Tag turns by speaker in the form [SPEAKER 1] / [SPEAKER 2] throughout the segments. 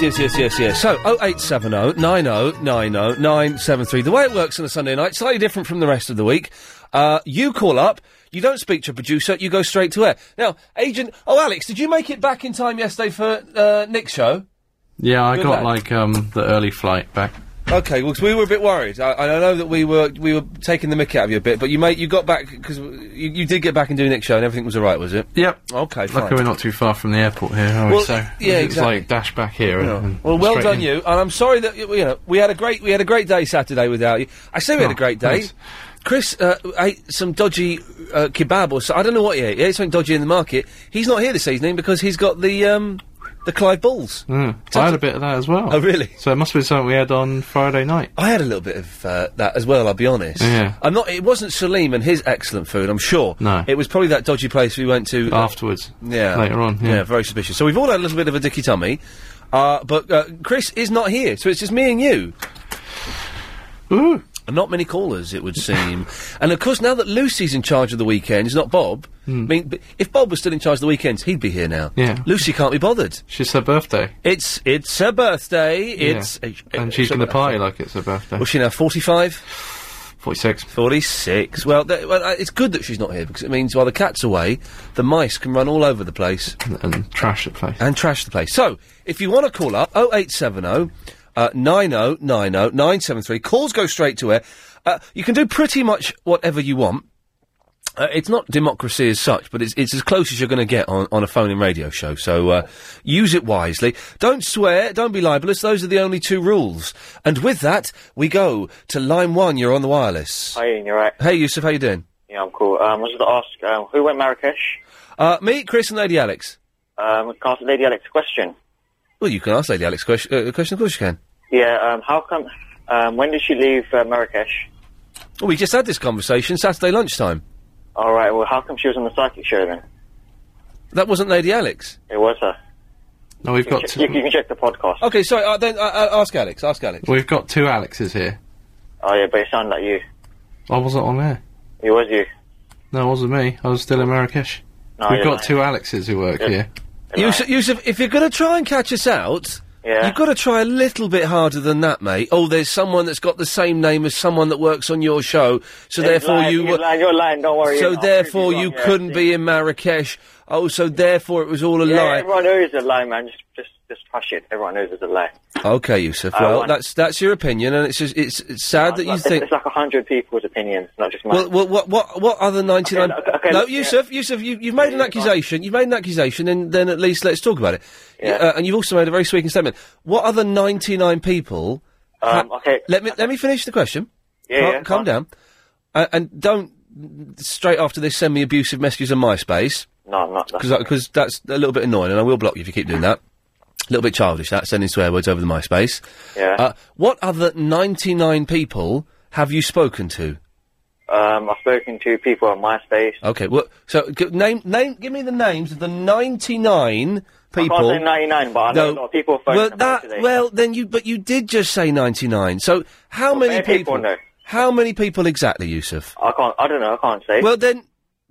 [SPEAKER 1] Yes, yes, yes, yes, yes. So, 0870 90 90 973. The way it works on a Sunday night, slightly different from the rest of the week. Uh, you call up, you don't speak to a producer, you go straight to air. Now, Agent. Oh, Alex, did you make it back in time yesterday for uh, Nick's show?
[SPEAKER 2] Yeah, I
[SPEAKER 1] Good
[SPEAKER 2] got
[SPEAKER 1] lad.
[SPEAKER 2] like um the early flight back.
[SPEAKER 1] Okay, well, 'cause we were a bit worried. I, I know that we were we were taking the mick out of you a bit, but you made you got back because you, you did get back and do Nick's show and everything was all right, was it?
[SPEAKER 2] Yep.
[SPEAKER 1] Okay, fine.
[SPEAKER 2] Luckily, we're not too far from the airport here, are we?
[SPEAKER 1] Well,
[SPEAKER 2] Oh, so
[SPEAKER 1] yeah,
[SPEAKER 2] it's
[SPEAKER 1] exactly.
[SPEAKER 2] like dash back here.
[SPEAKER 1] Yeah.
[SPEAKER 2] And, and
[SPEAKER 1] Well, well
[SPEAKER 2] Mm. straight
[SPEAKER 1] done
[SPEAKER 2] in.
[SPEAKER 1] you, and I'm sorry that you know we had a great we had a great day Saturday without you. I say we had
[SPEAKER 2] Oh,
[SPEAKER 1] a great day.
[SPEAKER 2] thanks.
[SPEAKER 1] Chris uh, ate some dodgy uh, kebab or so, I don't know what he ate. He ate something dodgy in the market. He's not here this evening because he's got the um, the Clive Balls.
[SPEAKER 2] Mm. I had a bit of that as well.
[SPEAKER 1] Oh, really?
[SPEAKER 2] So it must be something we had on Friday night.
[SPEAKER 1] I had a little bit of uh, that as well. I'll be honest.
[SPEAKER 2] Yeah.
[SPEAKER 1] I'm not. It wasn't Salim and his excellent food. I'm sure.
[SPEAKER 2] No.
[SPEAKER 1] It was probably that dodgy place we went to uh,
[SPEAKER 2] Afterwards.
[SPEAKER 1] Yeah.
[SPEAKER 2] Later on. Yeah.
[SPEAKER 1] very suspicious. So we've all had a little bit of a dicky tummy, uh, but uh, Chris is not here, so it's just me and you.
[SPEAKER 2] Ooh.
[SPEAKER 1] Not many callers, it would seem. and of course, now that Lucy's in charge of the weekends, not Bob. I mean, b- if Bob was still in charge of the weekends, he'd be here now.
[SPEAKER 2] Hmm. Yeah.
[SPEAKER 1] Lucy can't be bothered.
[SPEAKER 2] She's her birthday.
[SPEAKER 1] It's it's her birthday. It's
[SPEAKER 2] Yeah.
[SPEAKER 1] it-
[SPEAKER 2] and
[SPEAKER 1] it's
[SPEAKER 2] she's
[SPEAKER 1] her
[SPEAKER 2] going to
[SPEAKER 1] birthday.
[SPEAKER 2] party like it's her birthday.
[SPEAKER 1] Was she now forty-five?
[SPEAKER 2] 46.
[SPEAKER 1] 46. Well, th- well, uh, it's good that she's not here because it means while the cat's away, the mice can run all over the place
[SPEAKER 2] And, and trash the place.
[SPEAKER 1] and trash the place. So, if you want to call up, oh, 0870 uh, 9090 973. Calls go straight to air. Uh, you can do pretty much whatever you want. Uh, it's not democracy as such, but it's, it's as close as you're going to get on, on a phone and radio show. So uh, use it wisely. Don't swear. Don't be libelous. Those are the only two rules. And with that, we go to line one. You're on the wireless.
[SPEAKER 3] Hi, Ian, you're right.
[SPEAKER 1] Hey, Yusuf, how you doing?
[SPEAKER 3] Yeah, I'm cool. Um, I was going to ask, um, who went Marrakesh?
[SPEAKER 1] Uh, me, Chris, and Lady Alex.
[SPEAKER 3] Um, can I ask Lady Alex a question?
[SPEAKER 1] Well, you can ask Lady Alex question, uh, a question. Of course you can.
[SPEAKER 3] Yeah, um, how come, um, when did she leave uh, Marrakesh?
[SPEAKER 1] Well, we just had this conversation Saturday lunchtime.
[SPEAKER 3] All right, well, how come she was on the psychic show then?
[SPEAKER 1] That wasn't Lady Alex.
[SPEAKER 3] It was her.
[SPEAKER 2] No, we've got
[SPEAKER 3] You, you
[SPEAKER 2] two,
[SPEAKER 3] can check the podcast.
[SPEAKER 1] Okay, sorry. Uh, then uh, uh, ask Alex. Ask Alex.
[SPEAKER 2] we've got two Alexes here.
[SPEAKER 3] Oh, yeah, but it sounded like you.
[SPEAKER 2] I wasn't on there.
[SPEAKER 3] It was you.
[SPEAKER 2] No, it wasn't me. I was still in Marrakesh.
[SPEAKER 3] No,
[SPEAKER 2] we've
[SPEAKER 3] you're
[SPEAKER 2] got
[SPEAKER 3] lying.
[SPEAKER 2] two Alexes who work
[SPEAKER 3] Yeah.
[SPEAKER 2] here.
[SPEAKER 3] You're
[SPEAKER 1] Yusuf,
[SPEAKER 3] lying.
[SPEAKER 1] Yusuf, if you're going to try and catch us out,
[SPEAKER 3] Yeah.
[SPEAKER 1] you've got to try a little bit harder than that, mate. Oh, there's someone that's got the same name as someone that works on your show, so
[SPEAKER 3] You're
[SPEAKER 1] therefore
[SPEAKER 3] lying,
[SPEAKER 1] you
[SPEAKER 3] You're
[SPEAKER 1] were-
[SPEAKER 3] lying, you're lying, don't worry.
[SPEAKER 1] so
[SPEAKER 3] Ian, I'll
[SPEAKER 1] therefore
[SPEAKER 3] prove
[SPEAKER 1] you
[SPEAKER 3] wrong, yeah,
[SPEAKER 1] couldn't
[SPEAKER 3] see?
[SPEAKER 1] be in Marrakesh. Oh, so therefore it was all a
[SPEAKER 3] Yeah,
[SPEAKER 1] lie.
[SPEAKER 3] everyone knows it's a lie, man. Just, just, just trash it. Everyone knows it's a lie.
[SPEAKER 1] Okay, Yusuf.
[SPEAKER 3] I
[SPEAKER 1] well,
[SPEAKER 3] won.
[SPEAKER 1] that's that's your opinion, and it's just it's, it's sad that you
[SPEAKER 3] It's-
[SPEAKER 1] think.
[SPEAKER 3] It's like a hundred people's opinions, not just mine.
[SPEAKER 1] Well, well, what what what other ninety nine?
[SPEAKER 3] Okay, okay,
[SPEAKER 1] no,
[SPEAKER 3] look, yeah.
[SPEAKER 1] Yusuf, Yusuf, you, you've made an
[SPEAKER 3] Yeah, fine.
[SPEAKER 1] accusation. You've made an accusation, and then at least let's talk about it. Y-
[SPEAKER 3] Yeah.
[SPEAKER 1] Uh, and you've also made a very sweeping statement. What other ninety nine people?
[SPEAKER 3] Um, okay.
[SPEAKER 1] Let me let me finish the question.
[SPEAKER 3] Yeah,
[SPEAKER 1] calm,
[SPEAKER 3] yeah,
[SPEAKER 1] calm
[SPEAKER 3] fine.
[SPEAKER 1] down, uh, and don't straight after this send me abusive messages on MySpace
[SPEAKER 3] no, I'm not. That's,
[SPEAKER 1] because that's a little bit annoying, and I will block you if you keep doing that. A little bit childish that sending swear words over the MySpace.
[SPEAKER 3] Yeah.
[SPEAKER 1] Uh, what other ninety nine people have you spoken to?
[SPEAKER 3] Um, I've spoken to people on MySpace.
[SPEAKER 1] Okay, well, so g- name, name, give me the names of the ninety-nine people.
[SPEAKER 3] I can't say 99, but I know a lot of people phoning
[SPEAKER 1] well,
[SPEAKER 3] about
[SPEAKER 1] that,
[SPEAKER 3] today.
[SPEAKER 1] well, then you, but you did just say ninety-nine. So how many
[SPEAKER 3] many people know?
[SPEAKER 1] How many people exactly, Yusuf?
[SPEAKER 3] I can't. I don't know. I can't say.
[SPEAKER 1] Well, then,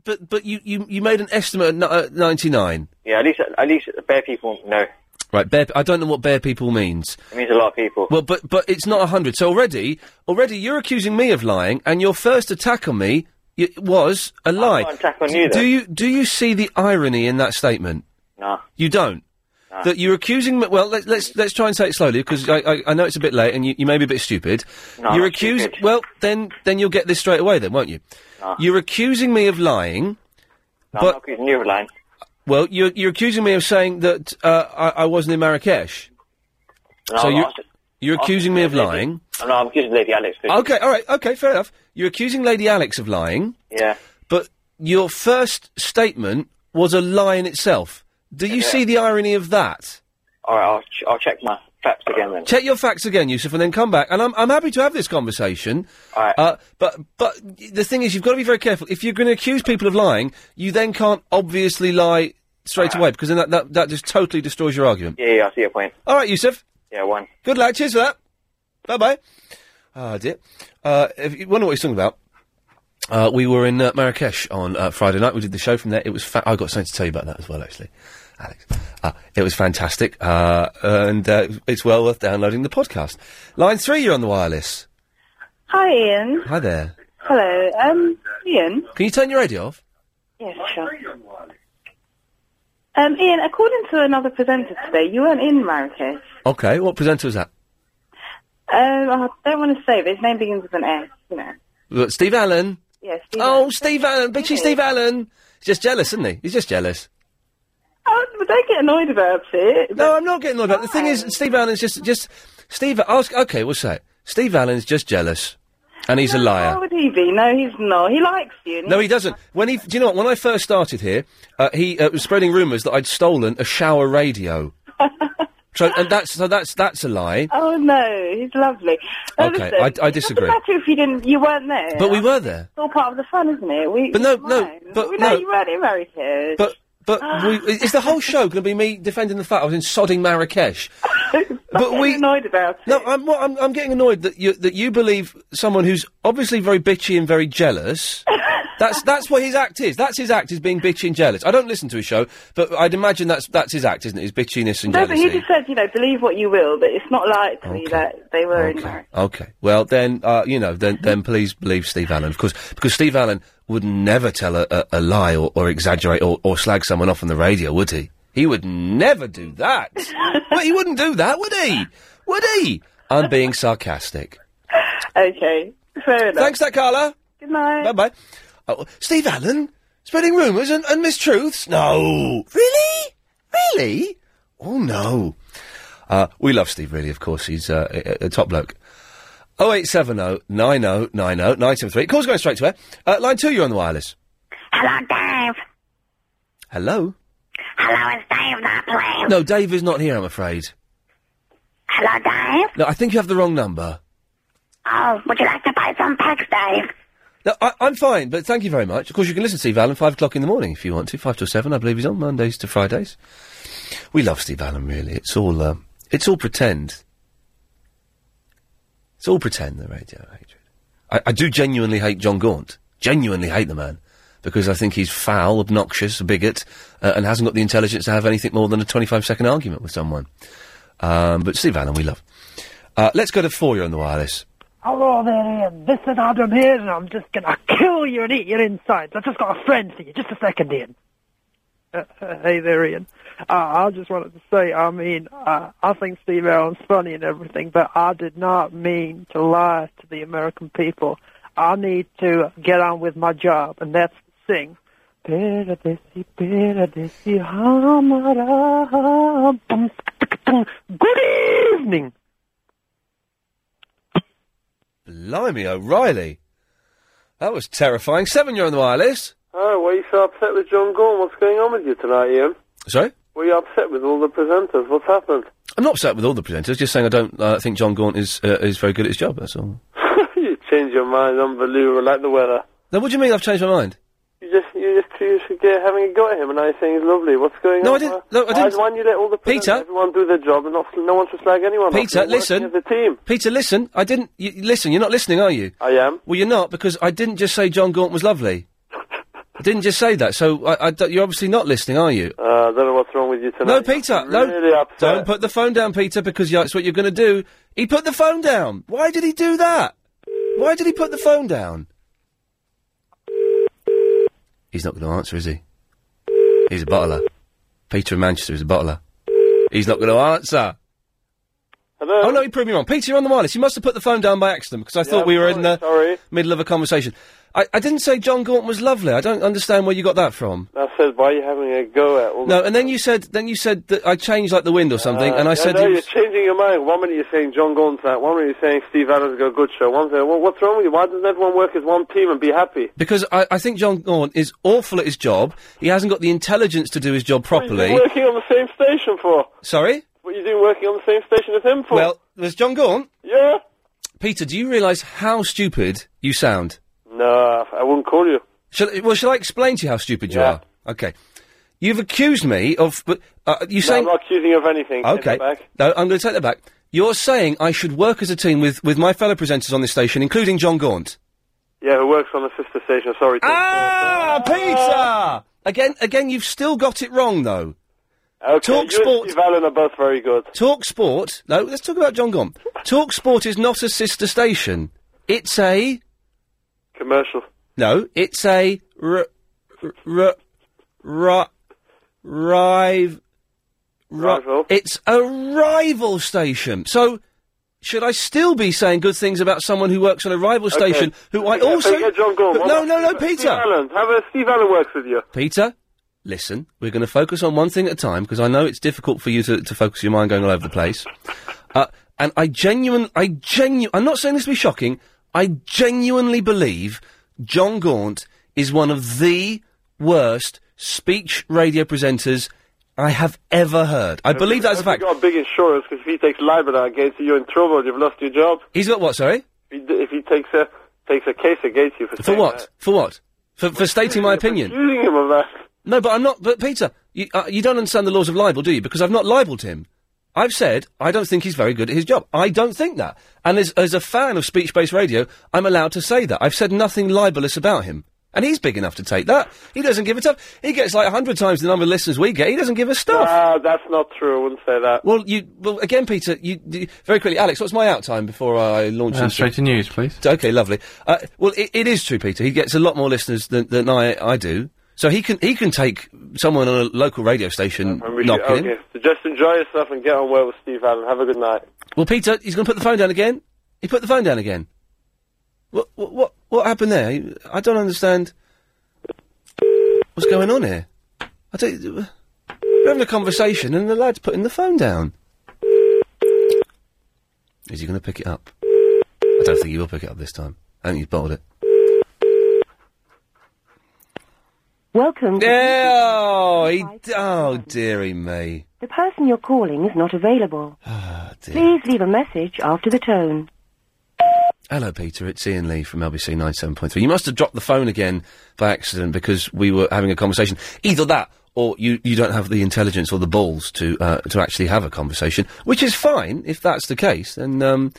[SPEAKER 1] but but you you, you made an estimate at ni- uh, ninety-nine,
[SPEAKER 3] yeah, at least at least bare people know.
[SPEAKER 1] right? Bare, I don't know what bare people means.
[SPEAKER 3] It means a lot of people.
[SPEAKER 1] Well, but but it's not hundred. So already, already you're accusing me of lying, and your first attack on me y- was a lie.
[SPEAKER 3] not attacking you,
[SPEAKER 1] do
[SPEAKER 3] though.
[SPEAKER 1] you do you see the irony in that statement?
[SPEAKER 3] nah.
[SPEAKER 1] You don't. That you're accusing me. Well, let's let's let's try and say it slowly because I, I I know it's a bit late and you, you may be a bit stupid.
[SPEAKER 3] No, I'm
[SPEAKER 1] you're
[SPEAKER 3] not
[SPEAKER 1] accusing.
[SPEAKER 3] stupid.
[SPEAKER 1] Well, then then you'll get this straight away, then, won't you? You're accusing me of lying.
[SPEAKER 3] No,
[SPEAKER 1] But-
[SPEAKER 3] I'm not accusing you of lying.
[SPEAKER 1] Well, you're you're accusing me of saying that uh, I, I wasn't in Marrakesh.
[SPEAKER 3] No,
[SPEAKER 1] so
[SPEAKER 3] I'm
[SPEAKER 1] you're
[SPEAKER 3] not-
[SPEAKER 1] you're
[SPEAKER 3] I'm
[SPEAKER 1] accusing me of
[SPEAKER 3] Lady-
[SPEAKER 1] lying.
[SPEAKER 3] I'm not. I'm accusing Lady Alex. 'cause-
[SPEAKER 1] Okay, all right, okay, fair enough. You're accusing Lady Alex of lying,
[SPEAKER 3] Yeah.
[SPEAKER 1] but your first statement was a lie in itself. Do you see the irony of that?
[SPEAKER 3] All right. I'll ch- I'll check my facts again then.
[SPEAKER 1] Check your facts again, Yusuf, and then come back. And I'm, I'm happy to have this conversation.
[SPEAKER 3] Alright.
[SPEAKER 1] Uh, but but the thing is, you've got to be very careful. If you're going to accuse people of lying, you then can't obviously lie straight away because then that, that, that just totally destroys your argument.
[SPEAKER 3] yeah, yeah. I see your point.
[SPEAKER 1] All right, Yusuf.
[SPEAKER 3] Yeah, one.
[SPEAKER 1] Good luck. Cheers for that. Bye bye. Ah, dear. Uh, if you wonder what he's talking about, uh, we were in uh, Marrakesh on uh, Friday night. We did the show from there. It was. Fa- I got something to tell you about that as well, actually. Alex. Uh, it was fantastic, uh, and uh, it's well worth downloading the podcast. Line three, you're on the wireless.
[SPEAKER 4] Hi, Ian.
[SPEAKER 1] Hi there.
[SPEAKER 4] Hello. Um, Ian?
[SPEAKER 1] Can you turn your radio off?
[SPEAKER 4] Yes, sure. Um, Ian, according to another presenter today, you weren't in Marrakesh.
[SPEAKER 1] Okay, what presenter was that?
[SPEAKER 4] Um, I don't want to say, but his name begins with an S, you know.
[SPEAKER 1] Uh, Steve Allen.
[SPEAKER 4] Yes.
[SPEAKER 1] Oh, Steve Allen. Bitchy Steve Allen. He's just jealous, isn't he? He's just jealous.
[SPEAKER 4] Oh, but don't get annoyed about it.
[SPEAKER 1] No, I'm not getting annoyed about it. The thing is, Steve Allen's just, just, Steve, ask, okay, we'll say it. Steve Allen's just jealous. And he's a
[SPEAKER 4] How
[SPEAKER 1] liar.
[SPEAKER 4] would he be? No, he's not. He likes you. and
[SPEAKER 1] No, he doesn't. When he, do you know what? When I first started here, uh, he uh, was spreading rumours that I'd stolen a shower radio. so, and that's, so that's, that's a lie.
[SPEAKER 4] Oh no, he's lovely. Oh,
[SPEAKER 1] Okay,
[SPEAKER 4] listen,
[SPEAKER 1] I- I
[SPEAKER 4] it doesn't
[SPEAKER 1] disagree.
[SPEAKER 4] matter if you didn't, you weren't there.
[SPEAKER 1] But we were there.
[SPEAKER 4] It's all part of the fun, isn't it? We,
[SPEAKER 1] But no,
[SPEAKER 4] it's
[SPEAKER 1] no,
[SPEAKER 4] fine.
[SPEAKER 1] but
[SPEAKER 4] we know
[SPEAKER 1] no.
[SPEAKER 4] you weren't in Marrakesh. Ah.
[SPEAKER 1] But but we, i- is the whole show going to be me defending the fact I was in sodding Marrakesh? but we
[SPEAKER 4] annoyed about
[SPEAKER 1] no, I'm, well, I'm I'm getting annoyed that you that you believe someone who's obviously very bitchy and very jealous. that's that's what his act is. That's his act is being bitchy and jealous. I don't listen to his show, but I'd imagine that's that's his act, isn't it? His bitchiness and
[SPEAKER 4] no, but he
[SPEAKER 1] jealousy.
[SPEAKER 4] just said, you know, believe what you will, but it's not likely that they were in Marrakesh.
[SPEAKER 1] Okay, well then, uh, you know, then then please believe Steve Allen, of course, because Steve Allen would never tell a, a, a lie or, or exaggerate or, or slag someone off on the radio, would he? He would never do that. well, he wouldn't do that, would he? Would he? I'm being sarcastic.
[SPEAKER 4] Okay, fair enough.
[SPEAKER 1] Thanks, that Carla.
[SPEAKER 4] Good night.
[SPEAKER 1] Bye bye. Oh, Steve Allen spreading rumours and, and mistruths?
[SPEAKER 5] Oh.
[SPEAKER 1] No, really, really? Oh no. Uh, we love Steve, really. Of course, he's uh, a, a- a top bloke. Oh eight seven oh nine oh nine oh nine seven three. Call's going straight to air. Uh, line two, you're on the wireless.
[SPEAKER 6] Hello, Dave.
[SPEAKER 1] Hello.
[SPEAKER 6] Hello, it's Dave that place.
[SPEAKER 1] No, Dave is not here. I'm afraid.
[SPEAKER 6] Hello, Dave.
[SPEAKER 1] No, I think you have the wrong number.
[SPEAKER 6] Oh, would you like to buy some packs, Dave?
[SPEAKER 1] No, I, I'm fine, but thank you very much. Of course, you can listen to Steve Allen five o'clock in the morning if you want to. Five till seven, I believe he's on Mondays to Fridays. We love Steve Allen, really. It's all uh, it's all pretend. It's all pretend. The radio hatred. I, I do genuinely hate John Gaunt. Genuinely hate the man because I think he's foul, obnoxious, a bigot, uh, and hasn't got the intelligence to have anything more than a twenty-five second argument with someone. Um, but Steve Allen, we love. Uh, let's go to four. You're on the wireless.
[SPEAKER 7] Hello there, Ian. This is Adam here, and I'm just gonna kill you and eat your insides. I've just got a friend for you. Just a second, Ian. Uh, uh, hey there, Ian. Uh, I just wanted to say, I mean, uh, I think Steve Allen's funny and everything, but I did not mean to lie to the American people. I need to get on with my job, and that's sing. Piradesi, piradesi, hamara, hum, bum, tuk, tuk, Good evening.
[SPEAKER 1] Blimey, O'Reilly. That was terrifying. Seven, you're on the wireless.
[SPEAKER 8] Oh, why are you so upset with John Gorn? What's going on with you tonight, Ian?
[SPEAKER 1] Sorry?
[SPEAKER 8] Were you upset with all the presenters? What's happened?
[SPEAKER 1] I'm not upset with all the presenters, just saying I don't uh, think John Gaunt is uh, is very good at his job, that's all.
[SPEAKER 8] you changed your mind, unbelievable, like the weather.
[SPEAKER 1] Now, what do you mean I've changed my mind?
[SPEAKER 8] You just, you just two years ago having a go at him, and now you're saying he's lovely. What's going
[SPEAKER 1] No, I
[SPEAKER 8] on?
[SPEAKER 1] didn't-
[SPEAKER 8] Why-
[SPEAKER 1] no, I didn't-
[SPEAKER 8] Why don't you let all the presenters,
[SPEAKER 1] Peter?
[SPEAKER 8] everyone do their job, and not, no one should slag anyone? off?
[SPEAKER 1] Peter,
[SPEAKER 8] You're working
[SPEAKER 1] listen.
[SPEAKER 8] As a team.
[SPEAKER 1] Peter, listen. I didn't. You, you- listen, you're not listening, are you?
[SPEAKER 8] I am.
[SPEAKER 1] Well, you're not, because I didn't just say John Gaunt was lovely. I didn't just say that, so I, I don't- you're obviously not listening, are you?
[SPEAKER 8] Uh, I don't know what's wrong with you tonight.
[SPEAKER 1] No, Peter,
[SPEAKER 8] I'm
[SPEAKER 1] no.
[SPEAKER 8] Really upset.
[SPEAKER 1] Don't put the phone down, Peter, because yeah, that's what you're going to do. He put the phone down. Why did he do that? Why did he put the phone down? He's not going to answer, is he? He's a bottler. Peter in Manchester is a bottler. He's not going to answer.
[SPEAKER 8] Hello?
[SPEAKER 1] Oh no, he proved me wrong. Peter, you're on the wireless. You must have put the phone down by accident because I thought we were in the middle of a conversation. I, I didn't say John Gaunt was lovely. I don't understand where you got that from.
[SPEAKER 8] I said, why are you having a go at all?
[SPEAKER 1] No, and then you said then you said that I changed like the wind or something, and I Uh, said
[SPEAKER 8] no,
[SPEAKER 1] it
[SPEAKER 8] Uh, you're
[SPEAKER 1] was-
[SPEAKER 8] changing your mind. One minute you're saying John Gaunt's that. One minute you're saying Steve Allen's got a good show. One minute, well, what's wrong with you? Why doesn't everyone work as one team and be happy?
[SPEAKER 1] Because I, I think John Gaunt is awful at his job. He hasn't got the intelligence to do his job
[SPEAKER 8] What are
[SPEAKER 1] properly.
[SPEAKER 8] you working on the same station for?
[SPEAKER 1] Sorry?
[SPEAKER 8] What are you doing working on the same station as him for?
[SPEAKER 1] Well, there's John Gaunt.
[SPEAKER 8] Yeah?
[SPEAKER 1] Peter, do you realise how stupid you sound?
[SPEAKER 8] No, I wouldn't call you.
[SPEAKER 1] Shall, well, shall I explain to you how stupid you
[SPEAKER 8] Yeah.
[SPEAKER 1] are? Okay. You've accused me of. But, uh, you
[SPEAKER 8] No,
[SPEAKER 1] saying.
[SPEAKER 8] I'm not accusing you of anything. Take
[SPEAKER 1] okay.
[SPEAKER 8] that back.
[SPEAKER 1] No, I'm going to take that back. You're saying I should work as a team with, with my fellow presenters on this station, including John Gaunt.
[SPEAKER 8] Yeah, who works on the sister station. Sorry. Tim.
[SPEAKER 1] Uh, Ah, Peter! Again, again, you've still got it wrong, though.
[SPEAKER 8] Okay,
[SPEAKER 1] Talk
[SPEAKER 8] you
[SPEAKER 1] Sport.
[SPEAKER 8] and Steve Allen are both very good.
[SPEAKER 1] Talk Sport. No, let's talk about John Gomp. Talk Sport is not a sister station. It's a
[SPEAKER 8] commercial.
[SPEAKER 1] No, it's a r- r- r- rive. Rival. It's a rival station. So, should I still be saying good things about someone who works on a rival
[SPEAKER 8] Okay.
[SPEAKER 1] station who I
[SPEAKER 8] Forget-
[SPEAKER 1] also.
[SPEAKER 8] forget John Gorm.
[SPEAKER 1] But
[SPEAKER 8] What
[SPEAKER 1] no,
[SPEAKER 8] about
[SPEAKER 1] no, no,
[SPEAKER 8] Steve- Steve
[SPEAKER 1] Peter.
[SPEAKER 8] Allen. Have a Steve Allen works with you.
[SPEAKER 1] Peter, listen, we're going to focus on one thing at a time because I know it's difficult for you to, to focus your mind going all over the place. Uh, and I genuine, I genu, I'm not saying this to be shocking. I genuinely believe John Gaunt is one of the worst speech radio presenters I have ever heard. I believe that's a
[SPEAKER 8] Have you
[SPEAKER 1] fact.
[SPEAKER 8] got a big insurance because if he takes libel against you, you're in trouble. You've lost your job.
[SPEAKER 1] He's got what? Sorry.
[SPEAKER 8] If he, d- if he takes a takes a case against you for
[SPEAKER 1] For what? For what? For, for stating my opinion.
[SPEAKER 8] accusing uh, him of that.
[SPEAKER 1] No, but I'm not. But Peter, you, uh, you don't understand the laws of libel, do you? Because I've not libelled him. I've said I don't think he's very good at his job. I don't think that. And as, as a fan of speech-based radio, I'm allowed to say that. I've said nothing libelous about him. And he's big enough to take that. He doesn't give a stuff. He gets like 100 times the number of listeners we get. He doesn't give a stuff.
[SPEAKER 8] Ah, that's not true. I wouldn't say that.
[SPEAKER 1] Well, you well again, Peter. You, you very quickly, Alex. What's my out time before I launch?
[SPEAKER 2] Uh,
[SPEAKER 1] into-
[SPEAKER 2] straight to news, please.
[SPEAKER 1] Okay, lovely. Uh, well, it, it is true, Peter. He gets a lot more listeners than, than I, I do. So he can he can take someone on a local radio station
[SPEAKER 8] I'm really-
[SPEAKER 1] knocking him.
[SPEAKER 8] okay. So just enjoy yourself and get on well with Steve Allen. Have a good night.
[SPEAKER 1] Well, Peter, he's going to put the phone down again. He put the phone down again. What what what, what happened there? You- I don't understand. What's going on here? I don't. We're having a conversation, and the lad's putting the phone down. Is he going to pick it up? I don't think he will pick it up this time. I think he's bottled it.
[SPEAKER 9] Welcome. to-
[SPEAKER 1] Yeah, oh, he, oh, dearie me.
[SPEAKER 9] The person you're calling is not available. Please leave a message after the tone.
[SPEAKER 1] Hello, Peter. It's Ian Lee from LBC 97.3. You must have dropped the phone again by accident because we were having a conversation. Either that, or you, you don't have the intelligence or the balls to uh, to actually have a conversation, which is fine if that's the case. Then um,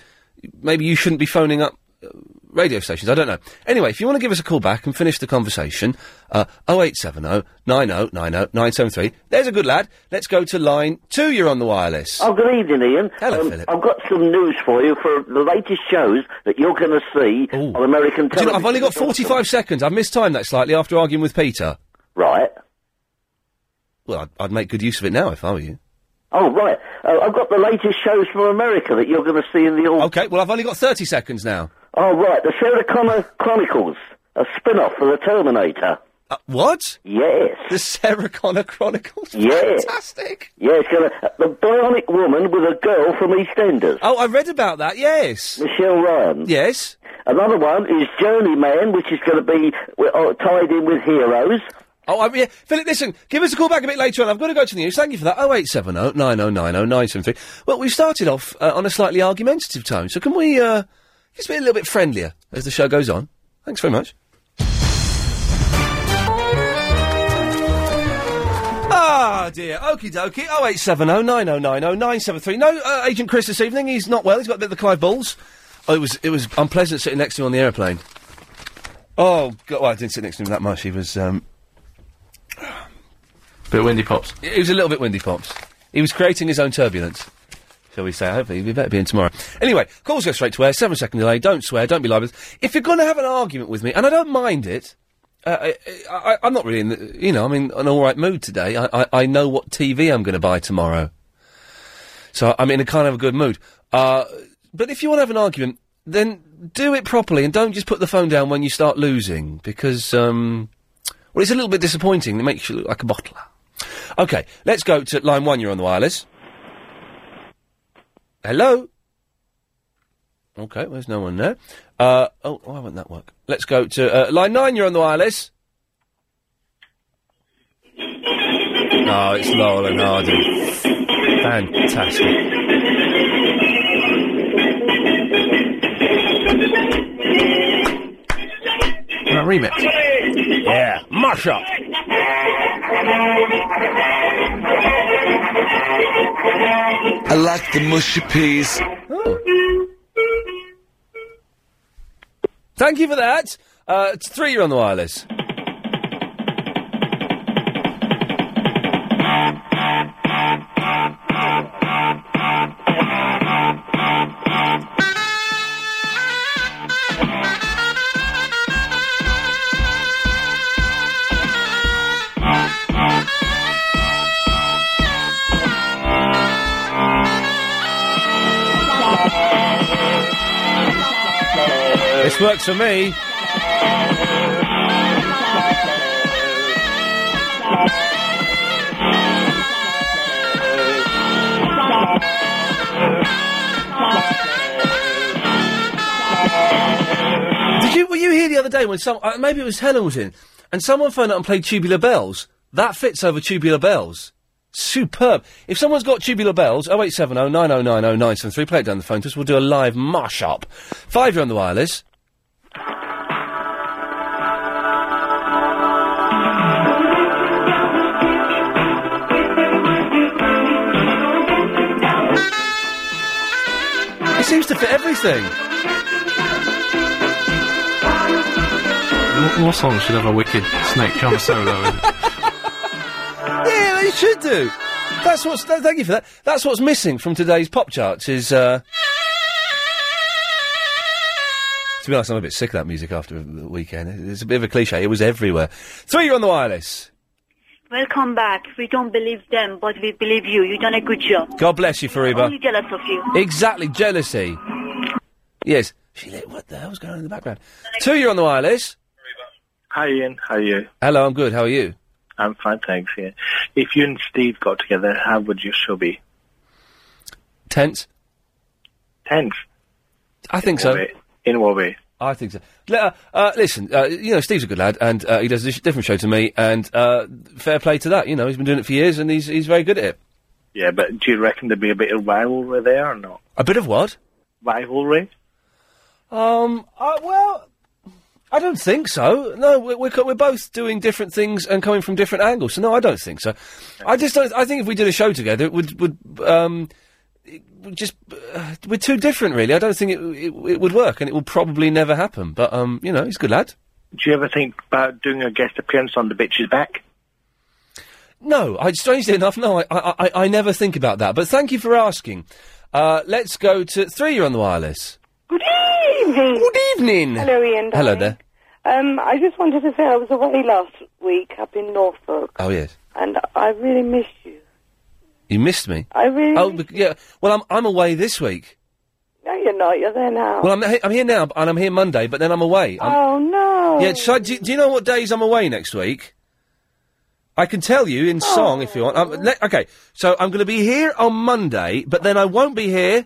[SPEAKER 1] maybe you shouldn't be phoning up uh, radio stations. I don't know. Anyway, if you want to give us a call back and finish the conversation, uh, 0870 9090 973. There's a good lad. Let's go to line two. You're on the wireless.
[SPEAKER 10] Oh, good evening, Ian.
[SPEAKER 1] Hello,
[SPEAKER 10] Um,
[SPEAKER 1] Philip.
[SPEAKER 10] I've got some news for you for the latest shows that you're going to see on American
[SPEAKER 1] Do you
[SPEAKER 10] television.
[SPEAKER 1] know, I've only got 45 seconds. I've mistimed that slightly after arguing with Peter.
[SPEAKER 10] Right.
[SPEAKER 1] Well, I'd, I'd make good use of it now if I were you.
[SPEAKER 10] Oh, right. Uh, I've got the latest shows from America that you're going to see in the autumn.
[SPEAKER 1] Okay, well, I've only got 30 seconds now.
[SPEAKER 10] Oh, right. The Sarah Connor Chronicles, a spin off of The Terminator.
[SPEAKER 1] Uh, what?
[SPEAKER 10] Yes.
[SPEAKER 1] The Sarah Connor Chronicles?
[SPEAKER 10] Yes.
[SPEAKER 1] Fantastic.
[SPEAKER 10] Yeah, it's going to. The Bionic Woman with a girl from EastEnders.
[SPEAKER 1] Oh, I read about that, yes.
[SPEAKER 10] Michelle Ryan.
[SPEAKER 1] Yes.
[SPEAKER 10] Another one is Journeyman, which is going to be uh, tied in with Heroes.
[SPEAKER 1] Oh, I, yeah. Philip, listen, give us a call back a bit later on. I've got to go to the news. Thank you for that. Oh, 0870 9090 973. Well, we started off uh, on a slightly argumentative tone, so can we uh, just be a little bit friendlier as the show goes on? Thanks very much. Ah, dear. Okie dokie. Oh, 0870 9090 973. No, uh, Agent Chris this evening. He's not well. He's got a bit of the Clive Balls. Oh, it was, it was unpleasant sitting next to him on the aeroplane. Oh, God. Well, I didn't sit next to him that much. He was, um,
[SPEAKER 2] Bit windy pops.
[SPEAKER 1] It was a little bit windy, Pops. He was creating his own turbulence. Shall we say? Hopefully, we better be in tomorrow. Anyway, calls go straight to air. Seven second delay. Don't swear. Don't be libelous. If you're going to have an argument with me, and I don't mind it, uh, I, I, I'm not really in. The, you know, I'm in an all right mood today. I, I, I know what TV I'm going to buy tomorrow, so I'm in a kind of a good mood. Uh, but if you want to have an argument, then do it properly and don't just put the phone down when you start losing because, um, well, it's a little bit disappointing. It makes you look like a bottler. Okay, let's go to line one. You're on the wireless. Hello. Okay, well, there's no one there. Uh, oh, why won't that work? Let's go to uh, line nine. You're on the wireless. No, it's Laurel and Hardy. Fantastic.
[SPEAKER 2] Uh, remix.
[SPEAKER 1] Yeah, mash up.
[SPEAKER 11] I like the mushy peas.
[SPEAKER 1] Thank you for that. Uh, it's three. You're on the wireless. This works for me. Did you were you here the other day when some uh, maybe it was Helen was in and someone phoned up and played Tubular Bells? That fits over Tubular Bells. Superb. If someone's got Tubular Bells, 0870 9090 973, play it down the phone to us. We'll do a live mash up. Five, you're on the wireless. It seems to fit everything.
[SPEAKER 3] What, what song should have a wicked snake drum solo in it?
[SPEAKER 1] Yeah, they should do. That's what's. th- thank you for that. That's what's missing from today's pop charts. Is uh, to be honest, I'm a bit sick of that music after the weekend. It's a bit of a cliche. It was everywhere. Three, you're on the wireless.
[SPEAKER 12] Welcome back. We don't believe them, but we believe you. You've done a good job.
[SPEAKER 1] God bless you,
[SPEAKER 12] Only
[SPEAKER 1] Fariba.
[SPEAKER 12] jealous of you.
[SPEAKER 1] Exactly, jealousy. Yes. She lit, what the hell's going on in the background? Two, you're on the wireless.
[SPEAKER 5] Hi Ian, how are you?
[SPEAKER 1] Hello, I'm good. How are you?
[SPEAKER 5] I'm fine, thanks. Yeah. If you and Steve got together, how would your show be?
[SPEAKER 1] Tense.
[SPEAKER 5] Tense.
[SPEAKER 1] I think so.
[SPEAKER 5] In what way?
[SPEAKER 1] I think so. Li- uh, uh, listen, uh, you know, Steve's a good lad, and uh, he does a dish- different show to me, and uh, fair play to that. You know, he's been doing it for years, and he's he's very good at it.
[SPEAKER 5] Yeah, but do you reckon there'd be a bit of rivalry there or not?
[SPEAKER 1] A bit of what?
[SPEAKER 5] Rivalry?
[SPEAKER 1] Um. Uh, well, I don't think so. No, we're, we're co- we're both doing different things and coming from different angles. So no, I don't think so. I just don't. I think if we did a show together, it would would um, it would just uh, we're too different, really. I don't think it, it it would work, and it will probably never happen. But um, you know, he's a good lad.
[SPEAKER 5] Do you ever think about doing a guest appearance on The Bitch's Back?
[SPEAKER 1] No, I, strangely enough, no, I, I, I, I never think about that. But thank you for asking. Uh, let's go to three. You're on the wireless.
[SPEAKER 13] Good evening.
[SPEAKER 1] Good evening.
[SPEAKER 13] Hello, Ian.
[SPEAKER 1] Hello there.
[SPEAKER 13] Um, I just wanted to say I was away last week up in Norfolk,
[SPEAKER 1] Oh yes,
[SPEAKER 13] and I really missed you.
[SPEAKER 1] you missed me.
[SPEAKER 13] I really.
[SPEAKER 1] Oh bec- yeah. Well, I'm I'm away this week.
[SPEAKER 13] No, you're not. You're there now.
[SPEAKER 1] Well, I'm he- I'm here now, and I'm here Monday, but then I'm away. I'm,
[SPEAKER 13] oh no.
[SPEAKER 1] Yeah. So do, do you know what days I'm away next week? I can tell you in song if you want. Um, le- okay, so I'm going to be here on Monday, but then I won't be here.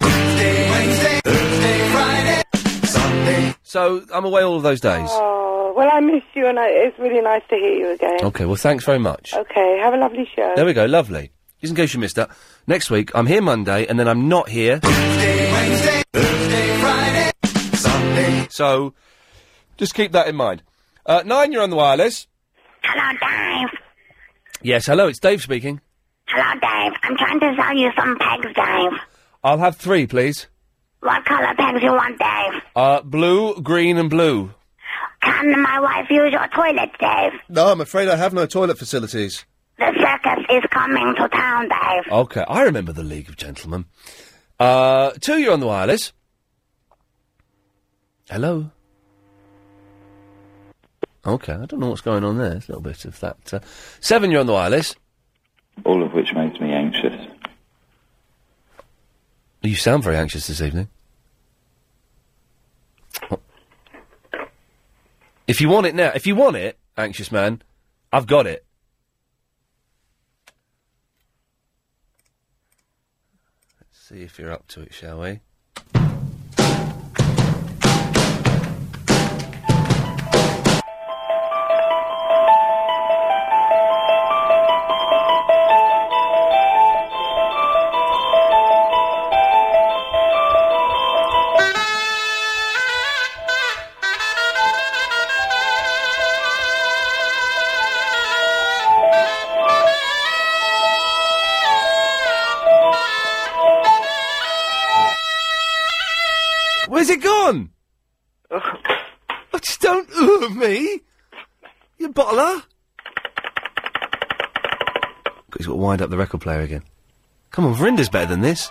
[SPEAKER 1] So I'm away all of those days.
[SPEAKER 13] Oh well, I missed you, and I, it's really nice to hear you again.
[SPEAKER 1] Okay. Well, thanks very much.
[SPEAKER 13] Okay, Have a lovely show.
[SPEAKER 1] Oh, There we go, lovely. Just in case you missed that, next week I'm here Monday and then I'm not here. So, just keep that in mind. Uh, nine, you're on the wireless.
[SPEAKER 14] Hello, Dave.
[SPEAKER 1] Yes, hello, it's Dave speaking.
[SPEAKER 14] Hello, Dave. I'm trying to sell you some pegs, Dave.
[SPEAKER 1] I'll have three, please.
[SPEAKER 14] What color pegs you want, Dave?
[SPEAKER 1] Uh, blue, green, and blue.
[SPEAKER 14] Can my wife use your toilet, Dave?
[SPEAKER 1] No, I'm afraid I have no toilet facilities.
[SPEAKER 14] The circus is coming to town, Dave.
[SPEAKER 1] Okay, I remember the League of Gentlemen. Uh, two, you're on the wireless. Hello. Okay, I don't know what's going on there. It's a little bit of that. Uh... Seven, you're on the wireless.
[SPEAKER 15] All of which makes me anxious.
[SPEAKER 1] You sound very anxious this evening. What? If you want it now, if you want it, anxious man, I've got it. Let's see if you're up to it, shall we? Where's it gone? I just don't ooh at me. You bottler. He's got to wind up the record player again. Come on, Verinda's better than this.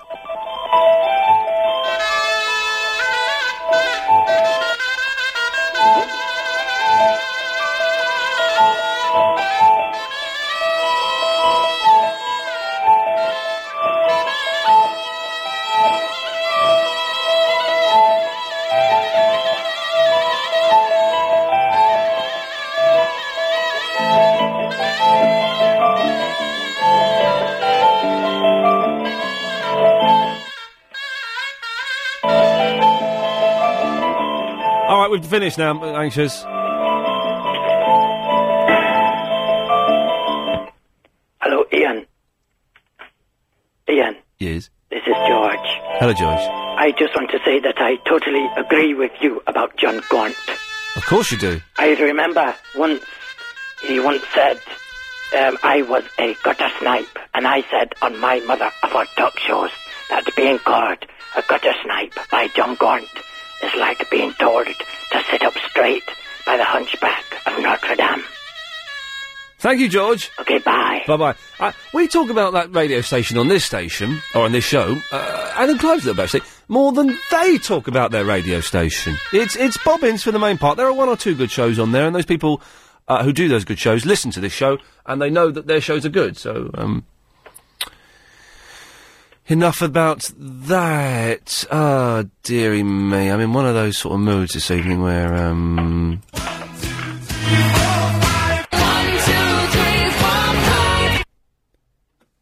[SPEAKER 1] All right, we've finished now. I'm anxious.
[SPEAKER 16] Hello, Ian. Ian,
[SPEAKER 1] Yes.
[SPEAKER 16] this is George.
[SPEAKER 1] Hello, George.
[SPEAKER 16] I just want to say that I totally agree with you about John Gaunt.
[SPEAKER 1] Of course you do.
[SPEAKER 16] I remember once he once said, um, I was a gutter snipe, and I said on my mother of our talk shows that being called a gutter snipe by John Gaunt is like being told to sit up straight by the hunchback of Notre Dame.
[SPEAKER 1] Thank you, George.
[SPEAKER 16] Okay, bye.
[SPEAKER 1] Bye bye. Uh, we talk about that radio station on this station, or on this show, uh, Adam Clive's little best more than they talk about their radio station. It's, it's bobbins for the main part. There are one or two good shows on there, and those people uh, who do those good shows listen to this show, and they know that their shows are good, so. Um, Enough about that. Oh, dearie me. I'm in one of those sort of moods this evening where, um.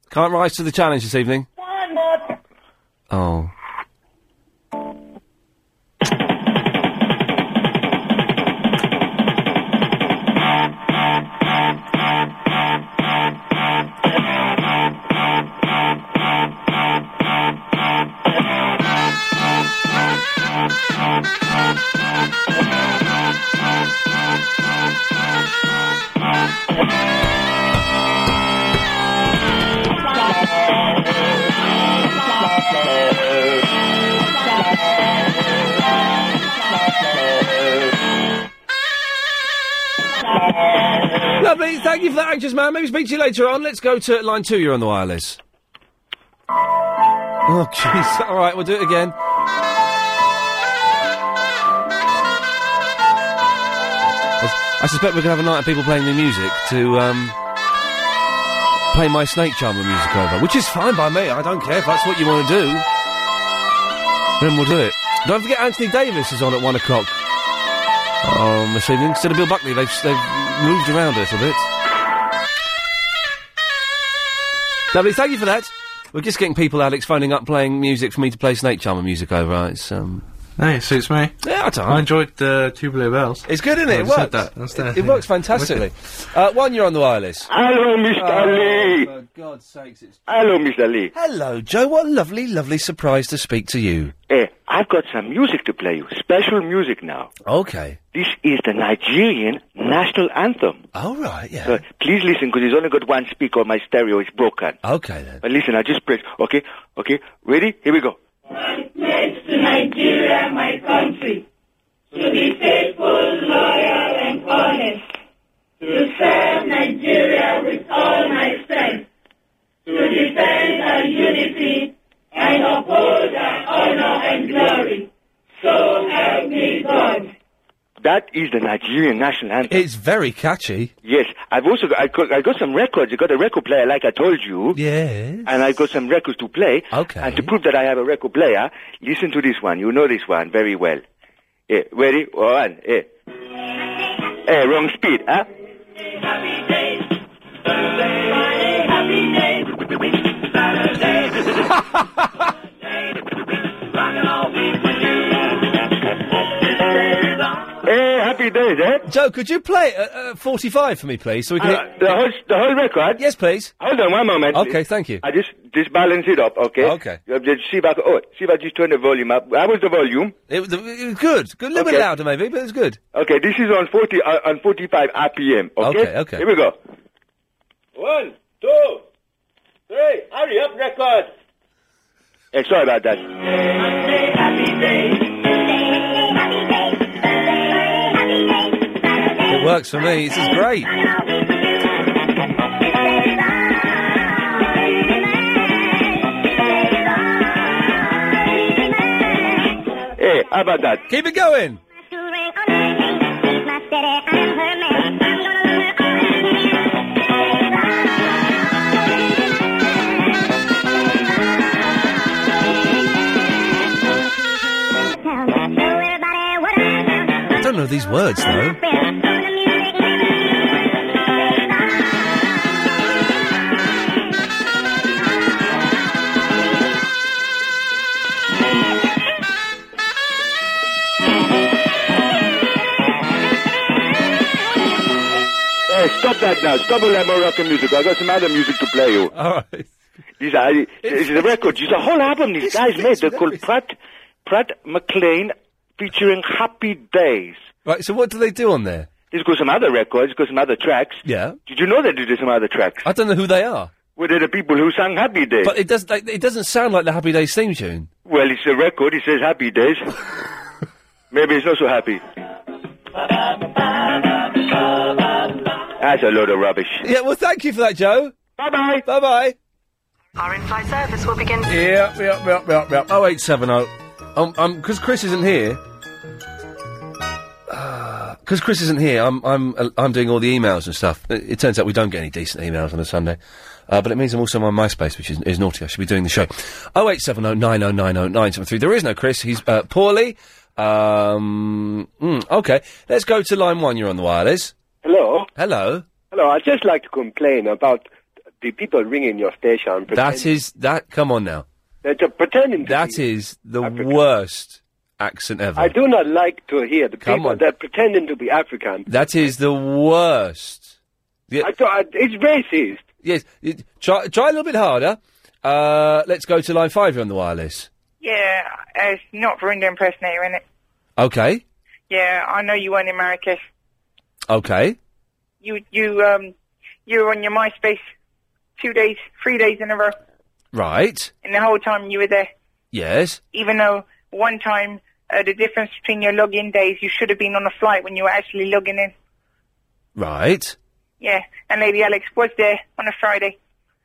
[SPEAKER 1] Can't rise to the challenge this evening. Oh. Lovely. Thank you for that, anxious man. Maybe speak to you later on. Let's go to line two. You're on the wireless. Oh, jeez. All right, we'll do it again. I I suspect we're going to have a night of people playing the music to um, play my Snake Charmer music over, which is fine by me. I don't care if that's what you want to do. Then we'll do it. Don't forget Anthony Davis is on at one o'clock um, this evening. Instead of Bill Buckley, they've, they've moved around a little bit. Lovely, thank you for that. We're just getting people, Alex, phoning up playing music for me to play Snake Charmer music over. uh, It's, um,
[SPEAKER 2] Hey, it suits me.
[SPEAKER 1] Yeah, I don't.
[SPEAKER 2] I enjoyed uh, Tubular Bells.
[SPEAKER 1] It's good, isn't it?
[SPEAKER 2] I
[SPEAKER 1] It
[SPEAKER 2] just
[SPEAKER 1] works.
[SPEAKER 2] had that. That's there,
[SPEAKER 1] it, it
[SPEAKER 2] yeah.
[SPEAKER 1] works fantastically. Uh, one, you're on the wireless. Uh,
[SPEAKER 5] Hello, Mr. Lee.
[SPEAKER 1] Oh, For God's sakes, it's.
[SPEAKER 5] Hello, Mr. Lee.
[SPEAKER 1] Hello, Joe. What a lovely, lovely surprise to speak to you.
[SPEAKER 5] Eh, I've got some music to play you. Special music now.
[SPEAKER 1] Okay.
[SPEAKER 5] This is the Nigerian national anthem.
[SPEAKER 1] All right, yeah.
[SPEAKER 5] So please listen, because it's only got one speaker on my stereo. It's broken.
[SPEAKER 1] Okay, then.
[SPEAKER 5] But listen, I just press. Okay, okay. Ready? Here we go.
[SPEAKER 14] Pledge to Nigeria, my country, to be faithful, loyal, and honest, to serve Nigeria with all my strength, to defend our unity and uphold our honor and glory. So help me God.
[SPEAKER 5] That is the Nigerian national anthem.
[SPEAKER 1] It's very catchy.
[SPEAKER 5] Yes, I've also got, I got, I got some records. I got a record player, like I told you.
[SPEAKER 1] Yes.
[SPEAKER 5] And I've got some records to play.
[SPEAKER 1] Okay.
[SPEAKER 5] And to prove that I have a record player, listen to this one. You know this one very well. Eh, ready? One, eh. Eh, wrong speed, huh? Hey, happy days, eh?
[SPEAKER 1] Joe, could you play uh, uh, 45 for me, please? So we can.
[SPEAKER 5] Uh, the whole, the whole record?
[SPEAKER 1] Uh, Yes, please.
[SPEAKER 5] Hold on one moment.
[SPEAKER 1] Okay, thank you.
[SPEAKER 5] I just, just balance it up, okay?
[SPEAKER 1] Okay.
[SPEAKER 5] Uh, just see if I, c- oh, see if I just turn the volume up. How was the volume?
[SPEAKER 1] It, was- it was good. Good, a little
[SPEAKER 5] Okay.
[SPEAKER 1] bit louder maybe, but it's good.
[SPEAKER 5] Okay, this is on 40, uh, on 45 RPM, okay?
[SPEAKER 1] Okay, okay.
[SPEAKER 5] Here we go.
[SPEAKER 17] One, two, three. Hurry up, record.
[SPEAKER 5] Hey, sorry about that.
[SPEAKER 1] It works for me. This is great.
[SPEAKER 5] Hey, how about that?
[SPEAKER 1] Keep it going. I don't know these words though.
[SPEAKER 18] Stop that now. Stop all that Moroccan music. I've got some other music to play you.
[SPEAKER 1] All right.
[SPEAKER 18] These are, this is a record. It's a whole album these guys made. They're called Pratt, Pratt McLean featuring Happy Days.
[SPEAKER 1] Right, so what do they do on there?
[SPEAKER 18] They've got some other records, got some other tracks.
[SPEAKER 1] Yeah.
[SPEAKER 18] Did you know they did some other tracks?
[SPEAKER 1] I don't know who they are.
[SPEAKER 18] Well, they're the people who sang Happy Days.
[SPEAKER 1] But it doesn't. It doesn't sound like the Happy Days theme tune.
[SPEAKER 18] Well, it's a record. It says Happy Days. Maybe it's not so happy. That's a load of rubbish.
[SPEAKER 1] Yeah. Well, thank you for that, Joe.
[SPEAKER 18] Bye bye.
[SPEAKER 1] Bye bye.
[SPEAKER 19] Our in-flight service will begin.
[SPEAKER 1] Yeah. Yeah. Yeah. Yeah. Yeah. Oh eight seven oh. Um. Um. Because Chris isn't here. Because Chris isn't here, I'm I'm uh, I'm doing all the emails and stuff. It, it turns out we don't get any decent emails on a Sunday, uh, but it means I'm also on MySpace, which is, is naughty. I should be doing the show. Oh eight seven oh nine oh nine oh nine seven three. There is no Chris. He's uh, poorly. Um, mm, okay, let's go to line one. You're on the wireless.
[SPEAKER 20] Hello.
[SPEAKER 1] Hello.
[SPEAKER 20] Hello. I'd just like to complain about the people ringing your station.
[SPEAKER 1] That is that. Come on now.
[SPEAKER 20] They're ju- pretending. To
[SPEAKER 1] That is the worst accent ever.
[SPEAKER 20] I do not like to hear the
[SPEAKER 1] Come
[SPEAKER 20] people
[SPEAKER 1] on.
[SPEAKER 20] that pretending to be African.
[SPEAKER 1] That is the worst. I
[SPEAKER 20] thought it's racist.
[SPEAKER 1] Yes, it- try try a little bit harder. Uh, let's go to line five. You're on the wireless.
[SPEAKER 21] Yeah, it's not for Indian impersonator, innit?
[SPEAKER 1] Okay,
[SPEAKER 21] Yeah, I know you weren't in Marrakesh.
[SPEAKER 1] okay.
[SPEAKER 21] You you um you were on your MySpace two days, three days in a row,
[SPEAKER 1] Right.
[SPEAKER 21] and the whole time you were there.
[SPEAKER 1] Yes.
[SPEAKER 21] Even though one time uh, the difference between your login days, you should have been on a flight when you were actually logging in.
[SPEAKER 1] Right.
[SPEAKER 21] Yeah, and Lady Alex was there on a Friday,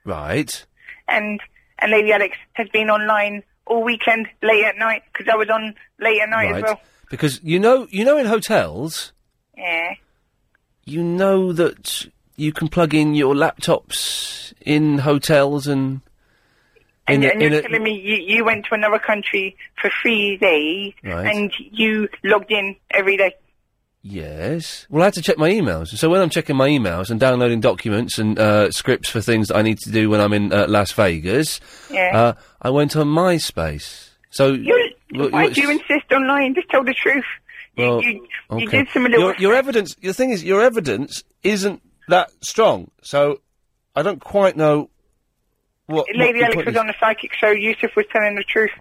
[SPEAKER 1] Right.
[SPEAKER 21] and and Lady Alex has been online all weekend, late at night, because I was on late at night as
[SPEAKER 1] right.
[SPEAKER 21] well.
[SPEAKER 1] Because you know, you know, in hotels,
[SPEAKER 21] Yeah.
[SPEAKER 1] you know that you can plug in your laptops in hotels and.
[SPEAKER 21] And,
[SPEAKER 1] in a-
[SPEAKER 21] and you're
[SPEAKER 1] in a-
[SPEAKER 21] telling me you, you went to another country for three days
[SPEAKER 1] Right.
[SPEAKER 21] and you logged in every day.
[SPEAKER 1] Yes. Well, I had to check my emails. So when I'm checking my emails and downloading documents and uh, scripts for things that I need to do when I'm in uh, Las Vegas,
[SPEAKER 21] Yeah.
[SPEAKER 1] uh, I went on MySpace. So
[SPEAKER 21] You,
[SPEAKER 1] Well,
[SPEAKER 21] why
[SPEAKER 1] you're-
[SPEAKER 21] do you insist on lying? Just tell the truth.
[SPEAKER 1] well,
[SPEAKER 21] you- you
[SPEAKER 1] okay.
[SPEAKER 21] did some little-
[SPEAKER 1] Your, your evidence. The thing is, your evidence isn't that strong. So I don't quite know what. what
[SPEAKER 21] Lady
[SPEAKER 1] the
[SPEAKER 21] Alex
[SPEAKER 1] point
[SPEAKER 21] was
[SPEAKER 1] is.
[SPEAKER 21] on the psychic show. Yusuf was telling the truth.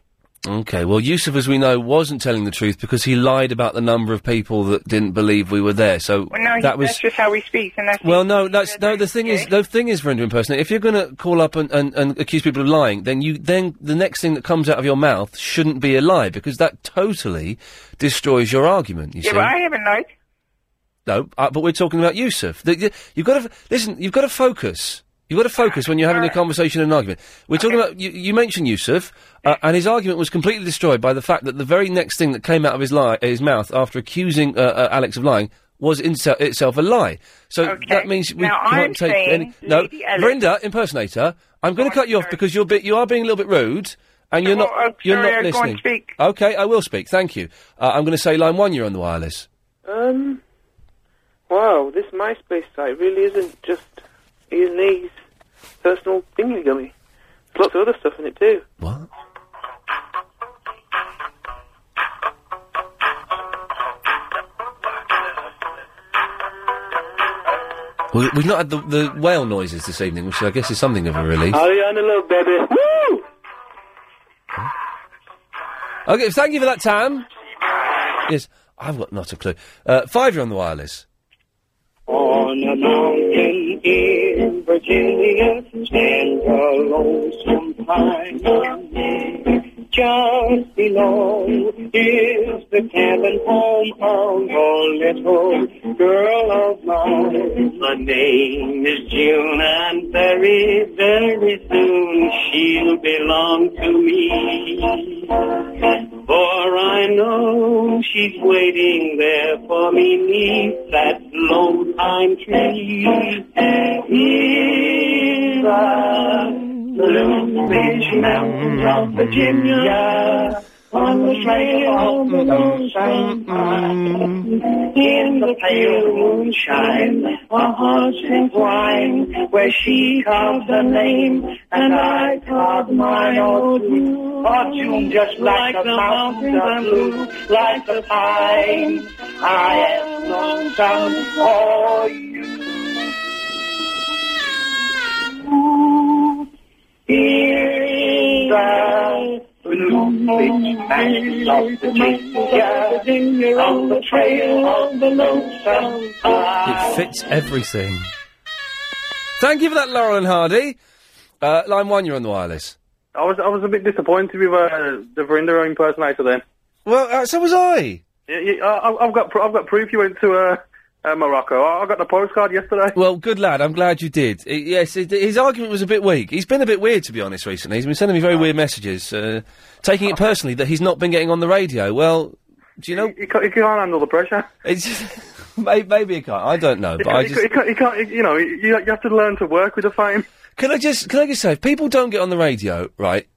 [SPEAKER 1] Okay, well, Yusuf, as we know, wasn't telling the truth because he lied about the number of people that didn't believe we were there. So
[SPEAKER 21] Well, no, he,
[SPEAKER 1] that was
[SPEAKER 21] that's just how he speaks. And that's
[SPEAKER 1] Well, no, that's no. The thing is, the thing is, Verinder impersonator. If you're going to call up and, and, and accuse people of lying, then you then the next thing that comes out of your mouth shouldn't be a lie because that totally destroys your argument. You
[SPEAKER 21] yeah,
[SPEAKER 1] see?
[SPEAKER 21] but I haven't lied.
[SPEAKER 1] No, uh, but we're talking about Yusuf. The, the, you've got to listen. You've got to focus. You've got to focus when you're having a conversation and an argument. We're talking about you, you mentioned Yusuf, uh, and his argument was completely destroyed by the fact that the very next thing that came out of his lie, his mouth after accusing uh, uh, Alex of lying was in se- itself a lie. So that means we
[SPEAKER 21] Now,
[SPEAKER 1] can't
[SPEAKER 21] I'm
[SPEAKER 1] take
[SPEAKER 21] saying
[SPEAKER 1] any. No,
[SPEAKER 21] Lady Alex- Oh,
[SPEAKER 1] Brenda, impersonator. I'm going to cut you off because you're be- you are being a little bit rude. And you're not.
[SPEAKER 21] Well, Oh, I'm
[SPEAKER 1] you're
[SPEAKER 21] sorry,
[SPEAKER 1] not
[SPEAKER 21] uh, go on,
[SPEAKER 1] listening. Okay, I will speak. Thank you. Uh, I'm going to say line one. You're on the wireless.
[SPEAKER 5] Um, wow, this MySpace site really isn't just Ian Lee's personal thingy-gummy. There's lots of other stuff in it, too.
[SPEAKER 1] What? We, we've not had the, the whale noises this evening, which I guess is something of a relief.
[SPEAKER 2] Oh,
[SPEAKER 5] Ariana, little baby. Woo!
[SPEAKER 1] Okay, thank you for that, Tam. Yes, I've got not a clue. Uh, five, you're on the wireless.
[SPEAKER 14] On a mountain in Virginia stands a lonesome pine. Just below is the cabin home of a little girl of mine. Her name is June, and very, very soon she'll belong to me. For I know she's waiting there for me neath that lone pine tree. Here's the Blue Ridge Mountains of Virginia. On the trail of the lonesome pine, in the pale moonshine, a horse and wine, where she carved her name, and I carved mine, oh, June, oh, June, just like, the mountains are blue, like the pine, I am lonesome for you. down. Which man lost the ginger on the trail of the lonesome
[SPEAKER 1] It fits everything. Thank you for that, Laurel and Hardy. Uh, line one, you're on the wireless.
[SPEAKER 2] I was I was a bit disappointed with uh, the Verinder impersonator then.
[SPEAKER 1] Well, uh, so was I.
[SPEAKER 2] Yeah, yeah, I, I've got pr- I've got proof you went to uh, uh, Morocco. I, I got the postcard yesterday.
[SPEAKER 1] Well, good lad. I'm glad you did. I- yes, it, his argument was a bit weak. He's been a bit weird, to be honest, recently. He's been sending me very weird messages, uh, taking it personally that he's not been getting on the radio. Well, do you know?
[SPEAKER 2] He can't, he can't handle the pressure.
[SPEAKER 1] It's maybe, maybe he can't. I don't know,
[SPEAKER 2] He
[SPEAKER 1] but I
[SPEAKER 2] can't,
[SPEAKER 1] just.
[SPEAKER 2] he can't, he can't, he- you know, you, you have to learn to work with the fame.
[SPEAKER 1] Can I just can I just say, if people don't get on the radio, right?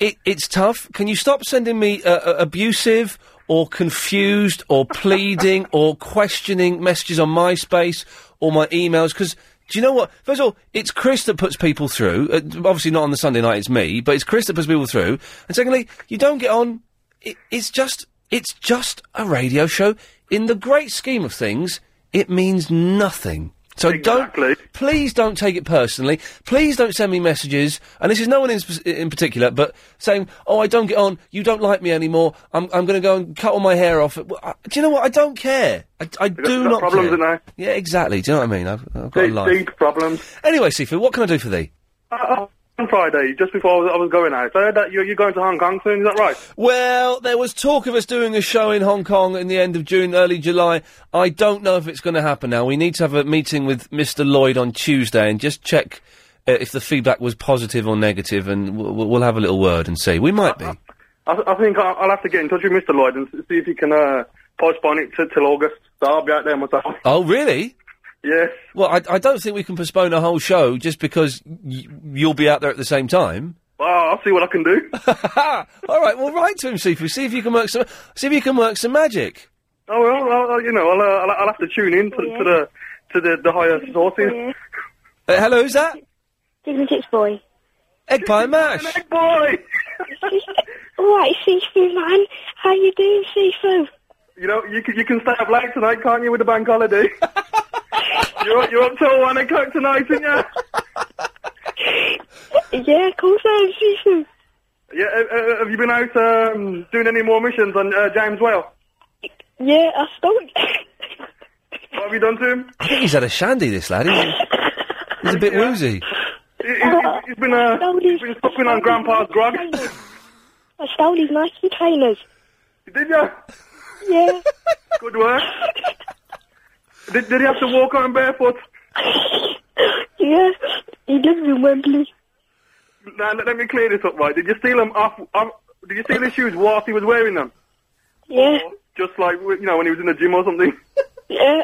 [SPEAKER 1] It, it's tough. Can you stop sending me uh, uh, abusive or confused or pleading or questioning messages on MySpace or my emails? Because do you know what? First of all, it's Chris that puts people through. Uh, obviously, not on the Sunday night. It's me, but it's Chris that puts people through. And secondly, you don't get on. It, it's just it's just a radio show. In the great scheme of things, it means nothing. So don't, please don't take it personally. Please don't send me messages, and this is no one in, sp- in particular, but saying, "Oh, I don't get on. You don't like me anymore. I'm, I'm going to go and cut all my hair off." Well, I- do you know what? I don't care. I, I do
[SPEAKER 2] got
[SPEAKER 1] not.
[SPEAKER 2] problems,
[SPEAKER 1] care.
[SPEAKER 2] haven't
[SPEAKER 1] Yeah, exactly. Do you know what I mean? I've, I've got a
[SPEAKER 2] Deep-
[SPEAKER 1] life.
[SPEAKER 2] deep problems.
[SPEAKER 1] Anyway, Sifu, what can I do for thee?
[SPEAKER 2] Uh, on Friday, just before I was, I was going out, I heard that you're, you're going to Hong Kong soon. Is that right?
[SPEAKER 1] Well, there was talk of us doing a show in Hong Kong in the end of June, early July. I don't know if it's going to happen now. We need to have a meeting with Mr. Lloyd on Tuesday and just check uh, if the feedback was positive or negative, and w- w- we'll have a little word and see. We might be.
[SPEAKER 2] I, I think I'll, I'll have to get in touch with Mr. Lloyd and s- see if he can uh, postpone it to, till August. So I'll be out there myself.
[SPEAKER 1] Oh, really?
[SPEAKER 2] Yes.
[SPEAKER 1] Well, I, I don't think we can postpone a whole show just because y- you'll be out there at the same time.
[SPEAKER 2] Well, I'll see what I can do.
[SPEAKER 1] All right, well, write to him, Sifu. See if you can work some. See if you can work some magic.
[SPEAKER 2] Oh well, I'll, I'll- you know, I'll, uh, I'll, I'll have to tune in to, to the to the, the higher sources.
[SPEAKER 1] Uh, hello, who's that?
[SPEAKER 6] Chicken and chips boy.
[SPEAKER 1] Egg pie mash.
[SPEAKER 2] Egg boy.
[SPEAKER 6] All right, Seafood man. How you doing, Seafood?
[SPEAKER 2] You know, you can you can stay up late tonight, can't you, with the bank holiday? you're up- you're up till one o'clock tonight, aren't you?
[SPEAKER 6] Yeah, of course I am, Sifu.
[SPEAKER 2] Yeah. Uh, uh, have you been out um, doing any more missions on uh, James Whale?
[SPEAKER 6] Yeah, I stopped.
[SPEAKER 2] What have you done to him?
[SPEAKER 1] I think he's had a shandy, this lad. He's, he's a bit woozy.
[SPEAKER 2] He, he, he's been uh, he's been sucking on Grandpa's grog.
[SPEAKER 6] I stole his Nike trainers.
[SPEAKER 2] Did you?
[SPEAKER 6] Yeah.
[SPEAKER 2] Good work. Did, did he have to walk on barefoot?
[SPEAKER 6] Yeah. He lives in Wembley.
[SPEAKER 2] Now let, let me clear this up, right? Did you steal him off? off did you steal his shoes whilst he was wearing them?
[SPEAKER 6] Yeah.
[SPEAKER 2] Just like you know when he was in the gym or something.
[SPEAKER 6] Yeah.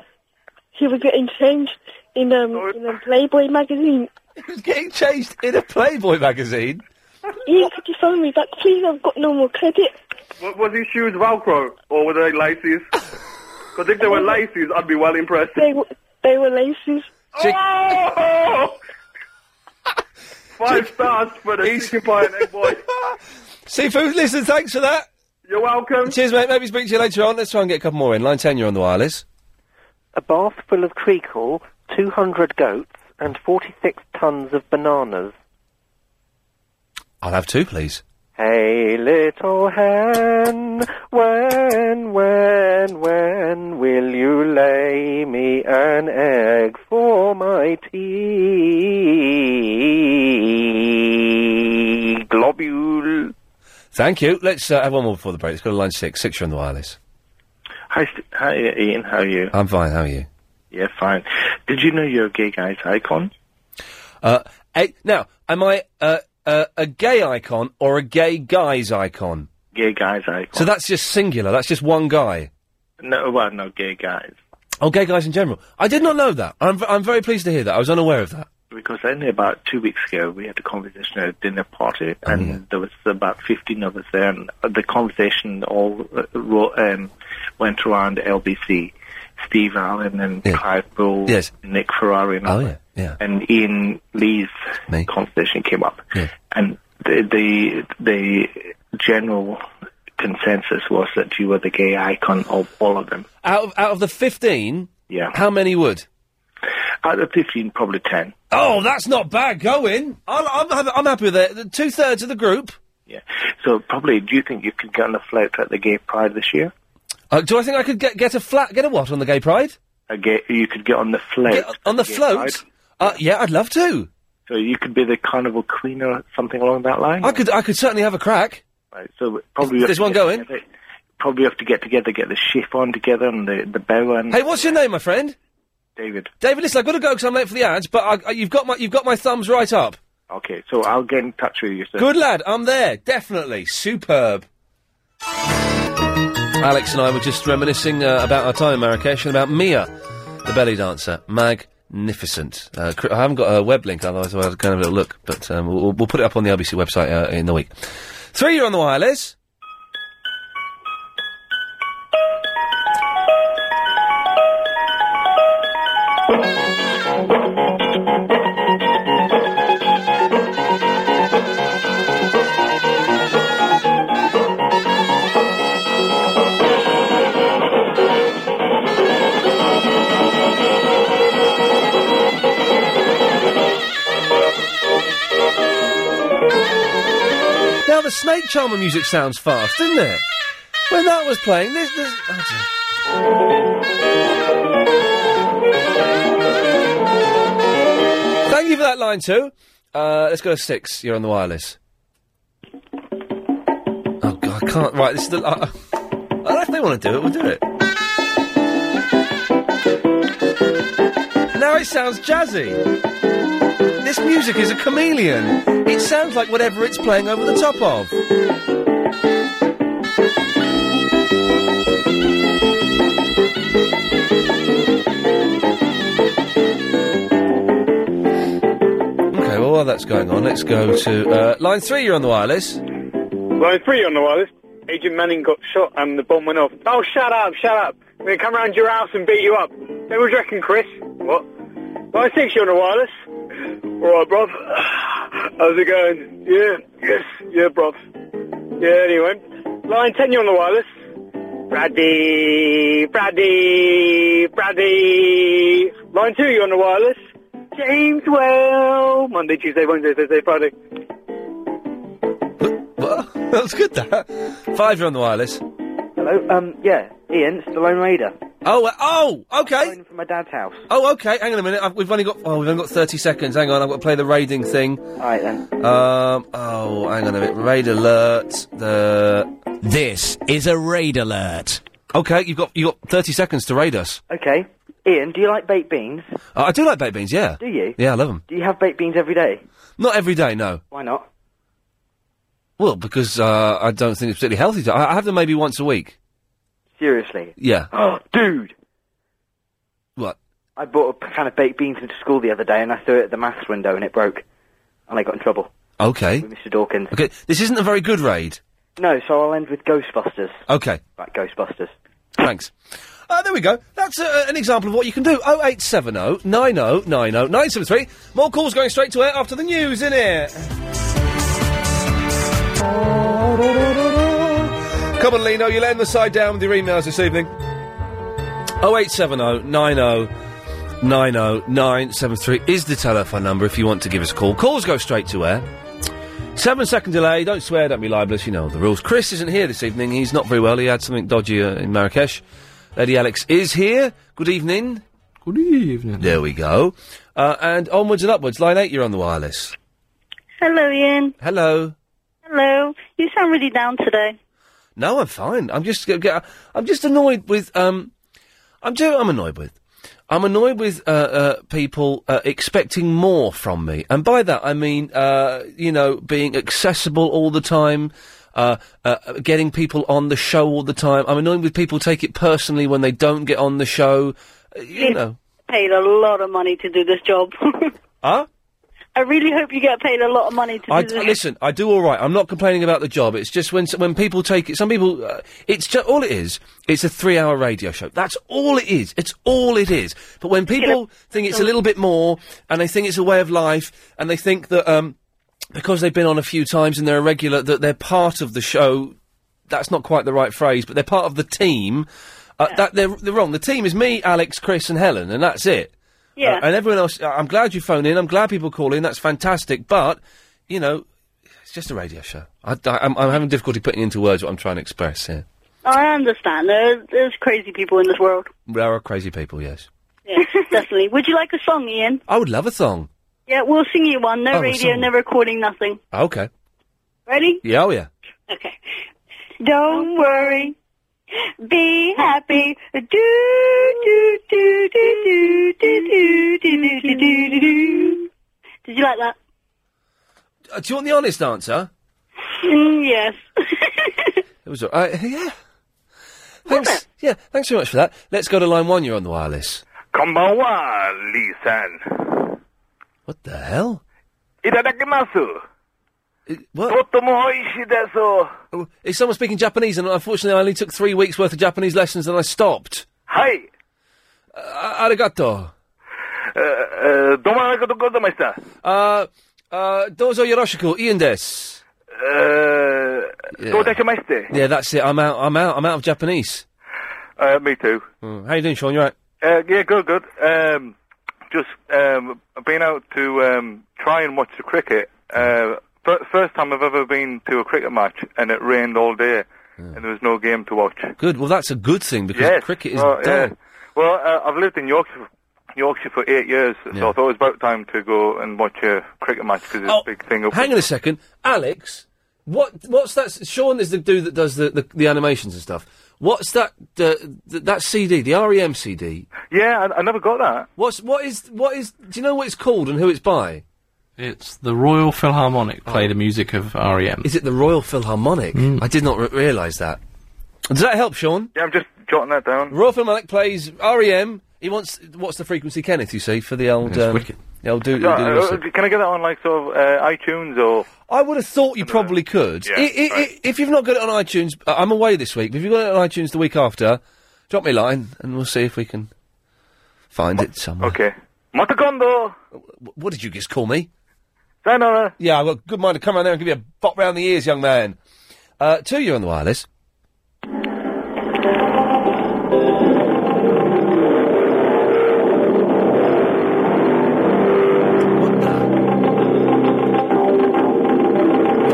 [SPEAKER 6] He was getting changed in um
[SPEAKER 2] Oh.
[SPEAKER 6] in a Playboy magazine.
[SPEAKER 1] He was getting changed in a Playboy magazine.
[SPEAKER 6] Ian, could you phone me back, please? I've got no more credit.
[SPEAKER 2] What, was his shoes Velcro or were they laces? Because if they were laces, I'd be well impressed.
[SPEAKER 6] They were they were laces.
[SPEAKER 2] Oh! Five stars for the chicken pie and egg boy.
[SPEAKER 1] Seafood, listen, thanks for that.
[SPEAKER 2] You're welcome.
[SPEAKER 1] Cheers, mate. Maybe speak to you later on. Let's try and get a couple more in. Line 10, you're on the wireless.
[SPEAKER 3] A bath full of treacle, 200 goats, and 46 tons of bananas.
[SPEAKER 1] I'll have two, please.
[SPEAKER 3] Hey, little hen, when, when, when will you lay me an egg for my
[SPEAKER 22] Mm,
[SPEAKER 3] tea? Globule.
[SPEAKER 1] Thank you. Let's uh, have one more before the break. Let's go to line 6. 6, you're on the wireless.
[SPEAKER 22] Hi, St- hi, Ian. How are you?
[SPEAKER 1] I'm fine. How are you?
[SPEAKER 22] Yeah, fine. Did you know you're a gay guy's icon?
[SPEAKER 1] Uh, eh, now, am I uh, uh, a gay icon or a gay guy's icon?
[SPEAKER 22] Gay guy's icon.
[SPEAKER 1] So that's just singular. That's just one guy.
[SPEAKER 22] No, well, no, gay guys.
[SPEAKER 1] Oh, gay guys in general. I did not know that. I'm, v- I'm very pleased to hear that. I was unaware of that.
[SPEAKER 22] Because only about two weeks ago we had a conversation at a dinner party,
[SPEAKER 1] Oh,
[SPEAKER 22] and there was about fifteen of us there, and the conversation all uh, ro- um, went around LBC, Steve Allen and Clive Bull,
[SPEAKER 1] Yes.
[SPEAKER 22] Nick Ferrari, and,
[SPEAKER 1] Oh,
[SPEAKER 22] all
[SPEAKER 1] yeah,
[SPEAKER 22] that. and Ian Lee's conversation came up, and the, the the general consensus was that you were the gay icon of all of them.
[SPEAKER 1] Out of, out of the 15,
[SPEAKER 22] Yeah,
[SPEAKER 1] how many would?
[SPEAKER 22] out of fifteen, probably ten.
[SPEAKER 1] Oh, that's not bad going. I'll, I'm, ha- I'm happy with it. Two thirds of the group.
[SPEAKER 3] Yeah. So probably, do you think you could get on a float at the Gay Pride this year?
[SPEAKER 1] Uh, do I think I could get get a flat? Get a what on the Gay Pride?
[SPEAKER 3] A gay, you could get on the float.
[SPEAKER 1] Get on the
[SPEAKER 3] Gay
[SPEAKER 1] float?
[SPEAKER 3] Pride.
[SPEAKER 1] Uh, yeah, I'd love to.
[SPEAKER 3] So you could be the carnival queen or something along that line.
[SPEAKER 1] I could I could certainly have a crack.
[SPEAKER 3] Right. So probably
[SPEAKER 1] Is
[SPEAKER 3] have
[SPEAKER 1] this
[SPEAKER 3] to
[SPEAKER 1] one
[SPEAKER 3] get
[SPEAKER 1] going?
[SPEAKER 3] together- Probably have to get together, get the chiffon together and the the bow and
[SPEAKER 1] Hey, what's your name, my friend?
[SPEAKER 3] David.
[SPEAKER 1] David, listen, I've got to go because I'm late for the ads, but I, I, you've got my you've got my thumbs right up.
[SPEAKER 3] Okay, so I'll get in touch with you. Sir.
[SPEAKER 1] Good lad, I'm there. Definitely. Superb. Alex and I were just reminiscing uh, about our time in Marrakesh and about Mia, the belly dancer. Magnificent. Uh, cr- I haven't got her web link, otherwise I'll have to have a little look, but um, we'll, we'll put it up on the RBC website uh, in the week. Three, you're on the wire, Liz. Now, the Snake Charmer music sounds fast, doesn't it? When that was playing, this... this oh, dear. Thank you for that line, too. Uh, let's go to six. You're on the wireless. Oh, God, I can't. Right, this is the... Uh, well, if they want to do it, we'll do it. Now it sounds jazzy. This music is a chameleon. It sounds like whatever it's playing over the top of. Okay, well, while that's going on, let's go to uh, line three. You're on the wireless.
[SPEAKER 5] Line three on the wireless. Agent Manning got shot and the bomb went off. Oh, shut up, shut up. I'm going to come round your house and beat you up. Hey, what do you reckon, Chris? What? Line six, you're on the wireless. All right, bruv. How's it going? Yeah, yes, yeah, bruv. Yeah, anyway. Line ten, you're on the wireless. Braddy, Braddy, Braddy. Line two, you're on the wireless. James Well. Monday, Tuesday, Wednesday, Thursday, Friday.
[SPEAKER 1] Well, that was good. That five. You're on the wireless.
[SPEAKER 14] Hello. Um. Yeah. Ian, it's the Lone Raider.
[SPEAKER 1] Oh. uh, oh. Okay.
[SPEAKER 14] from my dad's house.
[SPEAKER 1] Oh, okay. Hang on a minute. I've, we've only got oh, we've only got thirty seconds. Hang on. I've got to play the raiding thing. All
[SPEAKER 14] right then.
[SPEAKER 1] Um. Oh, hang on a minute. Raid alert. The this is a raid alert. Okay, you've got you have got thirty seconds to raid us.
[SPEAKER 14] Okay. Ian, do you like baked beans?
[SPEAKER 1] Uh, I do like baked beans. Yeah.
[SPEAKER 14] Do you?
[SPEAKER 1] Yeah, I love them.
[SPEAKER 14] Do you have baked beans every day?
[SPEAKER 1] Not every day, no.
[SPEAKER 14] Why not?
[SPEAKER 1] Well, because uh, I don't think it's particularly healthy. To, I, I have them maybe once a week.
[SPEAKER 14] Seriously.
[SPEAKER 1] Yeah.
[SPEAKER 14] Oh, dude.
[SPEAKER 1] What?
[SPEAKER 14] I bought a can of baked beans into school the other day, and I threw it at the maths window, and it broke, and I got in trouble
[SPEAKER 1] Okay.
[SPEAKER 14] with Mr. Dawkins.
[SPEAKER 1] Okay. This isn't a very good raid.
[SPEAKER 14] No, Oh, so I'll end with Ghostbusters.
[SPEAKER 1] Okay.
[SPEAKER 14] Right, Ghostbusters.
[SPEAKER 1] Thanks. Uh, there we go. That's uh, an example of what you can do. 0870 9090 973. More calls going straight to air after the news, innit? Come on, Lino, you'll end the side down with your emails this evening. 0870 90 90 973 is the telephone number if you want to give us a call. Calls go straight to air. Seven second delay. Don't swear. Don't be libelous. You know the rules. Chris isn't here this evening. He's not very well. He had something dodgy uh, in Marrakesh. Lady Alex is here. Good evening. Good evening. There we go. Uh, and onwards and upwards. Line eight. You're on the wireless.
[SPEAKER 23] Hello, Ian.
[SPEAKER 1] Hello.
[SPEAKER 23] Hello. You sound really down today.
[SPEAKER 1] No, I'm fine. I'm just g- g- I'm just annoyed with um. I'm do I'm annoyed with. I'm annoyed with uh, uh, people uh, expecting more from me, and by that I mean uh, you know being accessible all the time, uh, uh, uh, getting people on the show all the time. I'm annoyed with people take it personally when they don't get on the show. Uh, you
[SPEAKER 23] Yes.
[SPEAKER 1] know,
[SPEAKER 23] Paid a lot of money to do this job.
[SPEAKER 1] huh?
[SPEAKER 23] I really hope you get paid a lot of money to
[SPEAKER 1] I,
[SPEAKER 23] do this.
[SPEAKER 1] listen, I do all right. I'm not complaining about the job. It's just when s- when people take it, some people. Uh, it's just all it is. It's a three hour radio show. That's all it is. It's all it is. But when people think it's a little bit more, and they think it's a way of life, and they think that um, because they've been on a few times and they're a regular, that they're part of the show. That's not quite the right phrase, but they're part of the team. Uh, That they're, they're wrong. The team is me, Alex, Chris, and Helen, and that's it.
[SPEAKER 23] Yeah.
[SPEAKER 1] Uh, and everyone else, I- I'm glad you phone in. I'm glad people call in. That's fantastic. But, you know, just a radio show. I, am I'm having difficulty putting into words what I'm trying to express here.
[SPEAKER 14] I understand. There, there's crazy people in this world.
[SPEAKER 1] There are crazy people, yes.
[SPEAKER 14] Yeah, definitely. Would you like a song, Ian?
[SPEAKER 1] I would love a thong.
[SPEAKER 14] Yeah, we'll sing you one. No
[SPEAKER 1] Oh, a
[SPEAKER 14] radio,
[SPEAKER 1] song.
[SPEAKER 14] no recording, nothing.
[SPEAKER 1] Okay.
[SPEAKER 14] Ready?
[SPEAKER 1] Yeah, oh yeah.
[SPEAKER 14] Okay.
[SPEAKER 24] Don't worry. Be happy. Do do do do do do do do do do do.
[SPEAKER 14] Did you like that?
[SPEAKER 1] Uh, do you want the honest answer?
[SPEAKER 14] Mm, yes.
[SPEAKER 1] It was all right. Yeah. Thanks. Yeah, thanks very much for that. Let's go to line one. You're on the wireless.
[SPEAKER 2] Konbanwa, Lee-san.
[SPEAKER 1] What the hell?
[SPEAKER 2] いただきます。
[SPEAKER 1] What? Oh,
[SPEAKER 2] とっても美味しいです。
[SPEAKER 1] Is someone speaking Japanese? And unfortunately, I only took three weeks worth of Japanese lessons, and I stopped.
[SPEAKER 2] はい。
[SPEAKER 1] Uh, arigato.
[SPEAKER 2] えーえ
[SPEAKER 5] Uh,
[SPEAKER 2] ーどうもありがとうございました。
[SPEAKER 1] Uh, uh, dozo yoroshiku. Ian des.
[SPEAKER 5] Uh,
[SPEAKER 2] えー、
[SPEAKER 1] Yeah.
[SPEAKER 2] どういたしまして。
[SPEAKER 1] Yeah, that's it. I'm out. I'm out. I'm out of Japanese.
[SPEAKER 2] Uh, me too.
[SPEAKER 1] Mm. How you doing, Sean? You all right?
[SPEAKER 2] Uh, yeah, good, good. Um, just um, been out to um, try and watch the cricket. Uh, fir- first time I've ever been to a cricket match, and it rained all day, and there was no game to watch.
[SPEAKER 1] Good. Well, that's a good thing because
[SPEAKER 2] Yes.
[SPEAKER 1] cricket is
[SPEAKER 2] well,
[SPEAKER 1] dead.
[SPEAKER 2] yeah. Well, uh, I've lived in Yorkshire. Yorkshire for eight years, so I thought it was about time to go and watch a cricket match because it's a big thing. Up
[SPEAKER 1] Hang on a second, Alex. What what's that? s- Sean is the dude that does the, the, the animations and stuff. What's that? Uh, th- that CD, the E REM CD.
[SPEAKER 2] Yeah, I, I never got that.
[SPEAKER 1] What's what is what is? Do you know what it's called and who it's by?
[SPEAKER 8] It's the Royal Philharmonic play the music of REM.
[SPEAKER 1] Is it the Royal Philharmonic? I did not re- realise that. Does that help, Sean?
[SPEAKER 2] Yeah, I'm just jotting that down.
[SPEAKER 1] Royal Philharmonic plays REM. He wants what's the frequency, Kenneth? You see for the old um, the old dude.
[SPEAKER 2] So,
[SPEAKER 1] who did all
[SPEAKER 2] uh,
[SPEAKER 1] the-
[SPEAKER 2] can I get that on like sort of uh, iTunes or?
[SPEAKER 1] I would have thought you probably could.
[SPEAKER 2] Yeah,
[SPEAKER 1] I- I- I- If you've not got it on iTunes, I- I'm away this week. But if you've got it on iTunes the week after, drop me a line and we'll see if we can find it somewhere. Uh,
[SPEAKER 2] Okay. Motocondo.
[SPEAKER 1] What did you just call me?
[SPEAKER 2] Sayonara.
[SPEAKER 1] Yeah, I've got a good mind to come round there and give you a bop round the ears, young man. Uh, two, you're on the wireless.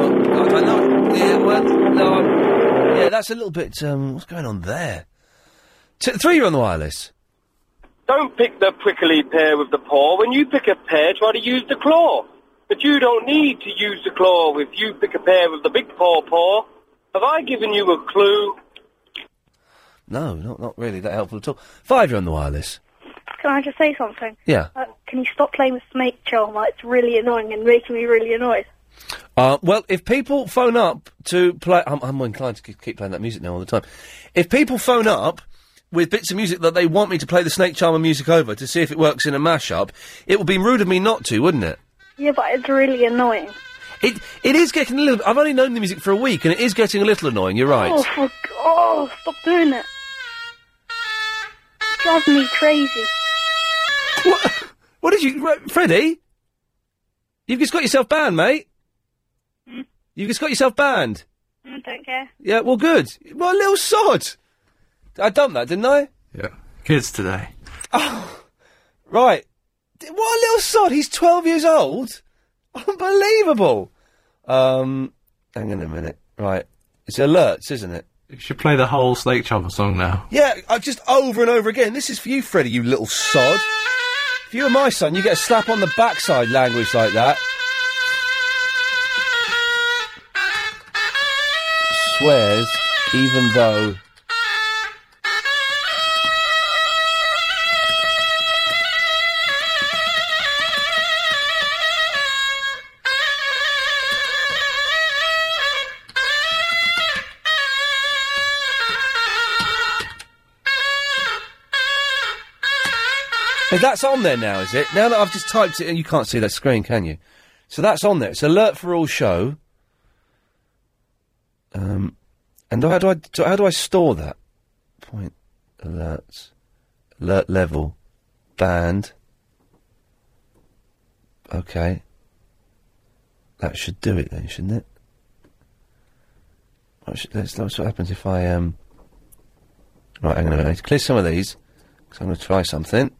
[SPEAKER 1] Yeah, well, no, I'm- yeah, that's a little bit. Um, what's going on there? T- three, you're on the wireless.
[SPEAKER 5] Don't pick the prickly pear with the paw. When you pick a pear, try to use the claw. But you don't need to use the claw if you pick a pear with the big paw paw. Have I given you a clue?
[SPEAKER 1] No, not not really that helpful at all. Five, you're on the wireless.
[SPEAKER 12] Can I just say something?
[SPEAKER 1] Yeah.
[SPEAKER 12] Uh, can you stop playing the snake charmer? It's really annoying and making me really annoyed.
[SPEAKER 1] Uh, well, if people phone up to play, I'm, I'm inclined to keep playing that music now all the time. If people phone up with bits of music that they want me to play the Snake Charmer music over to see if it works in a mashup, it would be rude of me not to, wouldn't it?
[SPEAKER 12] Yeah, but it's really annoying.
[SPEAKER 1] It it is getting a little. I've only known the music for a week, and it is getting a little annoying. You're right.
[SPEAKER 12] Oh, for, g- oh, stop doing it. It's driving me crazy.
[SPEAKER 1] What? What did you, Re- Freddie? You've just got yourself banned, mate. You've just got yourself banned.
[SPEAKER 12] I don't care.
[SPEAKER 1] Yeah, well, good. What a little sod. I dumped that, didn't I?
[SPEAKER 8] Yeah. Kids today.
[SPEAKER 1] Right. D- What a little sod. He's 12 years old. Unbelievable. Um, hang on a minute. Right. It's alerts, isn't it?
[SPEAKER 8] You should play the whole Snake Charmer song now.
[SPEAKER 1] Yeah, I just over and over again. This is for you, Freddie, you little sod. If you were my son, you get a slap on the backside language like that. Swears, even though. Hey, That's on there now, is it? Now that I've just typed it in, you can't see that screen, can you? So that's on there. It's alert for all show. Um, and how do I so how do I store that? Point alerts, alert level, band. Okay. That should do it then, shouldn't it? What should, that's, that's what happens if I um. Right, hang on a minute. I need to clear some of these because I'm going to try something.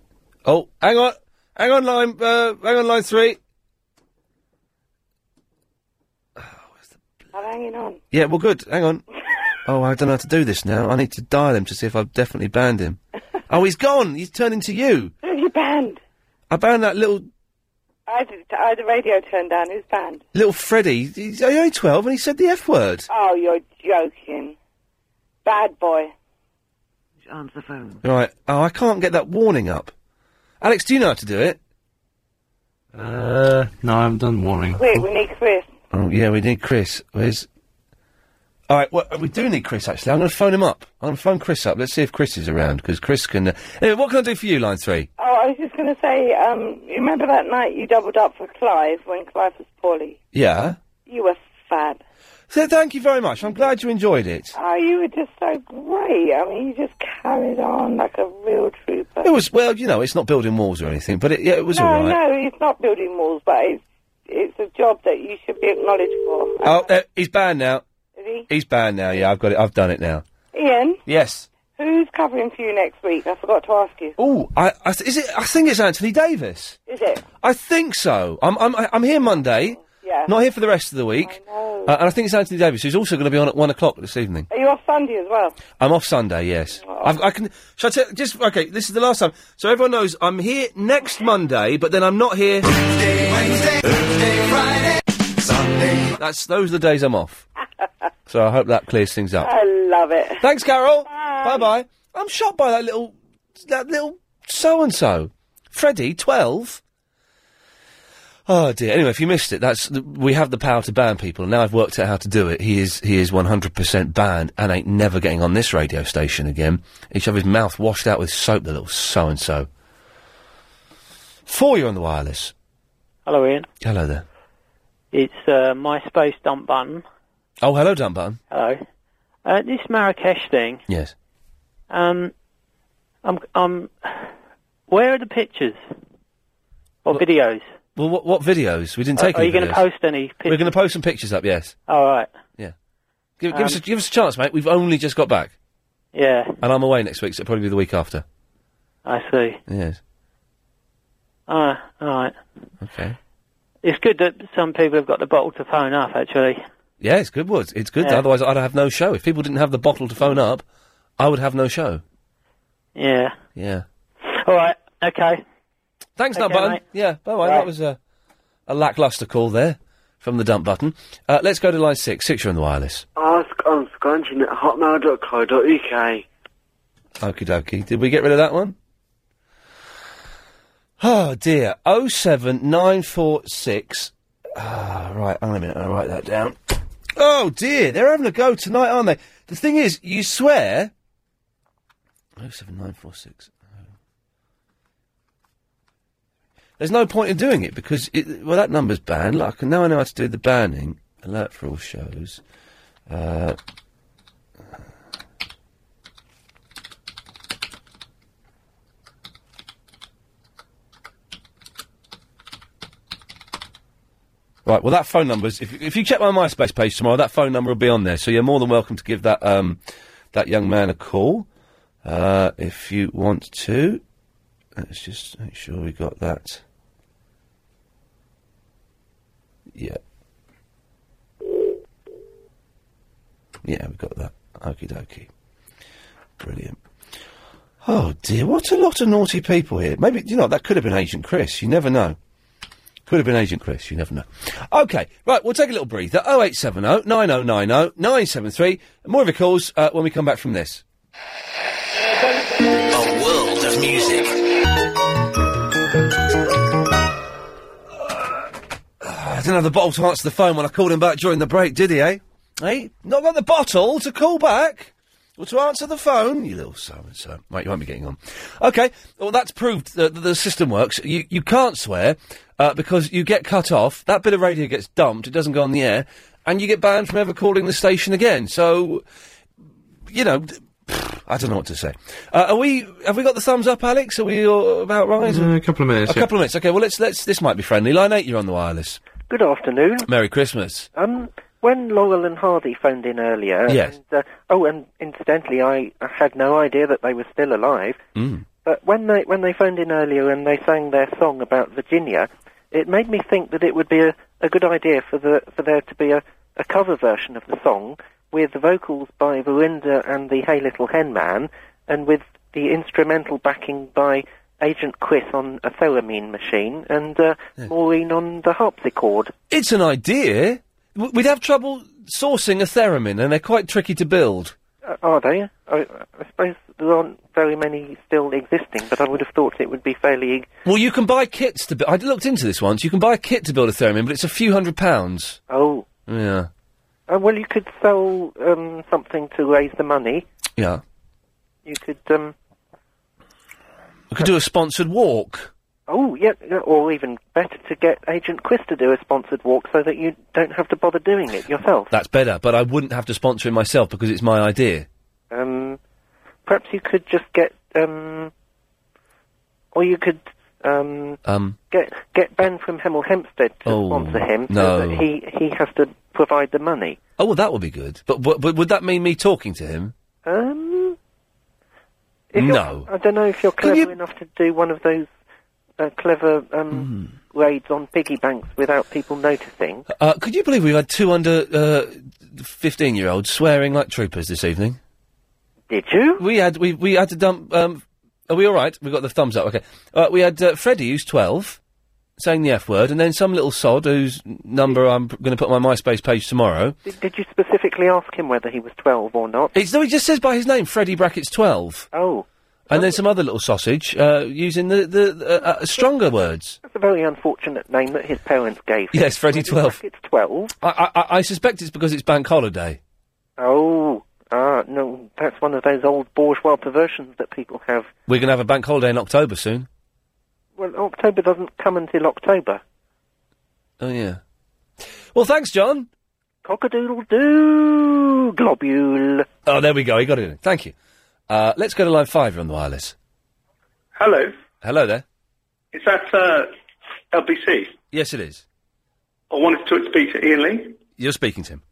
[SPEAKER 1] Oh, hang on, hang on, line, uh, hang on, line three.
[SPEAKER 13] I'm hanging on.
[SPEAKER 1] Yeah, well, good. Hang on. Oh, I don't know how to do this now. I need to dial him to see if I've definitely banned him. oh, he's gone. He's turned into you.
[SPEAKER 13] Who's your band?
[SPEAKER 1] I banned that little
[SPEAKER 13] I, did, I had the radio turned down. Who's band?
[SPEAKER 1] little Freddy. He's only twelve, and he said the f word.
[SPEAKER 13] Oh, you're joking. Bad boy.
[SPEAKER 11] Answer the phone.
[SPEAKER 1] Right. Oh, I can't get that warning up. Alex, do you know how to do it? Uh, no, I haven't done warning.
[SPEAKER 13] Wait, we need Chris.
[SPEAKER 1] Oh, yeah, we need Chris. Where's? All right, well, we do need Chris. Actually, I'm going to phone him up. I'm going to phone Chris up. Let's see if Chris is around because Chris can. Uh... Anyway, what can I do for you, line three?
[SPEAKER 13] Oh, I was just going to say, um, you remember that night you doubled up for Clive when Clive was poorly?
[SPEAKER 1] Yeah.
[SPEAKER 13] You were fab.
[SPEAKER 1] So thank you very much. I'm glad you enjoyed it.
[SPEAKER 13] Oh, you were just so great. I mean, you just carried on like a real trooper.
[SPEAKER 1] It was well, you know, it's not building walls or anything, but it, yeah, it was
[SPEAKER 13] no,
[SPEAKER 1] all right.
[SPEAKER 13] no, it's not building walls, but it's, it's a job that you should be acknowledged for.
[SPEAKER 1] Oh, uh, he's banned now.
[SPEAKER 13] Is he?
[SPEAKER 1] He's banned now. Yeah, I've got it. I've done it now.
[SPEAKER 13] Ian,
[SPEAKER 1] Yes.
[SPEAKER 13] who's covering for you next week? I forgot to ask you.
[SPEAKER 1] Oh, I, I th- is it? I think it's Anthony Davis.
[SPEAKER 13] Is it?
[SPEAKER 1] I think so. I'm I'm I'm here Monday.
[SPEAKER 13] Yeah.
[SPEAKER 1] Not here for the rest of the week. Uh, and I think it's Anthony Davis, who's also going to be on at one o'clock this evening.
[SPEAKER 13] Are you off Sunday as well?
[SPEAKER 1] I'm off Sunday. Yes.
[SPEAKER 13] Oh.
[SPEAKER 1] I've, I can. Shall I tell, just okay? This is the last time. So everyone knows I'm here next Monday, but then I'm not here. That's those are the days I'm off. so I hope that clears things up.
[SPEAKER 13] I love it.
[SPEAKER 1] Thanks, Carol. Bye bye. I'm shocked by that little that little so and so, Freddie, twelve. Oh dear. Anyway, if you missed it, that's th- we have the power to ban people. Now I've worked out how to do it. He is he is 100% banned and ain't never getting on this radio station again. He should have his mouth washed out with soap. The little so and so. Four, you're on the wireless.
[SPEAKER 25] Hello, Ian.
[SPEAKER 1] Hello there.
[SPEAKER 25] It's uh, MySpace dump button.
[SPEAKER 1] Oh, hello, dumb button.
[SPEAKER 25] Hello. Uh, this Marrakesh thing.
[SPEAKER 1] Yes.
[SPEAKER 25] Um, I'm, I'm. Where are the pictures or videos?
[SPEAKER 1] Well, what, what videos? We didn't take.
[SPEAKER 25] Uh, Are- are
[SPEAKER 1] any
[SPEAKER 25] you gonna
[SPEAKER 1] videos.
[SPEAKER 25] post any
[SPEAKER 1] We're going to post some pictures up. Yes.
[SPEAKER 25] All right.
[SPEAKER 1] Yeah. Give, give us a,
[SPEAKER 25] Um,
[SPEAKER 1] give us a chance, mate. We've only just got back,
[SPEAKER 25] Yeah,
[SPEAKER 1] and I'm away next week, so it'll probably be the week after.
[SPEAKER 25] I see.
[SPEAKER 1] Yes.
[SPEAKER 25] Ah, all right.
[SPEAKER 1] Okay.
[SPEAKER 25] It's good that some people have got the bottle to phone up. Actually,
[SPEAKER 1] Yeah, it's good. Woods. It's good.
[SPEAKER 25] Yeah.
[SPEAKER 1] Otherwise, I'd have no show. If people didn't have the bottle to phone up, I would have no show.
[SPEAKER 25] yeah.
[SPEAKER 1] Yeah.
[SPEAKER 25] All right. Okay.
[SPEAKER 1] Thanks,
[SPEAKER 25] okay,
[SPEAKER 1] Dump Button.
[SPEAKER 25] mate.
[SPEAKER 1] Yeah. By the way,
[SPEAKER 25] Right.
[SPEAKER 1] that was uh, a, a lackluster call there from the Dump Button. Uh, let's go to line six. Six, you're on the wireless.
[SPEAKER 26] Ask on scrunching at hotmail.co.uk.
[SPEAKER 1] Okie dokie. Did we get rid of that one? Oh dear. Oh seven nine four six. Ah, right. Hang on a minute. I'll write that down. Oh dear. They're having a go tonight, aren't they? The thing is, you swear. Oh seven nine four six. There's no point in doing it because it, well that number's banned. Like now I know how to do the banning alert for all shows. Uh, Right, well, that phone number's. If, if you check my MySpace page tomorrow, that phone number will be on there. So you're more than welcome to give that um, that young man a call uh, if you want to. Let's just make sure we got that. Yeah. Yeah, we got that. Okie dokie. Brilliant. Oh dear, what a lot of naughty people here. Maybe, you know, that could have been Agent Chris. You never know. Could have been Agent Chris. You never know. Okay, right, we'll take a little breather. 0870 9090 973. More of your calls uh, when we come back from this.
[SPEAKER 14] A world of music.
[SPEAKER 1] I didn't have the bottle to answer the phone when I called him back during the break, did he, eh? Eh? Not got the bottle to call back? Or to answer the phone? You little so and so. Right, you won't be getting on. Okay, well, that's proved that the system works. You, you can't swear uh, because you get cut off, that bit of radio gets dumped, it doesn't go on the air, and you get banned from ever calling the station again. So, you know. d- I don't know what to say. Uh, are we? Have we got the thumbs up, Alex? Are we all about right?
[SPEAKER 9] Uh, a couple of minutes.
[SPEAKER 1] A couple of minutes. Okay. Well, let's let's. This might be friendly. Line eight, you're on the wireless.
[SPEAKER 3] Good afternoon.
[SPEAKER 1] Merry Christmas.
[SPEAKER 3] Um, when Laurel and Hardy phoned in earlier,
[SPEAKER 1] Yes.
[SPEAKER 3] and, uh, oh, and incidentally, I, I had no idea that they were still alive.
[SPEAKER 1] Mm.
[SPEAKER 3] But when they when they phoned in earlier and they sang their song about Virginia, it made me think that it would be a, a good idea for the for there to be a a cover version of the song with vocals by Verinda and the Hey Little Hen Man, and with the instrumental backing by Agent Chris on a theremin machine and uh, Maureen on the harpsichord.
[SPEAKER 1] It's an idea. W- We'd have trouble sourcing a theremin, and they're quite tricky to build.
[SPEAKER 3] Uh, are they? I, I suppose there aren't very many still existing, but I would have thought it would be fairly.
[SPEAKER 1] Well, you can buy kits to. Bu- I looked into this once. You can buy a kit to build a theremin, but it's a few hundred pounds.
[SPEAKER 3] Oh,
[SPEAKER 1] Yeah,
[SPEAKER 3] uh, well, you could sell um, something to raise the money.
[SPEAKER 1] yeah.
[SPEAKER 3] You could. Um,
[SPEAKER 1] We could do a sponsored walk.
[SPEAKER 3] Oh, yeah, yeah, or even better to get Agent Chris to do a sponsored walk so that you don't have to bother doing it yourself.
[SPEAKER 1] That's better, but I wouldn't have to sponsor it myself because it's my idea.
[SPEAKER 3] Um, perhaps you could just get, um, or you could um,
[SPEAKER 1] Um,
[SPEAKER 3] get get Ben from Hemel Hempstead to
[SPEAKER 1] Oh,
[SPEAKER 3] sponsor him
[SPEAKER 1] no.
[SPEAKER 3] so that he he has to provide the money.
[SPEAKER 1] oh well, that would be good. But, but but would that mean me talking to him?
[SPEAKER 3] Um, if you're-
[SPEAKER 1] No.
[SPEAKER 3] I don't know if you're clever enough to do one of those uh, clever um, raids on piggy banks without people noticing.
[SPEAKER 1] Hmm. Uh, could you believe we've had two under uh, fifteen-year-olds swearing like troopers this evening?
[SPEAKER 3] Did you?
[SPEAKER 1] We had we we had to dump. Um, are we all right? We got the thumbs up. Okay. Uh, we had uh, Freddie, who's twelve, saying the f word, and then some little sod whose number I'm going to put on my MySpace page tomorrow.
[SPEAKER 3] Did, did you specifically ask him whether he was twelve or not?
[SPEAKER 1] It's no, he just says by his name, Freddie brackets twelve.
[SPEAKER 3] Oh.
[SPEAKER 1] And then some other little sausage uh, using the the uh, uh, stronger words.
[SPEAKER 3] That's a very unfortunate name that his parents gave him.
[SPEAKER 1] Yes, Freddie twelve.
[SPEAKER 3] It's twelve.
[SPEAKER 1] I, I I suspect it's because it's bank holiday.
[SPEAKER 3] Oh, ah, no, that's one of those old bourgeois perversions that people have.
[SPEAKER 1] We're going to have a bank holiday in October soon.
[SPEAKER 3] Well, October doesn't come until October.
[SPEAKER 1] Oh yeah. Well, thanks, John.
[SPEAKER 3] Cockadoodle doo, globule.
[SPEAKER 1] Oh, there we go. He got it in. Thank you. Uh, let's go to line five. You're on the wireless.
[SPEAKER 2] Hello,
[SPEAKER 1] Hello there.
[SPEAKER 2] is that uh, LBC?
[SPEAKER 1] Yes, it is.
[SPEAKER 2] I wanted to speak to Ian Lee.
[SPEAKER 1] You're speaking to him.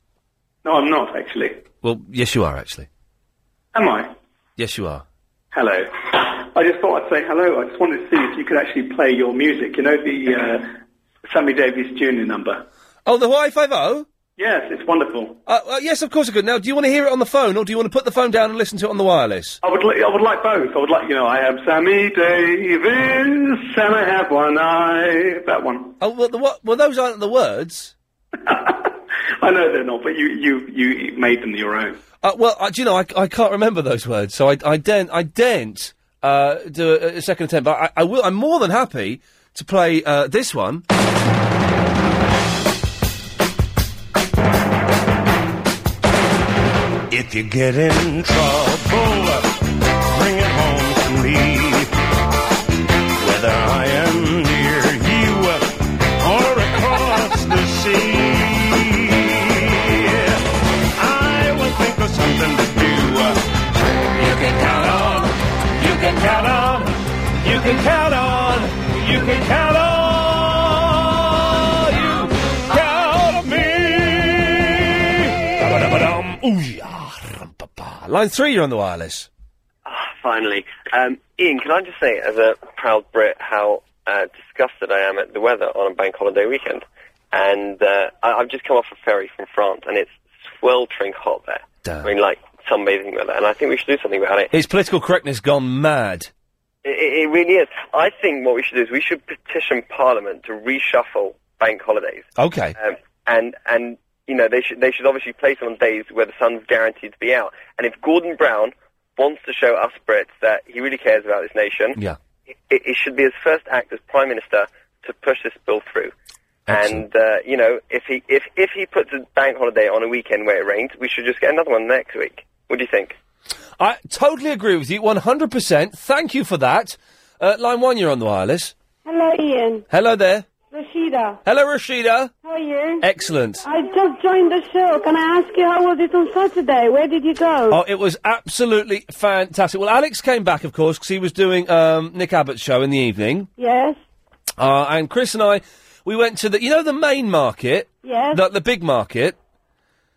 [SPEAKER 2] No, I'm not actually.
[SPEAKER 1] Well, yes, you are actually.
[SPEAKER 2] Am I?
[SPEAKER 1] Yes, you are.
[SPEAKER 2] Hello. I just thought I'd say hello. I just wanted to see if you could actually play your music. You know the uh, Sammy Davis Jr. number.
[SPEAKER 1] Oh, the Y five O.
[SPEAKER 2] Yes, it's wonderful.
[SPEAKER 1] Uh, uh, yes, of course I could. Now, do you want to hear it on the phone, or do you want to put the phone down and listen to it on the wireless?
[SPEAKER 2] I would, li- I would like both. I would like, you know, I am Sammy Davis, and I have one eye. That one.
[SPEAKER 1] Oh, well, the, what, well those aren't the words.
[SPEAKER 2] I know they're not, but you, you, you made them your own.
[SPEAKER 1] Uh, well, uh, do you know, I, I can't remember those words, so I, I daren't, I daren't uh, do a, a second attempt, but I, I will, I'm more than happy to play uh, this one.
[SPEAKER 5] If you get in trouble, bring it home to me. Whether I am near you or across the sea, I will think of something to do. You can count on, you can count on, you can count on, you can count on, you count on me.
[SPEAKER 1] Ba-ba-da-ba-dum. Ooh-yah, rum-pa-pa. Ah, Line three, you're on the wireless.
[SPEAKER 17] Finally, um, Ian, can I just say, as a proud Brit, how uh, disgusted I am at the weather on a bank holiday weekend? And uh, I- I've just come off a ferry from France, and it's sweltering hot there. I mean, like sunbathing weather, and I think we should do something about it.
[SPEAKER 1] It's political correctness gone mad.
[SPEAKER 17] It, it, it really is. I think what we should do is we should petition Parliament to reshuffle bank holidays.
[SPEAKER 1] Okay.
[SPEAKER 17] Um, and and you know they should they should obviously place them on days where the sun's guaranteed to be out. And if Gordon Brown wants to show us Brits that he really cares about this nation,
[SPEAKER 1] Yeah.
[SPEAKER 17] it, it should be his first act as prime minister to push this bill through. And uh, you know if he if if he puts a bank holiday on a weekend where it rains, we should just get another one next week. What do you think?
[SPEAKER 1] I totally agree with you, 100%. Thank you for that. Uh, line one, you're on the wireless.
[SPEAKER 14] Hello, Ian.
[SPEAKER 1] Hello there.
[SPEAKER 14] Rashida.
[SPEAKER 1] Hello, Rashida.
[SPEAKER 14] How are you?
[SPEAKER 1] Excellent.
[SPEAKER 14] I just joined the show. Can I ask you how was it on Saturday? Where did you go?
[SPEAKER 1] Oh, it was absolutely fantastic. Well, Alex came back, of course, because he was doing um, Nick Abbott's show in the evening.
[SPEAKER 14] Yes.
[SPEAKER 1] Uh, and Chris and I, we went to the, you know, the main market?
[SPEAKER 14] Yes.
[SPEAKER 1] The, the big market?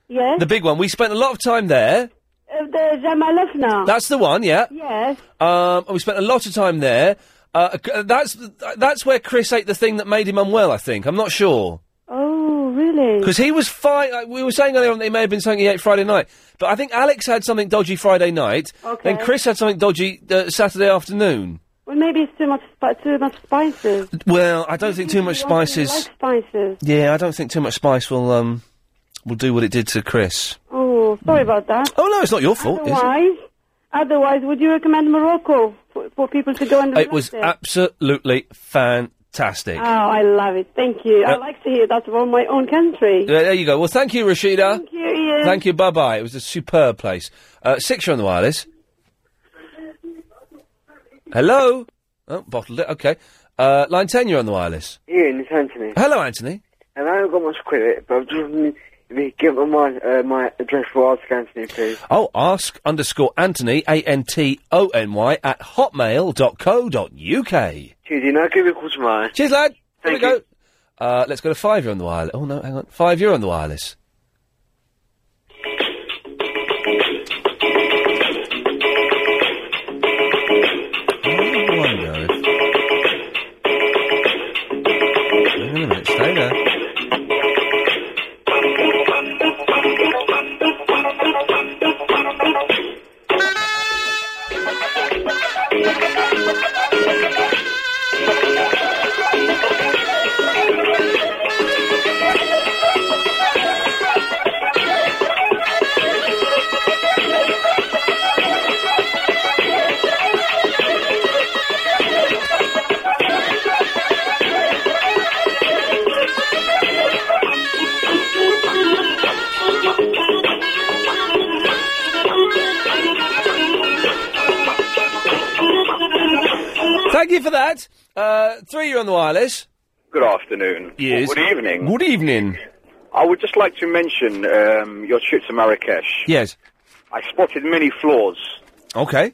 [SPEAKER 14] Yes.
[SPEAKER 1] The big one. We spent a lot of time there.
[SPEAKER 14] Uh, the Jamalovna.
[SPEAKER 1] That's the one, yeah.
[SPEAKER 14] Yes.
[SPEAKER 1] Um, we spent a lot of time there. Uh, c- that's that's where Chris ate the thing that made him unwell. I think I'm not sure.
[SPEAKER 14] Oh.
[SPEAKER 27] really?
[SPEAKER 1] Because he was fine. Like, we were saying earlier on that he may have been something he ate Friday night, but I think Alex had something dodgy Friday night.
[SPEAKER 27] Okay.
[SPEAKER 1] Then Chris had something dodgy uh, Saturday afternoon.
[SPEAKER 27] Well, maybe it's too much, spi- too much spices.
[SPEAKER 1] Well, I don't think too much
[SPEAKER 27] You want to
[SPEAKER 1] spice is.
[SPEAKER 27] Like spices.
[SPEAKER 1] Yeah, I don't think too much spice will um will do what it did to Chris.
[SPEAKER 27] Oh, sorry about that.
[SPEAKER 1] Oh no, it's not your fault. Is it?
[SPEAKER 27] Otherwise, otherwise, would you recommend Morocco for, for people to go and
[SPEAKER 1] it
[SPEAKER 27] relax
[SPEAKER 1] was
[SPEAKER 27] there?
[SPEAKER 1] absolutely fantastic.
[SPEAKER 27] Oh, I love it. Thank you. I
[SPEAKER 1] Yeah.
[SPEAKER 27] like to hear that from my own country.
[SPEAKER 1] Yeah, there you go. Well, thank you, Rashida. Thank
[SPEAKER 27] you, Ian.
[SPEAKER 1] Thank you. Bye bye. It was a superb place. Uh, six, you're on the wireless. Hello. Oh, bottled it. Okay. Uh, line ten, you're on the wireless.
[SPEAKER 5] Ian, it's Anthony.
[SPEAKER 1] Hello, Anthony.
[SPEAKER 5] And I haven't got much credit, but I've just if you give me my, uh, my address for Ask Anthony, please.
[SPEAKER 1] Oh, ask underscore Anthony A N T O N Y at hotmail.co.uk.
[SPEAKER 5] Cheers, Ian. I'll give you a call tomorrow.
[SPEAKER 1] Cheers, lad. There we go. Uh, let's go to five. You're on the wireless. Oh no, hang on. Five. You're on the wireless. I wonder if- Wait a minute, Stay there. Thank you for that. Uh, three. You're on the wireless.
[SPEAKER 21] Good afternoon.
[SPEAKER 1] Yes.
[SPEAKER 21] Good evening.
[SPEAKER 1] Good evening.
[SPEAKER 21] I would just like to mention um, your trip to Marrakesh.
[SPEAKER 1] Yes.
[SPEAKER 21] I spotted many flaws.
[SPEAKER 1] Okay.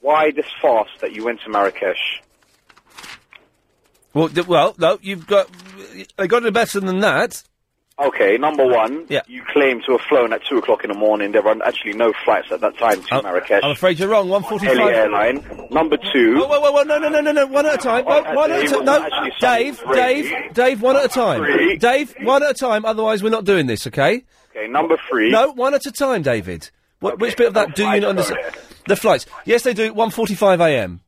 [SPEAKER 21] Why this fast that you went to Marrakesh?
[SPEAKER 1] Well, d- well, no, you've got. I got it better than that.
[SPEAKER 21] Okay, number one,
[SPEAKER 1] Yeah.
[SPEAKER 21] you claim to have flown at 2 o'clock in the morning. There were actually no flights at that time to Marrakesh.
[SPEAKER 1] I'm afraid you're wrong. One Oh, forty-five. Oh,
[SPEAKER 21] Delhi Airline. Number two,
[SPEAKER 1] Whoa, whoa, whoa, whoa, no, no, no, no, no, one at a time. One, one at a time. No, Dave, Dave, Dave, one at a time. Dave, one at a time, otherwise we're not doing this, okay?
[SPEAKER 21] okay, number three.
[SPEAKER 1] No, one at a time, David. What, Which bit of that do you not understand? The flights. Yes, they do, 1.45am.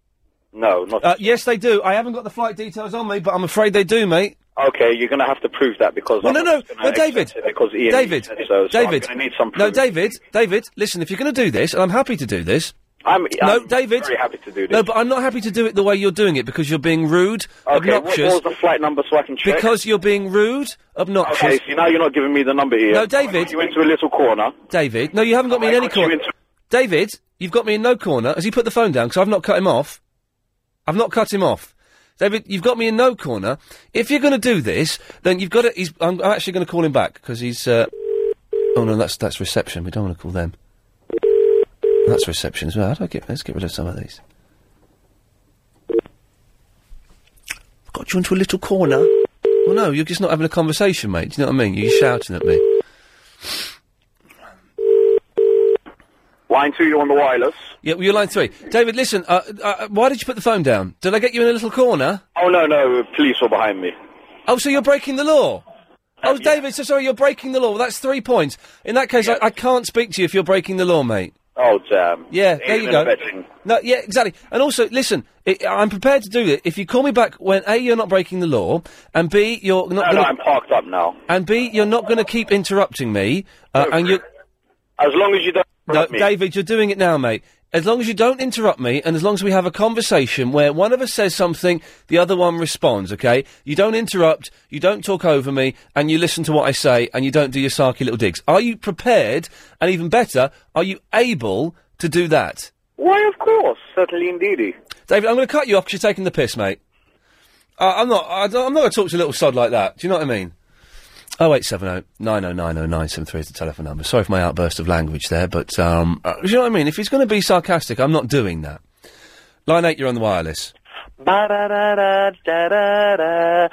[SPEAKER 21] No, not...
[SPEAKER 1] Uh, yes, they do. I haven't got the flight details on me, but I'm afraid they do, mate.
[SPEAKER 21] Okay, you're going to have to prove that because
[SPEAKER 1] Well,
[SPEAKER 21] I'm
[SPEAKER 1] no, no,
[SPEAKER 21] just gonna
[SPEAKER 1] no,
[SPEAKER 21] accept
[SPEAKER 1] David.
[SPEAKER 21] it uh, because Ian
[SPEAKER 1] David.
[SPEAKER 21] said so, so I'm
[SPEAKER 1] David.
[SPEAKER 21] gonna need some
[SPEAKER 1] no, David. David. Listen, if you're going to do this, and I'm happy to do this.
[SPEAKER 21] I'm,
[SPEAKER 1] no,
[SPEAKER 21] I'm
[SPEAKER 1] David.
[SPEAKER 21] very happy to do this.
[SPEAKER 1] No, but I'm not happy to do it the way you're doing it because you're being rude,
[SPEAKER 21] Okay, what-
[SPEAKER 1] obnoxious.
[SPEAKER 21] what was the flight number so I can check?
[SPEAKER 1] Because you're being rude, obnoxious.
[SPEAKER 21] Okay, so now you're not giving me the number here.
[SPEAKER 1] No, David.
[SPEAKER 21] You went to a little corner.
[SPEAKER 1] David, no, you haven't got me in any corner. David, you've got me in no corner. Has he put the phone down? Because I've not cut him off. I've not cut him off. David, you've got me in no corner. If you're going to do this, then you've got to. He's, I'm, I'm actually going to call him back because he's. Uh, oh no, that's that's reception. We don't want to call them. That's reception as well. How do I get? Let's get rid of some of these. I've got you into a little corner. Well, no, you're just not having a conversation, mate. Do you know what I mean? You're shouting at me.
[SPEAKER 21] Line two, you're on the wireless.
[SPEAKER 1] Yeah, well, you're line three. David, listen, uh, uh, why did you put the phone down? Did I get you in a little corner?
[SPEAKER 21] Oh no, no, police were behind me.
[SPEAKER 1] Oh, so you're breaking the law? Oh, David, so sorry, you're breaking the law. Well, that's three points. In that case, I, I can't speak to you if you're breaking the law, mate.
[SPEAKER 21] Oh damn.
[SPEAKER 1] Yeah, there
[SPEAKER 21] Aiding
[SPEAKER 1] you
[SPEAKER 21] and
[SPEAKER 1] go.
[SPEAKER 21] abetting.
[SPEAKER 1] No, yeah, exactly. And also, listen, i I'm prepared to do it if you call me back when A, you're not breaking the law, and B, you're not
[SPEAKER 21] No,
[SPEAKER 1] going
[SPEAKER 21] no,
[SPEAKER 1] to.
[SPEAKER 21] I'm parked up now.
[SPEAKER 1] And B, you're not going to keep interrupting me, uh, and you.
[SPEAKER 21] As long as you don't.
[SPEAKER 1] No, David, you're doing it now, mate. As long as you don't interrupt me, and as long as we have a conversation where one of us says something, the other one responds. Okay? You don't interrupt, you don't talk over me, and you listen to what I say, and you don't do your sarky little digs. Are you prepared? And even better, are you able to do that?
[SPEAKER 21] Why, of course, certainly, indeedy.
[SPEAKER 1] David, I'm going to cut you off because you're taking the piss, mate. Uh, I'm not. I, don't- I'm not going to talk to a little sod like that. Do you know what I mean? Oh eight seven oh nine oh nine oh nine seven three is the telephone number. Sorry for my outburst of language there, but um, uh, do you know what I mean? If he's going to be sarcastic, I'm not doing that. Line eight, you're on the wireless.
[SPEAKER 16] Ba-da-da-da-da-da-da.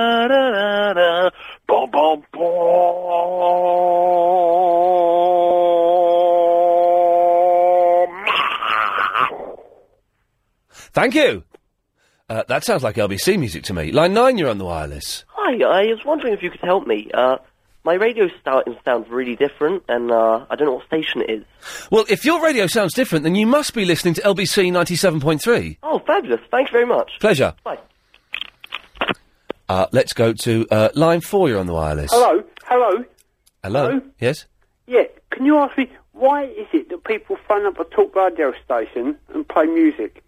[SPEAKER 16] Ba-da-da-da-da-da-da-da. Bum, bum, bum.
[SPEAKER 1] Thank you. Uh, that sounds like LBC music to me. Line nine, you're on the wireless.
[SPEAKER 2] Hi, I was wondering if you could help me. Uh, my radio starting sounds really different, and uh, I don't know what station it is.
[SPEAKER 1] Well, if your radio sounds different, then you must be listening to LBC 97.3.
[SPEAKER 2] Oh, fabulous. Thanks very much.
[SPEAKER 1] Pleasure.
[SPEAKER 2] Bye.
[SPEAKER 1] Uh, let's go to uh, line four, you're on the wireless.
[SPEAKER 8] Hello, hello.
[SPEAKER 1] Hello?
[SPEAKER 8] Hello?
[SPEAKER 1] Yes?
[SPEAKER 8] Yeah, can you ask me why is it that people phone up a talk radio station and play music?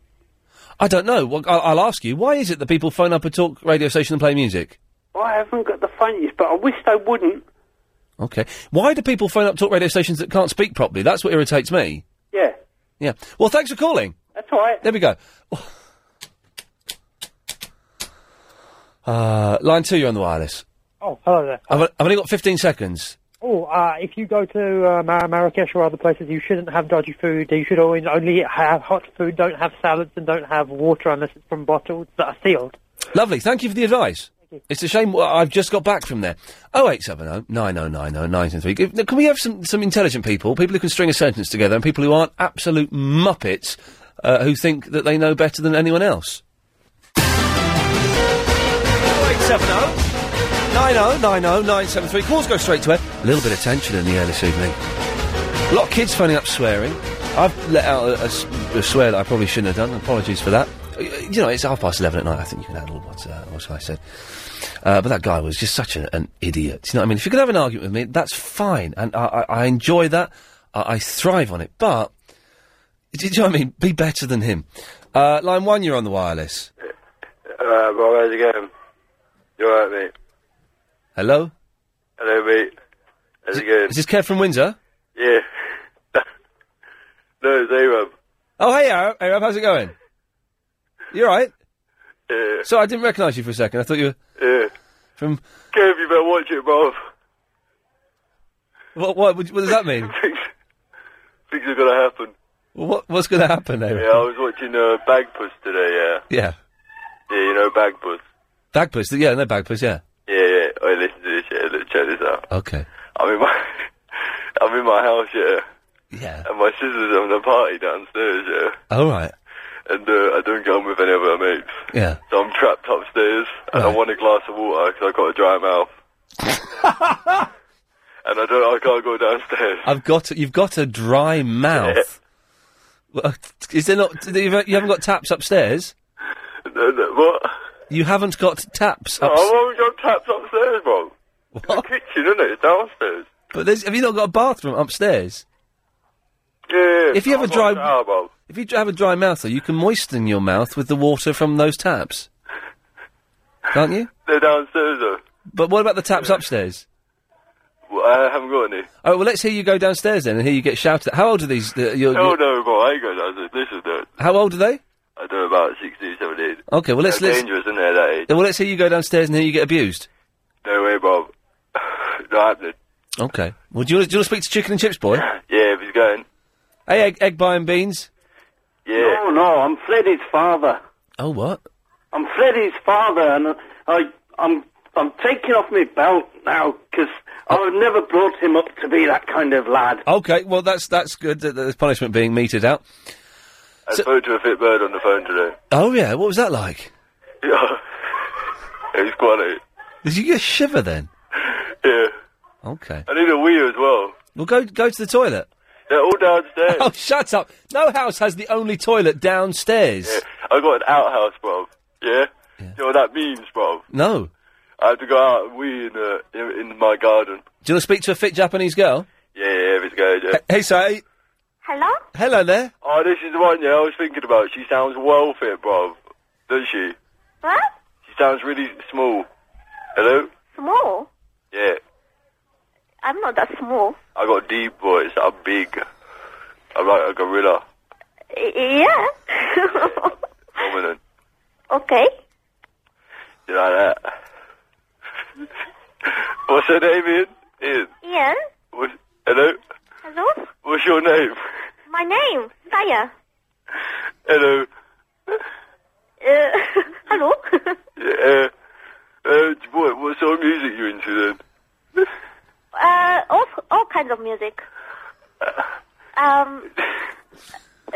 [SPEAKER 1] I don't know. Well, I'll, I'll ask you. Why is it that people phone up a talk radio station and play music?
[SPEAKER 8] I haven't got the faintest, but I wish they wouldn't.
[SPEAKER 1] Okay. Why do people phone up talk radio stations that can't speak properly? That's what irritates me.
[SPEAKER 8] Yeah,
[SPEAKER 1] Yeah. Well, thanks for calling.
[SPEAKER 8] that's all right.
[SPEAKER 1] There we go. Uh, line two, you're on the wireless.
[SPEAKER 28] Oh, hello there.
[SPEAKER 1] I've, I've only got 15 seconds.
[SPEAKER 28] Oh, uh, if you go to uh, Mar- Marrakesh or other places, you shouldn't have dodgy food. You should only, only have hot food. Don't have salads and don't have water unless it's from bottles that are sealed.
[SPEAKER 1] Lovely. Thank you for the advice. It's a shame well, I've just got back from there. 0870 9090 973. Give- now, Can we have some, some intelligent people, people who can string a sentence together, and people who aren't absolute muppets uh, who think that they know better than anyone else? 0870 9090 973. Calls go straight to her. A little bit of tension in the air this evening. A lot of kids phoning up swearing. I've let out a, a s- a swear that I probably shouldn't have done. Apologies for that. Uh, You know, it's half past eleven at night. I think you can handle what, uh, what I said. Uh, but that guy was just such an, an idiot. You know what I mean? If you can have an argument with me, that's fine. And I, I, I enjoy that. I, I thrive on it. But, do you know what I mean? Be better than him. Uh, line one, you're on the wireless.
[SPEAKER 18] Alright, well, Uh, how's it going? You alright, mate?
[SPEAKER 1] Hello?
[SPEAKER 18] Hello, mate. How's it going?
[SPEAKER 1] Is this Kev from Windsor?
[SPEAKER 18] Yeah. no, it's Arab.
[SPEAKER 1] Oh, hey, Arab. Hey, Arab, how's it going? You alright? Yeah. Sorry, I didn't recognise you for a second. I thought you were
[SPEAKER 18] Yeah.
[SPEAKER 1] from...
[SPEAKER 18] Kev, you better watch it, bruv.
[SPEAKER 1] What, what, what does that mean?
[SPEAKER 18] Things are gonna happen.
[SPEAKER 1] what, what's going to happen, Arab?
[SPEAKER 18] Yeah, I was watching uh, Bagpuss today, yeah.
[SPEAKER 1] Yeah.
[SPEAKER 18] Yeah, you know Bagpuss.
[SPEAKER 1] Bagpuss. th- Yeah, no Bagpuss, yeah.
[SPEAKER 18] Yeah, yeah. I listen to this, yeah. Look, check this out.
[SPEAKER 1] Okay.
[SPEAKER 18] I'm in my... I'm in my house, yeah.
[SPEAKER 1] Yeah.
[SPEAKER 18] And my sister's having a party downstairs, yeah.
[SPEAKER 1] All right.
[SPEAKER 18] And uh, I don't get on with any of her mates.
[SPEAKER 1] Yeah.
[SPEAKER 18] So I'm trapped upstairs, and I want a glass of water because I've got a dry mouth. and I don't, I can't go downstairs.
[SPEAKER 1] I've got... You've got a dry mouth. Well, Is there not... You haven't got taps upstairs?
[SPEAKER 18] No, no, what? Oh,
[SPEAKER 1] You haven't got taps
[SPEAKER 18] No,
[SPEAKER 1] upstairs?
[SPEAKER 18] I've always got taps upstairs, bro. It's The kitchen, isn't it? It's downstairs.
[SPEAKER 1] But there's, have you not got a bathroom upstairs?
[SPEAKER 18] Yeah, yeah.
[SPEAKER 1] If you have
[SPEAKER 18] I've
[SPEAKER 1] a dry,
[SPEAKER 18] got shower, bro.
[SPEAKER 1] if you have a dry mouth, though, you can moisten your mouth with the water from those taps, can't you?
[SPEAKER 18] They're downstairs, though.
[SPEAKER 1] But what about the taps upstairs?
[SPEAKER 18] Well, I haven't got any.
[SPEAKER 1] Oh well, let's hear you go downstairs then, and hear you get shouted. at. How old are these? The, your,
[SPEAKER 18] Oh,
[SPEAKER 1] your-
[SPEAKER 18] no, bro, I ain't going downstairs. This is the...
[SPEAKER 1] How old are they?
[SPEAKER 18] I do about 16, 17.
[SPEAKER 1] Okay, well, let's-
[SPEAKER 18] They're
[SPEAKER 1] let's-
[SPEAKER 18] dangerous, isn't it, that age?
[SPEAKER 1] Well, let's hear you go downstairs and hear you get abused.
[SPEAKER 18] No way, bro. Not happening.
[SPEAKER 1] Okay. Well, do you, wanna- do you want to speak to Chicken and Chips Boy?
[SPEAKER 18] Yeah, if he's going.
[SPEAKER 1] hey, egg, egg buying beans.
[SPEAKER 18] Yeah.
[SPEAKER 26] No, no, I'm Freddy's father.
[SPEAKER 1] Oh, what?
[SPEAKER 26] I'm Freddy's father, and uh, I, I'm, I'm taking off my belt now because I've never brought him up to be that kind of lad.
[SPEAKER 1] Okay. Well, that's that's good. That that there's punishment being meted out.
[SPEAKER 18] I spoke to a fit bird on the phone today.
[SPEAKER 1] Oh yeah. What was that like?
[SPEAKER 18] Yeah. it was quality.
[SPEAKER 1] Did you get a shiver then?
[SPEAKER 18] Yeah.
[SPEAKER 1] Okay.
[SPEAKER 18] I need a wee as well.
[SPEAKER 1] Well, go go to the toilet.
[SPEAKER 18] They're all downstairs.
[SPEAKER 1] Oh, shut up! No house has the only toilet downstairs.
[SPEAKER 18] Yeah. I got an outhouse, bro. Yeah? You know what that means, bro?
[SPEAKER 1] No.
[SPEAKER 18] I have to go out and wee in, uh, in, in my garden.
[SPEAKER 1] Do you want to speak to a fit Japanese girl?
[SPEAKER 18] Yeah, yeah, if it's going, yeah.
[SPEAKER 1] Hey, say.
[SPEAKER 12] Hello?
[SPEAKER 1] Hello there.
[SPEAKER 18] Oh, this is the one, yeah, I was thinking about. She sounds well fit, bro. Does she?
[SPEAKER 12] What?
[SPEAKER 18] She sounds really small. Hello?
[SPEAKER 12] Small?
[SPEAKER 18] Yeah.
[SPEAKER 12] I'm not that small.
[SPEAKER 18] I got deep voice. I'm big. I'm like a gorilla.
[SPEAKER 12] Y- yeah.
[SPEAKER 18] Dominant.
[SPEAKER 12] Okay.
[SPEAKER 18] You like that? What's her name, Ian? Ian.
[SPEAKER 12] Ian?
[SPEAKER 18] What's, hello?
[SPEAKER 12] Hello?
[SPEAKER 18] What's your name?
[SPEAKER 12] My name? Saya.
[SPEAKER 18] Hello.
[SPEAKER 12] Uh, hello?
[SPEAKER 18] Yeah. Uh, what, what sort of music you into then?
[SPEAKER 12] Uh, all, all kinds of music. Um,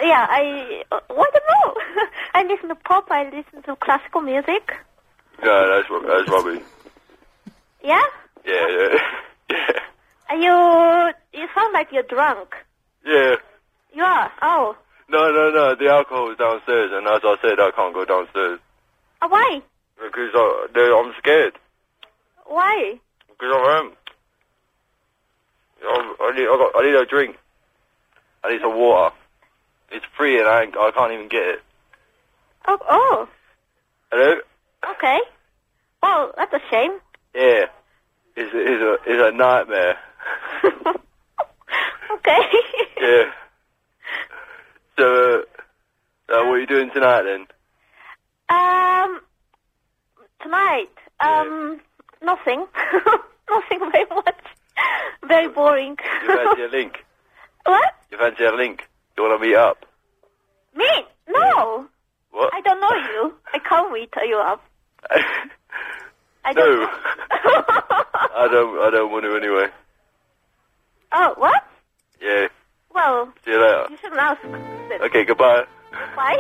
[SPEAKER 12] yeah, I. Uh, what about? I listen to pop. I listen to classical music.
[SPEAKER 18] No, that's ru- that's rubbish.
[SPEAKER 12] Yeah.
[SPEAKER 18] Yeah, yeah,
[SPEAKER 12] Are you you sound like you're drunk.
[SPEAKER 18] yeah.
[SPEAKER 12] You are. Oh.
[SPEAKER 18] No, no, no. The alcohol is downstairs, and as I said, I can't go downstairs
[SPEAKER 12] Uh, why?
[SPEAKER 18] because I, they- I'm scared.
[SPEAKER 12] Why?
[SPEAKER 18] Because I am. I, I need, I, got, I need a drink. I need some water. It's free, and I, ain't- I can't even get it.
[SPEAKER 12] Oh. Oh.
[SPEAKER 18] Hello?
[SPEAKER 12] Okay. Well, that's a shame.
[SPEAKER 18] Yeah. It's, a- it's a it's a nightmare.
[SPEAKER 12] Okay.
[SPEAKER 18] Yeah. So, uh, uh, what are you doing tonight then?
[SPEAKER 12] um. Tonight. Um. Nothing. nothing very much. Very boring.
[SPEAKER 18] You fancy a link?
[SPEAKER 12] what?
[SPEAKER 18] You fancy a link? You want to meet up?
[SPEAKER 12] Me? No.
[SPEAKER 18] What?
[SPEAKER 12] I don't know you. I can't wait till you up. I don't.
[SPEAKER 18] no. I don't. I don't want to anyway.
[SPEAKER 12] Oh, what?
[SPEAKER 18] Yeah.
[SPEAKER 12] Well,
[SPEAKER 18] See you later.
[SPEAKER 12] you shouldn't ask. Then.
[SPEAKER 18] Okay. Goodbye.
[SPEAKER 12] Bye.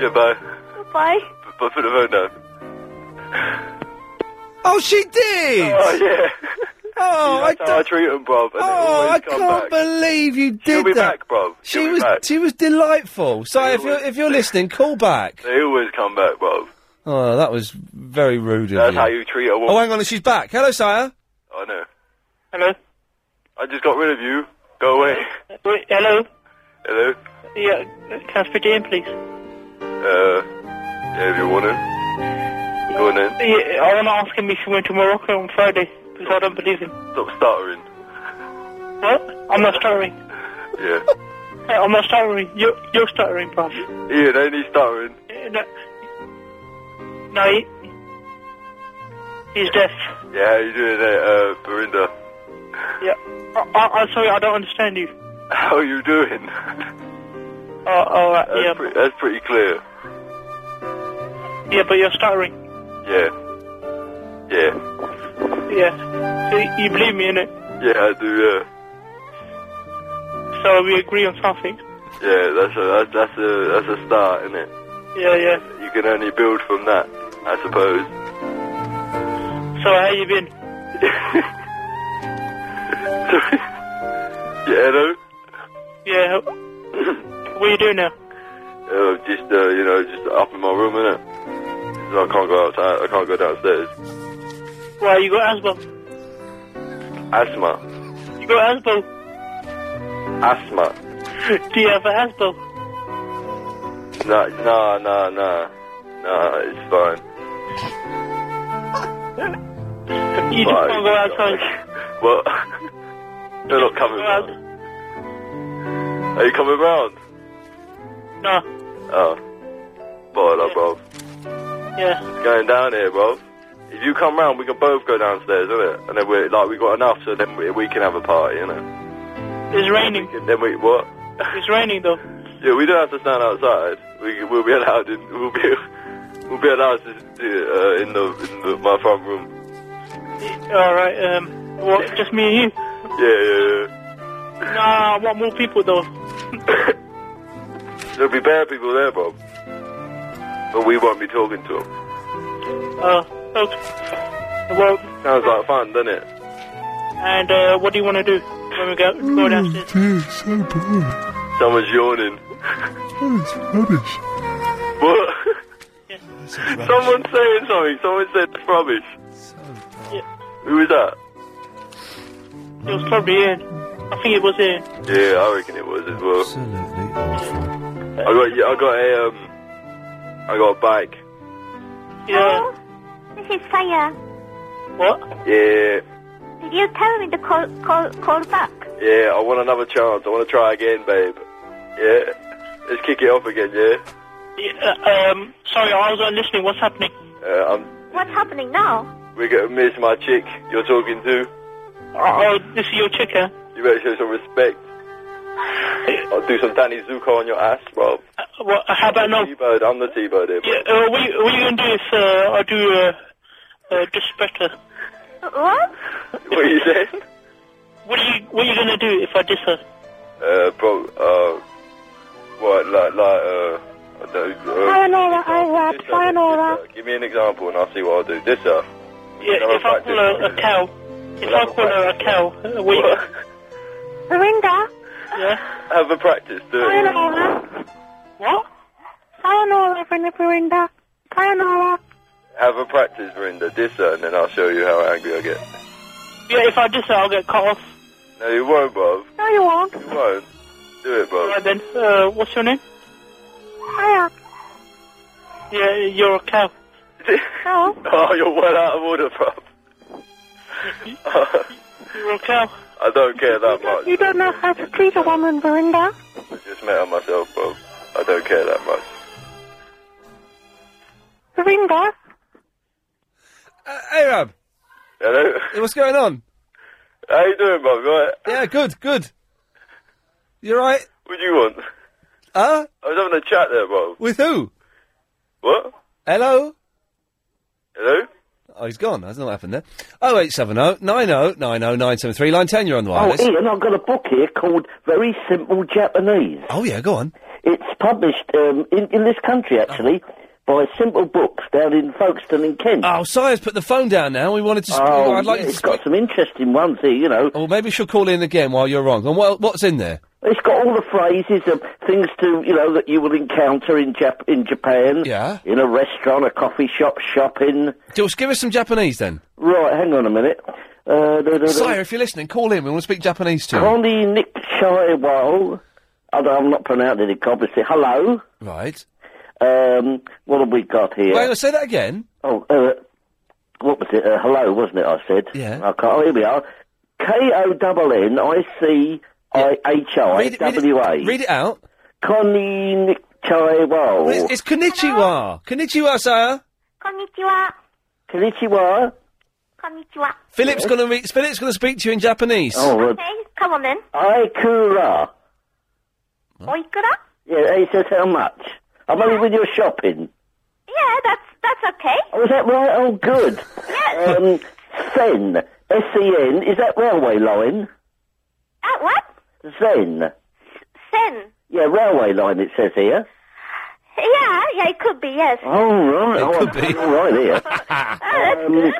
[SPEAKER 18] Yeah. Bye.
[SPEAKER 12] Goodbye.
[SPEAKER 18] B- But put the phone down.
[SPEAKER 1] Oh, she did!
[SPEAKER 18] Oh yeah.
[SPEAKER 1] Oh,
[SPEAKER 18] I, I treat them, bruv. And
[SPEAKER 1] Oh, I
[SPEAKER 18] come
[SPEAKER 1] can't believe you did
[SPEAKER 18] She'll be
[SPEAKER 1] that.
[SPEAKER 18] back, bruv. She'll
[SPEAKER 1] She
[SPEAKER 18] be
[SPEAKER 1] was
[SPEAKER 18] back.
[SPEAKER 1] she was delightful. So if you're if you're listening, call back.
[SPEAKER 18] they always come back, bruv.
[SPEAKER 1] Oh, that was very rude of
[SPEAKER 18] That's
[SPEAKER 1] you.
[SPEAKER 18] how you treat a woman.
[SPEAKER 1] Oh, hang on, she's back. Hello, sire.
[SPEAKER 18] I know. Hello. I just got rid of you. Go away.
[SPEAKER 5] Wait, hello?
[SPEAKER 18] Hello.
[SPEAKER 5] Yeah, can I speak to him, please?
[SPEAKER 18] Uh, yeah, if you want to. Go on then.
[SPEAKER 5] Yeah, I want to ask him if he went to Morocco on Friday, because I don't believe him.
[SPEAKER 18] Stop stuttering.
[SPEAKER 5] What? I'm not stuttering.
[SPEAKER 18] Yeah.
[SPEAKER 5] Hey, I'm not stuttering. You're, you're stuttering, bruv.
[SPEAKER 18] Ian, ain't he stuttering?
[SPEAKER 5] Eh, No, no he, he's deaf.
[SPEAKER 18] Yeah, how you doing there, uh, Berinda?
[SPEAKER 5] Yeah. I, I, I'm sorry, I don't understand you.
[SPEAKER 18] How you doing?
[SPEAKER 5] Oh, all right,
[SPEAKER 18] That's,
[SPEAKER 5] yeah.
[SPEAKER 18] pre- that's pretty clear.
[SPEAKER 5] Yeah, but you're stuttering.
[SPEAKER 18] Yeah. Yeah.
[SPEAKER 5] Yeah. So you- you believe me, innit?
[SPEAKER 18] Yeah, I do, uh, yeah.
[SPEAKER 5] So we agree on something.
[SPEAKER 18] Yeah, that's a, that's, that's a, that's a start, isn't it?
[SPEAKER 5] Yeah, yeah.
[SPEAKER 18] You can only build from that, I suppose.
[SPEAKER 5] So how you been?
[SPEAKER 18] Yeah, hello?
[SPEAKER 5] Yeah. how- What you doing now?
[SPEAKER 18] Uh, just, uh, you know, just up in my room, innit? I can't go outside, I can't go downstairs.
[SPEAKER 5] Why you got asthma?
[SPEAKER 18] Asthma.
[SPEAKER 5] You got asthma?
[SPEAKER 18] Asthma.
[SPEAKER 5] Do you have a asthma?
[SPEAKER 18] Nah, nah, nah, nah. Nah, it's fine.
[SPEAKER 5] You just can't go outside.
[SPEAKER 18] Well, you're not coming round. Are you coming round?
[SPEAKER 5] No.
[SPEAKER 18] Oh. Boiler, bro.
[SPEAKER 5] Yeah.
[SPEAKER 18] It's going down here, bro. If you come round, we can both go downstairs, innit? And then we're like, we got enough, so then we, we can have a party, innit?
[SPEAKER 5] It's raining.
[SPEAKER 18] And then we, what?
[SPEAKER 5] It's raining though.
[SPEAKER 18] Yeah, we don't have to stand outside. We, we'll be allowed in, we'll be, we'll be allowed to do it, uh, in the, in the, my front room.
[SPEAKER 5] All right. Um. What? Just me and you?
[SPEAKER 18] Yeah, yeah, yeah.
[SPEAKER 5] Nah. I want more people though.
[SPEAKER 18] There'll be bad people there, bro. But we won't be talking to them.
[SPEAKER 5] Uh. Okay. Well.
[SPEAKER 18] Sounds like fun, doesn't it?
[SPEAKER 5] And uh, what do you want to do when we go go downstairs?
[SPEAKER 29] so boring.
[SPEAKER 18] Someone's yawning.
[SPEAKER 29] That is rubbish.
[SPEAKER 18] What? Someone's saying something. Someone said it's rubbish. Who was that?
[SPEAKER 5] It was probably in. I think it was in.
[SPEAKER 18] Yeah, I reckon it was as well. I got, yeah, I got a, um, I got a bike.
[SPEAKER 5] Yeah.
[SPEAKER 12] This is Saya.
[SPEAKER 5] What?
[SPEAKER 18] Yeah,
[SPEAKER 12] Did you tell me to call call call back?
[SPEAKER 18] yeah. I want another chance. I want to try again, babe. Yeah, let's kick it off again. Yeah.
[SPEAKER 5] Yeah, um. Sorry, I wasn't listening. What's happening?
[SPEAKER 18] Uh, I'm.
[SPEAKER 12] What's happening now?
[SPEAKER 18] We're gonna miss my chick. You're talking to.
[SPEAKER 5] Oh, this is your chicken.
[SPEAKER 18] You better show some respect. I'll do some Danny Zuko on your ass, bro.
[SPEAKER 5] Well, Uh, how about no?
[SPEAKER 18] T-bird, I'm the T-bird here, bro.
[SPEAKER 5] Yeah, uh, what, you, what you gonna do if uh, I do uh, uh, just better?
[SPEAKER 12] What?
[SPEAKER 18] What you saying?
[SPEAKER 5] What are you What are you gonna do if I diss her?
[SPEAKER 18] Uh, bro, uh, What, like, like, uh, I don't, uh,
[SPEAKER 27] Sayonara, I have. Sayonara.
[SPEAKER 5] Uh,
[SPEAKER 18] give me an example and I'll see what I'll do. This, uh, sir.
[SPEAKER 14] Yeah, if I call her a cow, if I call her a cow,
[SPEAKER 5] Uh,
[SPEAKER 14] a week.
[SPEAKER 12] Lorinda,
[SPEAKER 14] Yeah.
[SPEAKER 18] Have a practice, do it.
[SPEAKER 27] Sayonara. What? Sayonara, friendly Purinda. Sayonara.
[SPEAKER 18] Have a practice, Verinda. This, sir, and then I'll show you how angry I get.
[SPEAKER 14] Yeah, if I do so, I'll get cut off.
[SPEAKER 18] No, you won't, Bob.
[SPEAKER 27] No, you won't.
[SPEAKER 18] You won't. Do it, Bob.
[SPEAKER 14] Right then, uh, what's your name?
[SPEAKER 27] Hiya.
[SPEAKER 14] Yeah, you're a cow.
[SPEAKER 27] Hello.
[SPEAKER 18] Oh, you're well out of order, Bob.
[SPEAKER 14] You're a cow.
[SPEAKER 18] I don't care that much.
[SPEAKER 27] You don't know how to treat a woman, Verinda.
[SPEAKER 18] I just met her myself, Bob. I don't care that much.
[SPEAKER 27] Verinda.
[SPEAKER 1] Uh, Arab.
[SPEAKER 18] Hello.
[SPEAKER 1] what's going on?
[SPEAKER 18] How you doing, Bob? You all right?
[SPEAKER 1] Yeah, good, good. You all right?
[SPEAKER 18] What do you want?
[SPEAKER 1] Huh?
[SPEAKER 18] I was having a chat there, Bob.
[SPEAKER 1] With who?
[SPEAKER 18] What?
[SPEAKER 1] Hello?
[SPEAKER 18] Hello?
[SPEAKER 1] Oh, he's gone. I don't know what happened there. 0870 90 90 973. Line 10, you're on the
[SPEAKER 4] Oh,
[SPEAKER 1] wireless.
[SPEAKER 4] Ian, I've got a book here called Very Simple Japanese.
[SPEAKER 1] Oh, yeah, go on.
[SPEAKER 4] It's published um, in, in this country, actually, by Simple Books down in Folkestone in Kent.
[SPEAKER 1] Oh, Sire's put the phone down now. We wanted to. Sp-
[SPEAKER 4] Oh,
[SPEAKER 1] I'd like
[SPEAKER 4] yeah,
[SPEAKER 1] you to
[SPEAKER 4] it's got some interesting ones here, you know.
[SPEAKER 1] Oh, maybe she'll call in again while you're wrong. And what, what's in there?
[SPEAKER 4] It's got all the phrases of things to, you know, that you will encounter in Jap- in Japan.
[SPEAKER 1] Yeah.
[SPEAKER 4] In a restaurant, a coffee shop, shopping.
[SPEAKER 1] Just give us some Japanese then.
[SPEAKER 4] Right, hang on a minute. Uh, da, da, da.
[SPEAKER 1] Sire, if you're listening, call in. We want to speak Japanese to you.
[SPEAKER 4] Connie Nick Shaiwal. I don't- I'm not pronouncing it obviously. Hello.
[SPEAKER 1] Right.
[SPEAKER 4] Um, what have we got here?
[SPEAKER 1] Wait, say that again.
[SPEAKER 4] Oh, uh, what was it? Uh, hello, wasn't it? I said.
[SPEAKER 1] Yeah.
[SPEAKER 4] I can't, oh, here we are. K O double N I C I H I
[SPEAKER 1] Read it- read it-
[SPEAKER 4] W A.
[SPEAKER 1] Read it out.
[SPEAKER 4] Connie Nick
[SPEAKER 1] It's,
[SPEAKER 4] Shaiwal.
[SPEAKER 1] it's konnichiwa. Konnichiwa, Sire.
[SPEAKER 12] konnichiwa,
[SPEAKER 4] Konnichiwa.
[SPEAKER 12] konnichiwa.
[SPEAKER 1] Philip's going to re- Philip's going to speak to you in Japanese.
[SPEAKER 4] Oh, uh,
[SPEAKER 12] Okay, come on then.
[SPEAKER 4] Aikura.
[SPEAKER 12] Oikura?
[SPEAKER 4] Yeah, he says how much. I'm only with your shopping.
[SPEAKER 12] Yeah, that's that's okay.
[SPEAKER 4] Oh, is that right? Oh, good.
[SPEAKER 12] Yes.
[SPEAKER 4] Um, Sen. S-E-N. Is that railway line?
[SPEAKER 12] Ah, what?
[SPEAKER 4] Zen.
[SPEAKER 12] Sen.
[SPEAKER 4] Yeah, railway line, it says here.
[SPEAKER 12] Yeah, yeah, it could be, yes.
[SPEAKER 4] Oh, right. oh, I'm doing all right here. um,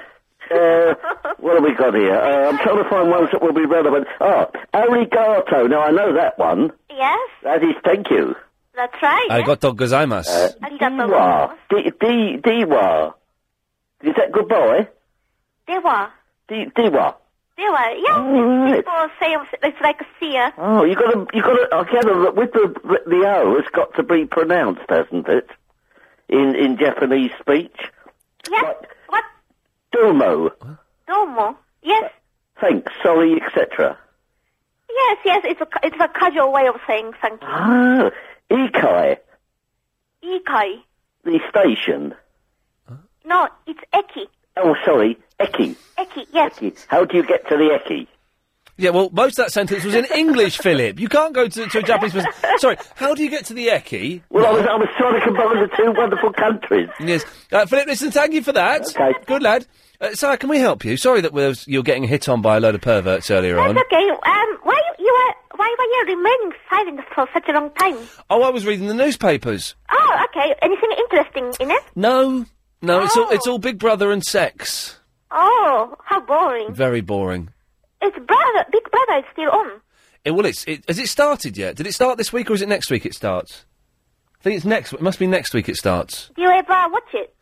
[SPEAKER 4] uh, what have we got here? Uh, I'm trying to find ones that will be relevant. Oh, arigato. Now, I know that one.
[SPEAKER 12] Yes,
[SPEAKER 4] That is thank you.
[SPEAKER 12] that's right. yes.
[SPEAKER 1] Arigato gozaimasu.
[SPEAKER 4] Uh,
[SPEAKER 12] Arigato
[SPEAKER 4] Diwa. D- D- Diwa. Is that goodbye?
[SPEAKER 12] Dewa.
[SPEAKER 4] D- Diwa.
[SPEAKER 12] Dewa, yeah.
[SPEAKER 4] right.
[SPEAKER 12] People say it's like a seer.
[SPEAKER 4] Oh, you got to, you got to. I gather that with the the O, it's got to be pronounced, hasn't it? In in Japanese speech,
[SPEAKER 12] Yes, what?
[SPEAKER 4] domo,
[SPEAKER 12] Domo. Yes,
[SPEAKER 4] thanks, sorry, etc.
[SPEAKER 12] yes, yes, it's a, ca- it's a casual way of saying thank you.
[SPEAKER 4] Ah, ikai,
[SPEAKER 12] Ikai.
[SPEAKER 4] the station.
[SPEAKER 12] No, it's eki.
[SPEAKER 4] Oh, sorry, eki.
[SPEAKER 12] Eki, yes.
[SPEAKER 4] How do you get to the eki?
[SPEAKER 1] Yeah, well, most of that sentence was in English, Philip. You can't go to, to a Japanese person. Sorry, how do you get to the Eki?
[SPEAKER 4] Well, I was I was trying to combine the two wonderful countries.
[SPEAKER 1] Yes. Uh, Philip, listen, thank you for that. Okay. Good lad. Uh, Sarah, can we help you? Sorry that we're, you're getting hit on by a load of perverts earlier on.
[SPEAKER 12] That's okay. Um, why you, you are, why were you remaining silent for such a long time?
[SPEAKER 1] Oh, I was reading the newspapers.
[SPEAKER 12] Oh, okay. Anything interesting in it?
[SPEAKER 1] No, no, it's all it's all Big Brother and sex.
[SPEAKER 12] Oh, how boring.
[SPEAKER 1] Very boring.
[SPEAKER 12] It's brother, Big Brother is still on.
[SPEAKER 1] Eh, well, it's it, has it started yet? Did it start this week or is it next week? It starts. I think it's next. It must be next week. It starts.
[SPEAKER 12] Do you ever watch it?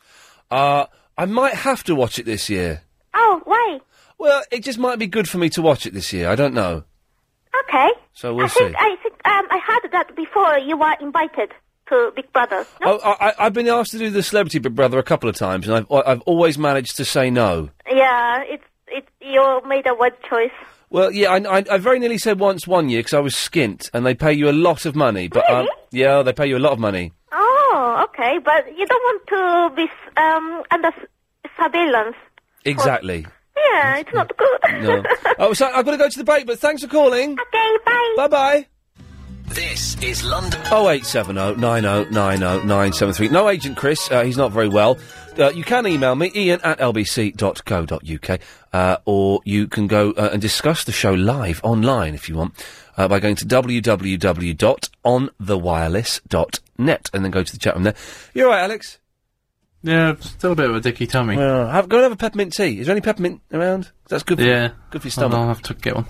[SPEAKER 1] Uh, I might have to watch it this year.
[SPEAKER 12] Oh, why?
[SPEAKER 1] Well, it just might be good for me to watch it this year. I don't know.
[SPEAKER 12] Okay.
[SPEAKER 1] So we'll
[SPEAKER 12] I think
[SPEAKER 1] see.
[SPEAKER 12] I think um, I heard that before you were invited to Big Brother. No?
[SPEAKER 1] Oh, I, I, I've been asked to do the Celebrity Big Brother a couple of times, and I've I've always managed to say no.
[SPEAKER 12] Yeah, it's it. You made a word choice.
[SPEAKER 1] Well, yeah, I, I, I very nearly said once one year because I was skint, and they pay you a lot of money. But um, yeah, they pay you a lot of money.
[SPEAKER 12] Oh, okay. But you don't want to be s- um, under s- surveillance.
[SPEAKER 1] Exactly.
[SPEAKER 12] Yeah, it's not good.
[SPEAKER 1] No. oh, so I've got to go to the break, but thanks for calling.
[SPEAKER 12] Okay, bye.
[SPEAKER 1] Bye bye.
[SPEAKER 16] This is London.
[SPEAKER 1] 0870 90 90 973. No agent Chris, uh, he's not very well. Uh, you can email me, ian at lbc.co.uk, uh, or you can go uh, and discuss the show live online if you want uh, by going to www.onlbc.co.uk on thewireless.net and then go to the chat room there. You all right, Alex?
[SPEAKER 9] Yeah, still a bit of a dicky tummy.
[SPEAKER 1] Well, have, go and have a peppermint tea. Is there any peppermint around? That's good for,
[SPEAKER 9] Yeah.
[SPEAKER 1] good for your
[SPEAKER 9] I'll-
[SPEAKER 1] stomach.
[SPEAKER 9] I'll have to get one.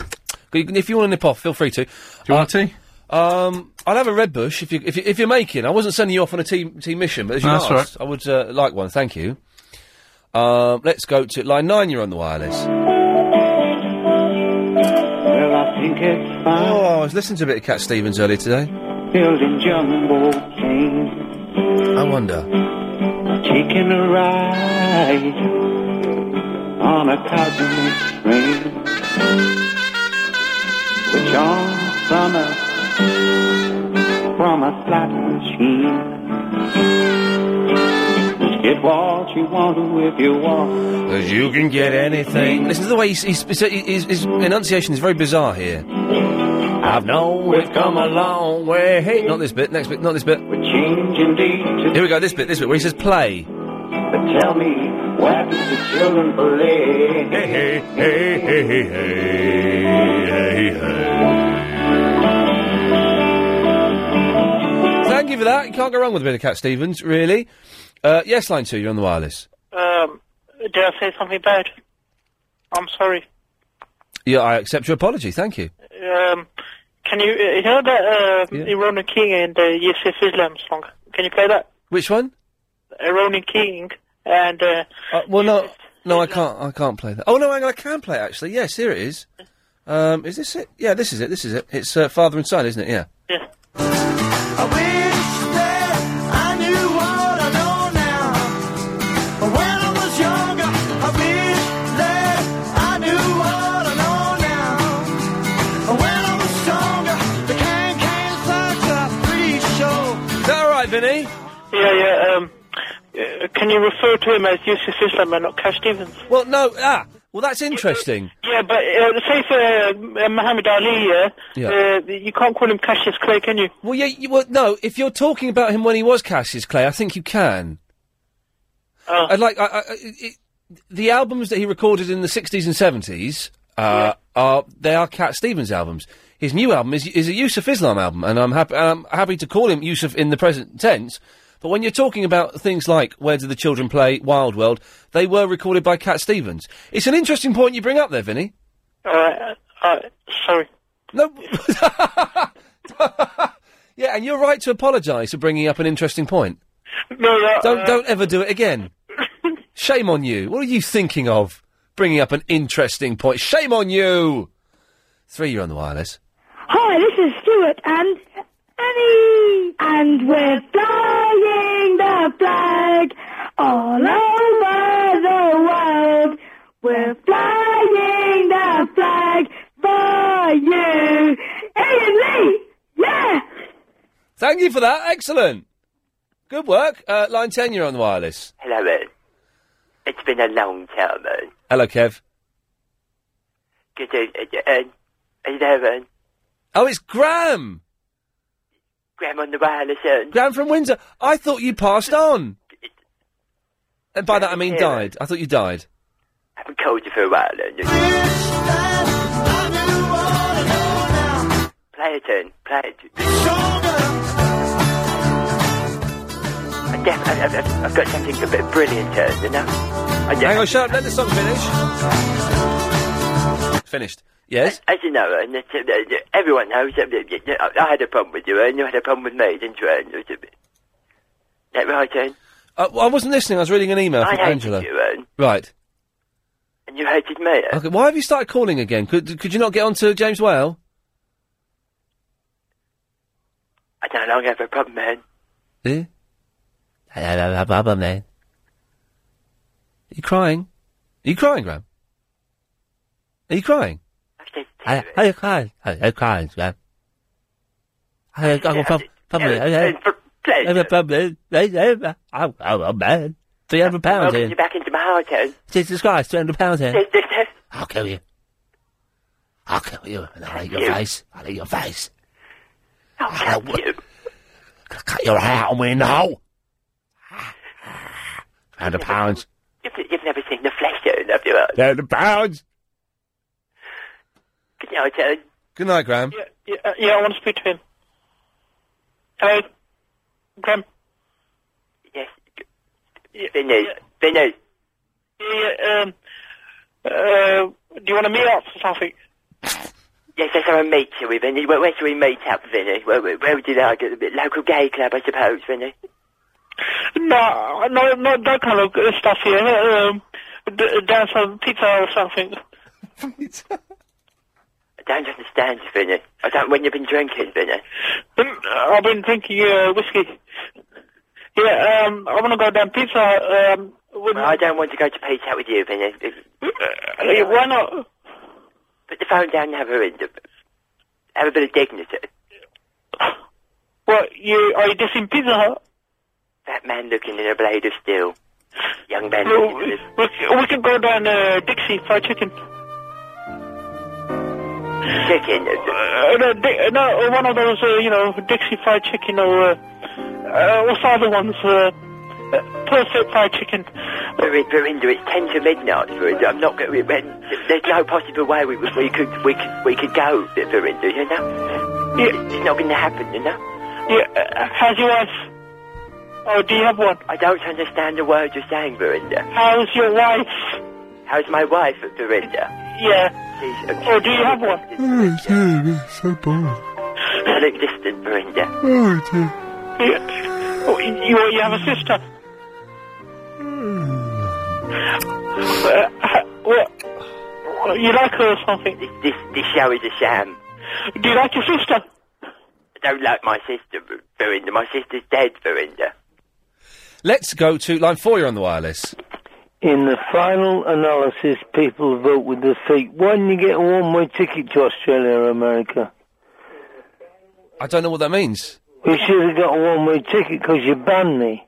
[SPEAKER 1] You can- If you want to nip off, feel free to. Do you
[SPEAKER 9] want a tea?
[SPEAKER 1] Um, I'll have a red bush if you if, you, if you're making. I wasn't sending you off on a tea tea mission, but as you
[SPEAKER 9] That's
[SPEAKER 1] asked, I would uh, like one. Thank you. Um, let's go to line nine. You're on the wireless.
[SPEAKER 14] Well, I think it's
[SPEAKER 1] Oh, I was listening to a bit of Cat Stevens earlier today.
[SPEAKER 14] building jumbo planes,
[SPEAKER 1] I wonder.
[SPEAKER 14] taking a ride on a cosmic train. Which all summer from a slot machine. Just get what you want to if you want.
[SPEAKER 1] Cause you can get anything. Listen to the way he's, he's, he's, his, his enunciation is very bizarre here. I've known we've come a long way. Not this bit. Next bit. Not this bit. We're
[SPEAKER 14] changing deep.
[SPEAKER 1] Here we go. This bit. This bit. Where he says play.
[SPEAKER 14] But tell me, why do the children play? Hey, hey, hey, hey, hey, hey,
[SPEAKER 1] Thank you for that. You can't go wrong with a bit of Cat Stevens, really. Uh, yes, line two. You're on the wireless.
[SPEAKER 6] Um, did I say something bad? I'm sorry.
[SPEAKER 1] Yeah, I accept your apology. Thank you.
[SPEAKER 6] Um, can you, you know that uh, Ironic King and uh, Yusuf Islam song? Can you play that?
[SPEAKER 1] Which one?
[SPEAKER 6] Ironic King and uh,
[SPEAKER 1] Uh, well, no, no, I can't. I can't play that. Oh no, hang on, I can play it, actually. Yes, here it is. Um, is this it? Yeah, this is it. This is it. It's uh, father and son, isn't it? Yeah.
[SPEAKER 14] I wish that I knew what I know now. But when I was younger, I wish that I knew what I know now. And when I was stronger, the can can such a pretty show.
[SPEAKER 1] Is that all right, Vinny?
[SPEAKER 6] Yeah, yeah. Um, uh, can you refer to him as Yusuf Islam and not Cash Stevens?
[SPEAKER 1] Well, no. Ah, well, that's interesting.
[SPEAKER 6] Yeah, but uh, say for uh, uh, Muhammad Ali, yeah,
[SPEAKER 1] Yeah.
[SPEAKER 6] Uh, you can't call him Cassius Clay, can you?
[SPEAKER 1] Well, yeah. You, well, no. If you're talking about him when he was Cassius Clay, I think you can.
[SPEAKER 6] uh,
[SPEAKER 1] I'd like I, I, I- it, the albums that he recorded in the '60s and '70s uh, are they are Cat Stevens albums. His new album is is a Yusuf Islam album, and I'm happy I'm happy to call him Yusuf in the present tense. But when you're talking about things like Where Do the Children Play, Wild World, they were recorded by Cat Stevens. It's an interesting point you bring up there, Vinny.
[SPEAKER 6] All right, uh, uh, sorry.
[SPEAKER 1] No. Yeah, and you're right to apologise for bringing up an interesting point.
[SPEAKER 6] No, no.
[SPEAKER 1] Don't
[SPEAKER 6] uh,
[SPEAKER 1] don't ever do it again. Shame on you. What are you thinking of? Bringing up an interesting point. Shame on you. Three, you're on the wireless.
[SPEAKER 14] Hi, this is Stuart and Annie, and we're flying the flag all over the world. We're flying the flag for you, Ian Lee. Yeah.
[SPEAKER 1] Thank you for that. Excellent. Good work. Uh, line ten, you're on the wireless.
[SPEAKER 7] Hello, Ed. It's been a long time, Ed.
[SPEAKER 1] Hello, Kev.
[SPEAKER 7] Good uh, evening, Ed. Hello, Ed.
[SPEAKER 1] Oh, it's Graham.
[SPEAKER 7] Graham on the wireless, uh, Ed.
[SPEAKER 1] Graham from Windsor. I thought you passed on. And by that I mean died. I thought you died.
[SPEAKER 7] I haven't called you for a while, Ed. Play it, Ed. Play it. I def- I, I've- I've, I've got something a bit brilliant, Ed, you know? I def-
[SPEAKER 1] Hang on, shut up. Let the song finish. Finished. Yes?
[SPEAKER 7] As you know, and it's, uh, uh, everyone knows, uh, uh, uh, I had a problem with you, and you had a problem with me, didn't you, Ed? Is that right, Ed?
[SPEAKER 1] Uh, well, I wasn't listening. I was reading an email
[SPEAKER 7] I
[SPEAKER 1] from
[SPEAKER 7] hated
[SPEAKER 1] Angela.
[SPEAKER 7] you, Ed.
[SPEAKER 1] Right.
[SPEAKER 7] And you hated me, Ed.
[SPEAKER 1] Okay, why have you started calling again? Could could you not get on to James Whale?
[SPEAKER 7] I no longer have a problem, man.
[SPEAKER 1] Eh? Are you crying? Are you crying, Graham? Are you crying? Are are you crying? Are you crying, Graham? Are you crying? Prob- probably.
[SPEAKER 7] Aaron,
[SPEAKER 1] Are you- are you probably- are you- are you- I'm I'm mad. 300 pounds
[SPEAKER 7] Welcome
[SPEAKER 1] here.
[SPEAKER 7] you back into my heart, Aaron.
[SPEAKER 1] Jesus Christ, 300 pounds here.
[SPEAKER 7] This- this- this-
[SPEAKER 1] I'll kill you. I'll kill you. And I'll eat your
[SPEAKER 7] you.
[SPEAKER 1] face. I'll eat your face.
[SPEAKER 7] I'll
[SPEAKER 1] cut you. Cut your hair and we know. Round of pounds.
[SPEAKER 7] You've, you've never seen the flesh, Aaron, have you, Aaron?
[SPEAKER 1] Round of pounds.
[SPEAKER 7] Good night, Aaron.
[SPEAKER 1] Good night, Graham.
[SPEAKER 6] yeah, uh, yeah, I want to speak to him.
[SPEAKER 3] Hello, Graham.
[SPEAKER 4] Yes. Been news. Been news.
[SPEAKER 3] Yeah, um, uh, do you want to meet up for something?
[SPEAKER 4] Yes, let's have a meet, shall we, Vinny? Where, where should we meet up, Vinny? Where, where, where would you like it? Local gay club, I suppose, Vinny.
[SPEAKER 3] No, no, not that kind of uh, stuff here. Um, d- down some pizza or something.
[SPEAKER 4] I don't understand, Vinny. I don't when you've been drinking, Vinny.
[SPEAKER 3] Mm, I've been drinking uh, whiskey. Yeah, um, I want to go down pizza. Um, with,
[SPEAKER 4] I don't want to go to pizza with you, Vinny. If,
[SPEAKER 3] uh, yeah, why not?
[SPEAKER 4] put the phone down and have a read. Have a bit of dignity.
[SPEAKER 3] What you are you dissing Pizza Hut?
[SPEAKER 4] That man looking in a blade of steel. Young man
[SPEAKER 3] No,
[SPEAKER 4] looking in a...
[SPEAKER 3] We, we can go down uh, Dixie Fried Chicken.
[SPEAKER 4] Chicken.
[SPEAKER 3] Uh, no, di- no, one of those, uh, you know, Dixie Fried Chicken or uh, uh, what's the other ones? Uh, uh, perfect Fried Chicken.
[SPEAKER 4] Ver- Verinder, it's ten to midnight, Verinder. I'm not going. There's no possible way we, we could we could we could go, Verinder. You know, it's not going to happen. You know.
[SPEAKER 3] Yeah, uh, how's your wife? Oh, do you have one?
[SPEAKER 4] I don't understand a word you're saying, Verinder.
[SPEAKER 3] How's your wife?
[SPEAKER 4] How's my wife, Verinder?
[SPEAKER 3] Yeah.
[SPEAKER 4] She's
[SPEAKER 3] Oh, do you have one?
[SPEAKER 30] Oh, dear, it's so boring.
[SPEAKER 4] non-existent, Verinder.
[SPEAKER 30] Oh, dear.
[SPEAKER 3] Yeah. Oh, y- you, you have a sister. Uh, ha- what? what, You like her or something?
[SPEAKER 4] This, this this show is a sham.
[SPEAKER 3] Do you like your sister?
[SPEAKER 4] I don't like my sister, Ver- Verinder. My sister's dead, Verinder.
[SPEAKER 1] Let's go to line four. You're on the wireless.
[SPEAKER 5] In the final analysis, people vote with their feet. Why didn't you get a one-way ticket to Australia or America?
[SPEAKER 1] I don't know what that means.
[SPEAKER 5] You should have got a one-way ticket because you banned me.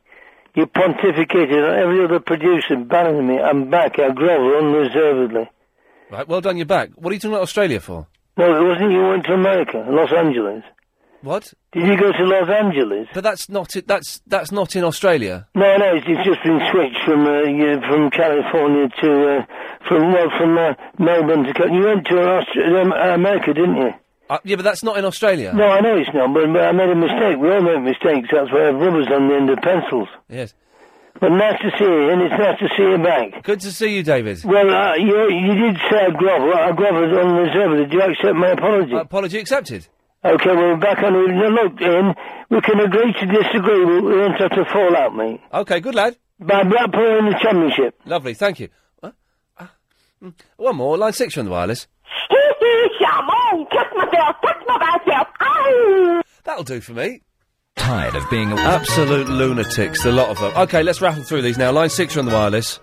[SPEAKER 5] You pontificated on every other producer banning me. I'm back. I grovel unreservedly.
[SPEAKER 1] Right, well done. You're back. What are you talking about Australia for?
[SPEAKER 5] No, it wasn't. You went to America, Los Angeles.
[SPEAKER 1] What?
[SPEAKER 5] Did you go to Los Angeles?
[SPEAKER 1] But that's not it. That's that's not in Australia.
[SPEAKER 5] No, no, it's, it's just been switched from uh, you, from California to uh, from well from uh, Melbourne to Cal- you went to Austra- um, America, didn't you?
[SPEAKER 1] Uh, yeah, but that's not in Australia.
[SPEAKER 5] No, I know it's not, but, but I made a mistake. We all make mistakes. That's why I have rubbers on the end of pencils.
[SPEAKER 1] Yes.
[SPEAKER 5] But nice to see you, and it's nice to see you back.
[SPEAKER 1] Good to see you, David.
[SPEAKER 5] Well, uh, you you did say uh, I grovel. I groveled unreservedly. Do you accept my apology?
[SPEAKER 1] Apology accepted.
[SPEAKER 5] okay, well, we're back on. it. Now, look, Ian, we can agree to disagree. We we won't have to fall out, mate.
[SPEAKER 1] Okay, good lad.
[SPEAKER 5] By Blackpool in the championship.
[SPEAKER 1] Lovely. Thank you. Huh? Ah, mm. One more. Line six. You're on the wireless. That'll do for me. Tired of being absolute lunatics, the lot of them. Okay, let's rattle through these now. Line six, you're on the wireless.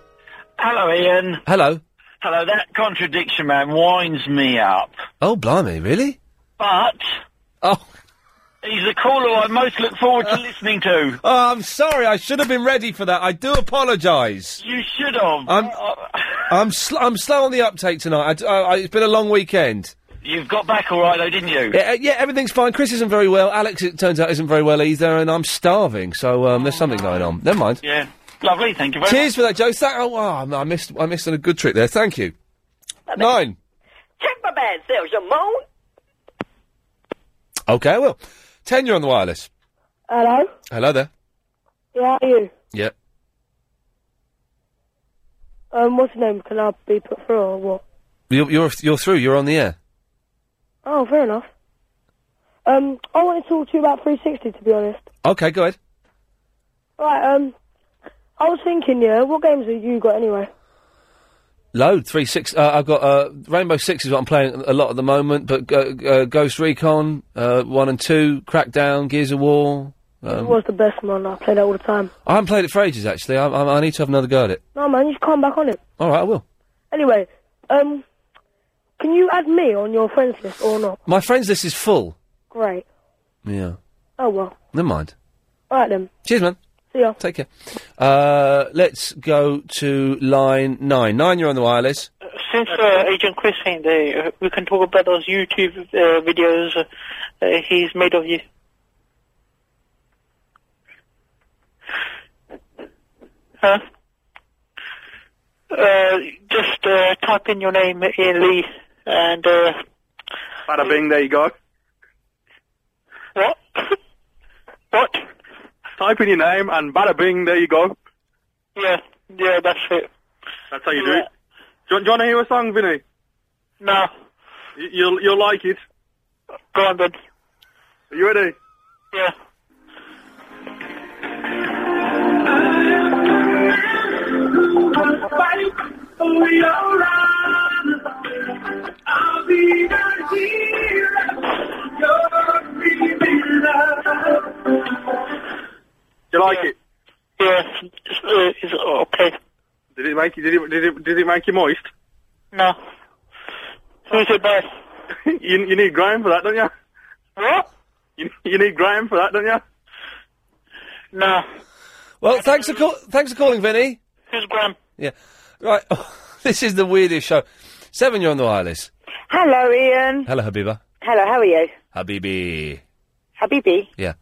[SPEAKER 31] Hello, Ian.
[SPEAKER 1] Hello.
[SPEAKER 31] Hello, that contradiction man winds me up.
[SPEAKER 1] Oh, blimey, really?
[SPEAKER 31] But.
[SPEAKER 1] Oh.
[SPEAKER 31] He's the caller I most look forward to listening to.
[SPEAKER 1] Uh, Oh, I'm sorry. I should have been ready for that. I do apologise.
[SPEAKER 31] You should have. Uh,
[SPEAKER 1] I'm, I'm, sl- I'm slow on the uptake tonight. I d- I- I- it's been a long weekend.
[SPEAKER 31] You've got back all right, though, didn't you?
[SPEAKER 1] Yeah, uh, yeah, everything's fine. Chris isn't very well. Alex, it turns out, isn't very well either, and I'm starving. So um, there's something going on. Never mind.
[SPEAKER 31] Yeah. Lovely, thank you very
[SPEAKER 1] Cheers for that, Joe. Tha- oh, wow, I missed. I missed on a good trick there. Thank you. Nine.
[SPEAKER 32] Check my bad sales, you moan.
[SPEAKER 1] Okay, I will. Ten. You're on the wireless.
[SPEAKER 14] Hello?
[SPEAKER 1] Hello there.
[SPEAKER 14] Yeah, how are you?
[SPEAKER 1] Yeah.
[SPEAKER 14] Um, what's your name? Can I be put through or what?
[SPEAKER 1] You're, you're you're through. You're on the air.
[SPEAKER 14] Oh, fair enough. Um, I wanted to talk to you about 360, to be honest.
[SPEAKER 1] Okay, go ahead.
[SPEAKER 14] Right, um, I was thinking, yeah, what games have you got anyway?
[SPEAKER 1] Load three six. Uh, I've got uh, Rainbow Six is what I'm playing a lot at the moment, but uh, uh, Ghost Recon uh, one and two, Crackdown, Gears of War.
[SPEAKER 14] it
[SPEAKER 1] Um,
[SPEAKER 14] was the best one. I played that all the time.
[SPEAKER 1] I haven't played it for ages, actually. I, I, I need to have another go at it.
[SPEAKER 14] No, man, you should come back on it.
[SPEAKER 1] All right, I will.
[SPEAKER 14] Anyway, um, can you add me on your friends list or not?
[SPEAKER 1] My friends list is full.
[SPEAKER 14] Great.
[SPEAKER 1] Yeah,
[SPEAKER 14] Oh, well.
[SPEAKER 1] never mind.
[SPEAKER 14] All right, then.
[SPEAKER 1] Cheers, man.
[SPEAKER 14] See ya.
[SPEAKER 1] Take care. Uh, let's go to line nine. Nine, you're on the wireless.
[SPEAKER 3] Since uh, Agent Chris ain't there, uh, we can talk about those YouTube uh, videos uh, uh, he's made of you. Huh? Uh, just uh, type in your name, Ian Lee, and uh,
[SPEAKER 2] Bada bing, there you go.
[SPEAKER 3] what? type in your name, and bada bing, there you go.
[SPEAKER 6] Yeah, yeah, that's it.
[SPEAKER 3] That's how you do it. Do you, do you want to hear a song, Vinny?
[SPEAKER 6] No.
[SPEAKER 3] You, you'll you'll like it.
[SPEAKER 6] Go on, then.
[SPEAKER 3] Are you ready?
[SPEAKER 6] Yeah.
[SPEAKER 3] Do you like it?
[SPEAKER 6] Yeah, it's, uh, it's okay.
[SPEAKER 3] Did it make you? Did it? Did it? Did it make you moist?
[SPEAKER 6] No. Who's it by?
[SPEAKER 3] you you need Graham for that, don't you?
[SPEAKER 6] What?
[SPEAKER 3] You, you need Graham for that, don't you?
[SPEAKER 6] No.
[SPEAKER 1] Well, thanks for call- thanks for calling, Vinny.
[SPEAKER 6] Who's Graham?
[SPEAKER 1] Yeah. Right. this is the weirdest show. Seven, you're on the wireless.
[SPEAKER 5] Hello, Ian.
[SPEAKER 1] Hello, Habiba.
[SPEAKER 5] Hello, how are you?
[SPEAKER 1] Habibi.
[SPEAKER 5] Habibi.
[SPEAKER 1] Yeah.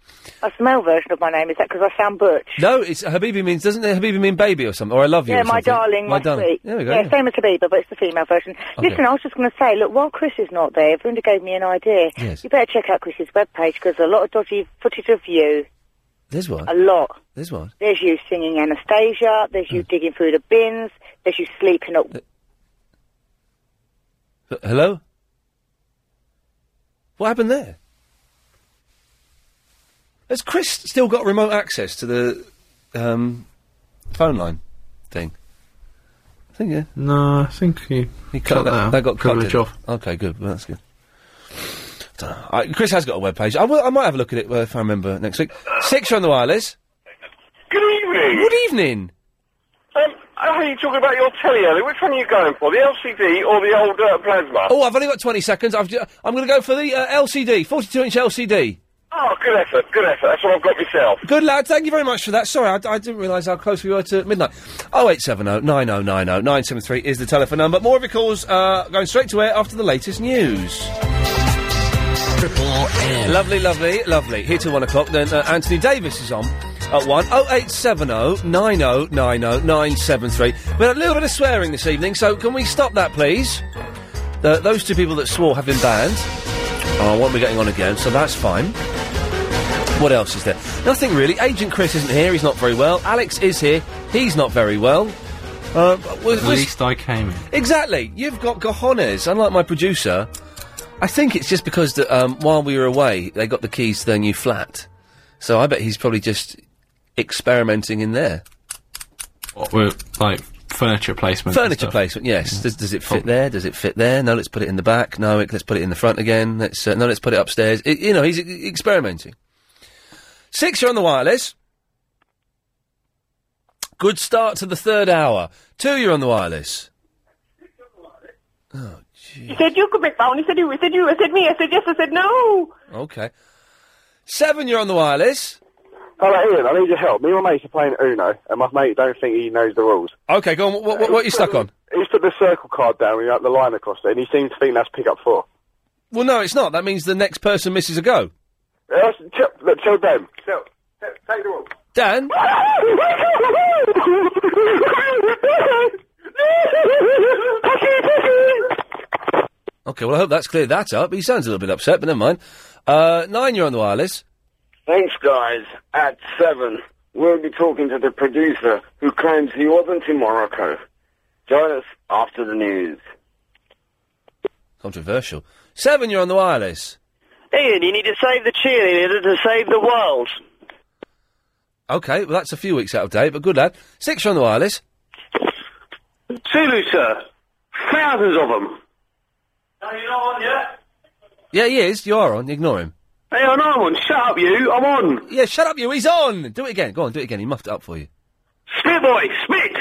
[SPEAKER 5] That's the male version of my name. Is that because I sound butch?
[SPEAKER 1] No, it's Habibi means doesn't it? Habibi mean baby or something, or I love you.
[SPEAKER 5] yeah,
[SPEAKER 1] or
[SPEAKER 5] my
[SPEAKER 1] something?
[SPEAKER 5] darling,
[SPEAKER 1] my
[SPEAKER 5] my,
[SPEAKER 1] darling.
[SPEAKER 5] sweet.
[SPEAKER 1] There we go.
[SPEAKER 5] yeah,
[SPEAKER 1] yeah.
[SPEAKER 5] same as Habiba, but it's the female version.
[SPEAKER 1] Okay.
[SPEAKER 5] Listen, I was just going to say, look, while Chris is not there, Brenda gave me an idea.
[SPEAKER 1] Yes.
[SPEAKER 5] You better check out Chris's webpage because a lot of dodgy footage of you.
[SPEAKER 1] There's one.
[SPEAKER 5] A lot.
[SPEAKER 1] There's one.
[SPEAKER 5] There's you singing Anastasia. There's
[SPEAKER 1] Mm.
[SPEAKER 5] you digging through the bins. There's you sleeping
[SPEAKER 1] Uh,
[SPEAKER 5] up.
[SPEAKER 1] H- Hello. What happened there? Has Chris still got remote access to the um, phone line thing? I think yeah.
[SPEAKER 9] No, I think he,
[SPEAKER 1] He cut that.
[SPEAKER 9] out.
[SPEAKER 1] that got cut.
[SPEAKER 9] privilege
[SPEAKER 1] didn't it?
[SPEAKER 9] off.
[SPEAKER 1] Okay, good. Well, that's good. Dunno. I, Chris has got a web page. I, will, I might have a look at it uh, if I remember next week. Six you're on the wireless.
[SPEAKER 11] Good evening.
[SPEAKER 1] Good evening.
[SPEAKER 11] Um, I heard you talking about your telly earlier. Which one are you going for, the LCD or the old uh, plasma?
[SPEAKER 1] Oh, I've only got 20 seconds. I've ju- I'm going to go for the uh, LCD, 42 inch LCD.
[SPEAKER 11] Oh, good effort, good effort. That's what I've got myself.
[SPEAKER 1] Good lad, thank you very much for that. Sorry, I, I didn't realise how close we were to midnight. Oh, 0870 9090 973 is the telephone number. More of your calls uh, going straight to air after the latest news. Lovely, lovely, lovely. Here till one o'clock. Then uh, Anthony Davis is on at one. Oh, 0870 9090 973. But a little bit of swearing this evening, so can we stop that, please? Th those two people that swore have been banned. Oh, what are we getting on again? So that's fine. What else is there? Nothing really. Agent Chris isn't here. He's not very well. Alex is here. He's not very well. Uh, was,
[SPEAKER 9] At
[SPEAKER 1] was-
[SPEAKER 9] least I came in.
[SPEAKER 1] Exactly. You've got cojones, unlike my producer. I think it's just because that um, while we were away, they got the keys to their new flat. So I bet he's probably just experimenting in there.
[SPEAKER 9] What were like furniture placement? and
[SPEAKER 1] Furniture
[SPEAKER 9] stuff.
[SPEAKER 1] placement, yes. Does, does it fit there? Does it fit there? No, let's put it in the back. No, it- let's put it in the front again. Let's uh, no, let's put it upstairs. I- you know, he's e- experimenting. Six, you're on the wireless. Good start to the third hour. Two, you're on the wireless.
[SPEAKER 22] He said, you could make pound. He said, you. He said, you. I said, me. I said, yes. I said, no.
[SPEAKER 1] Okay. Seven, you're on the wireless.
[SPEAKER 5] Hello, Ian. I need your help. Me and my mates are playing Uno, and my mate don't think he knows the rules.
[SPEAKER 1] Okay, go on. What, what, what are you stuck on?
[SPEAKER 5] He's put the circle card down, and you the line across it, and he seems to think that's pick up four.
[SPEAKER 1] Well, no, it's not. That means the next person misses a go.
[SPEAKER 5] Yeah, That's, chill, look, chill down. Chill.
[SPEAKER 17] Take the walk.
[SPEAKER 1] Dan? Okay, well, I hope that's cleared that up. He sounds a little bit upset, but never mind. Uh, nine, you're on the wireless.
[SPEAKER 5] Thanks, guys. At seven, we'll be talking to the producer who claims he wasn't in Morocco. Join us after the news.
[SPEAKER 1] Controversial. Seven, you're on the wireless.
[SPEAKER 33] Ian, you need to save the cheerleader to save the world.
[SPEAKER 1] Okay, well, that's a few weeks out of date, but good lad. Six, you're on the wireless.
[SPEAKER 33] Zulu, sir.
[SPEAKER 5] Thousands of them.
[SPEAKER 17] No, you're not on yet.
[SPEAKER 1] Yeah, he is. You are on. Ignore him.
[SPEAKER 17] Hey, I'm on. Shut up, you. I'm on.
[SPEAKER 1] Yeah, shut up, you. He's on. Do it again. Go on, do it again. He muffed it up for you.
[SPEAKER 17] Spit boy, spit!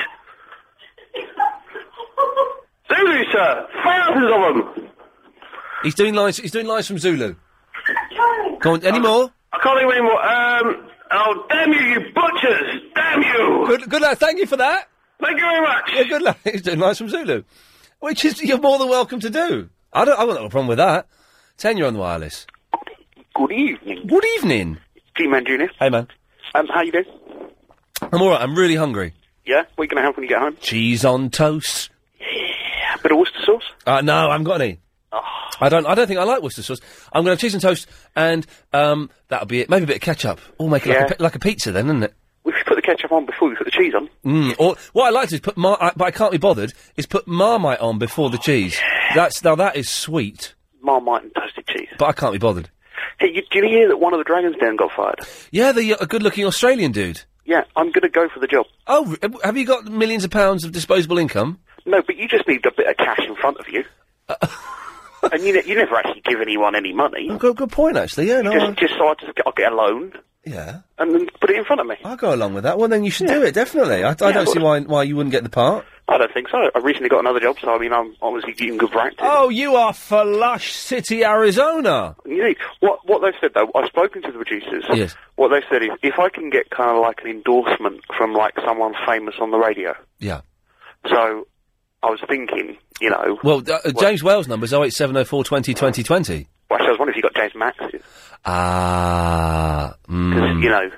[SPEAKER 17] Zulu, sir. Thousands of them.
[SPEAKER 1] He's doing lines. He's doing lines from Zulu. Go on.
[SPEAKER 4] Um,
[SPEAKER 1] Any more?
[SPEAKER 17] I can't think of any more. Um, oh, damn you, you butchers. Damn you.
[SPEAKER 1] Good, good lad. Thank you for that.
[SPEAKER 17] Thank you very much.
[SPEAKER 1] Yeah, good luck. He's doing lines from Zulu, which is you're more than welcome to do. I don't. I won't have a problem with that. Ten, you're on the wireless.
[SPEAKER 33] Good evening.
[SPEAKER 1] Good evening.
[SPEAKER 33] G-Man Junior.
[SPEAKER 1] Hey man,
[SPEAKER 33] Um, how you doing?
[SPEAKER 1] I'm all right. I'm really hungry.
[SPEAKER 33] Yeah? What are you going to have when you get home?
[SPEAKER 1] Cheese on toast.
[SPEAKER 33] A bit of Worcester sauce?
[SPEAKER 1] Uh, no, I haven't got any.
[SPEAKER 5] Ah.
[SPEAKER 1] I don't. I don't think I like Worcester sauce. I'm going to have cheese and toast, and um, that'll be it. Maybe a bit of ketchup. Or make it like, a,
[SPEAKER 5] Yeah.
[SPEAKER 1] pi- like a pizza, then, isn't it?
[SPEAKER 5] We should put the ketchup on before we put the cheese on.
[SPEAKER 1] Mm. Or what I like to is put, mar- I, but I can't be bothered. Is put Marmite on before the cheese. That's now that is sweet.
[SPEAKER 5] Marmite and toasted cheese.
[SPEAKER 1] But I can't be bothered.
[SPEAKER 5] Hey, you, do you hear that one of the Dragons Den got fired?
[SPEAKER 1] Yeah, the uh, a good-looking Australian dude.
[SPEAKER 5] Yeah, I'm going to go for the job.
[SPEAKER 1] Oh, r- have you got millions of pounds of disposable income?
[SPEAKER 5] No, but you just need a bit of cash in front of you. and you, ne- you never actually give anyone any money.
[SPEAKER 1] Oh, good, good point, actually. Yeah, no. I-
[SPEAKER 5] Just, just so I just get, I'll get a loan
[SPEAKER 1] yeah.
[SPEAKER 5] and then put it in front of me.
[SPEAKER 1] I'll go along with that. Well, then you should do it, definitely. I, I
[SPEAKER 5] Yeah,
[SPEAKER 1] don't see why why you wouldn't get the part.
[SPEAKER 5] I don't think so. I recently got another job, so I mean, I'm obviously getting good practice.
[SPEAKER 1] Oh, you are for Lush City, Arizona.
[SPEAKER 5] You know, what what they've said though, I've spoken to the producers.
[SPEAKER 1] Yes.
[SPEAKER 5] What they've said is, if I can get kind of like an endorsement from like someone famous on the radio.
[SPEAKER 1] Yeah.
[SPEAKER 5] So, I was thinking, you know,
[SPEAKER 1] Well, uh, uh, James Wales' number is 08704 20 20 20.
[SPEAKER 5] well, actually, I was wondering if you got James Max's,
[SPEAKER 1] Ah. mm.
[SPEAKER 5] you know,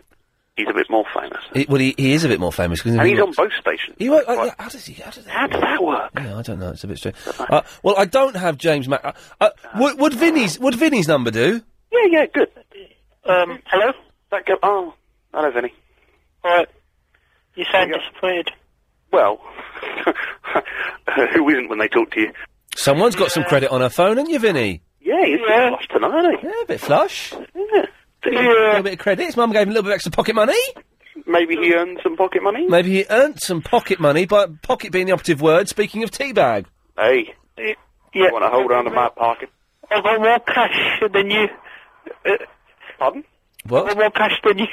[SPEAKER 5] he's a bit more famous,
[SPEAKER 1] He- well, he, he is a bit more famous. Cause
[SPEAKER 5] and he's on both stations.
[SPEAKER 1] He won't, uh, how does he? How does,
[SPEAKER 5] that work?
[SPEAKER 1] Yeah, I don't know. It's a bit strange. Uh, well, I don't have James Mac. Uh, uh, would, would Vinny's would Vinny's number do?
[SPEAKER 5] Yeah, yeah, good. Um, hello? That go- oh, hello, Vinny. Alright. You sound disappointed. Well, who isn't when they talk to you?
[SPEAKER 1] Someone's got some credit on her phone, haven't you, Vinny?
[SPEAKER 5] Yeah, he's yeah. flushed tonight, hasn't he?
[SPEAKER 1] Yeah, a bit flush. Yeah. A little bit of credit. His mum gave him a little bit of extra pocket money.
[SPEAKER 5] Maybe he earned some pocket money?
[SPEAKER 1] Maybe he earned some pocket money, by pocket being the operative word, speaking of teabag.
[SPEAKER 5] Hey. Yeah. want to hold on to my pocket?
[SPEAKER 34] I've got more cash than you. Uh,
[SPEAKER 5] Pardon?
[SPEAKER 1] What?
[SPEAKER 34] I've got more cash than you.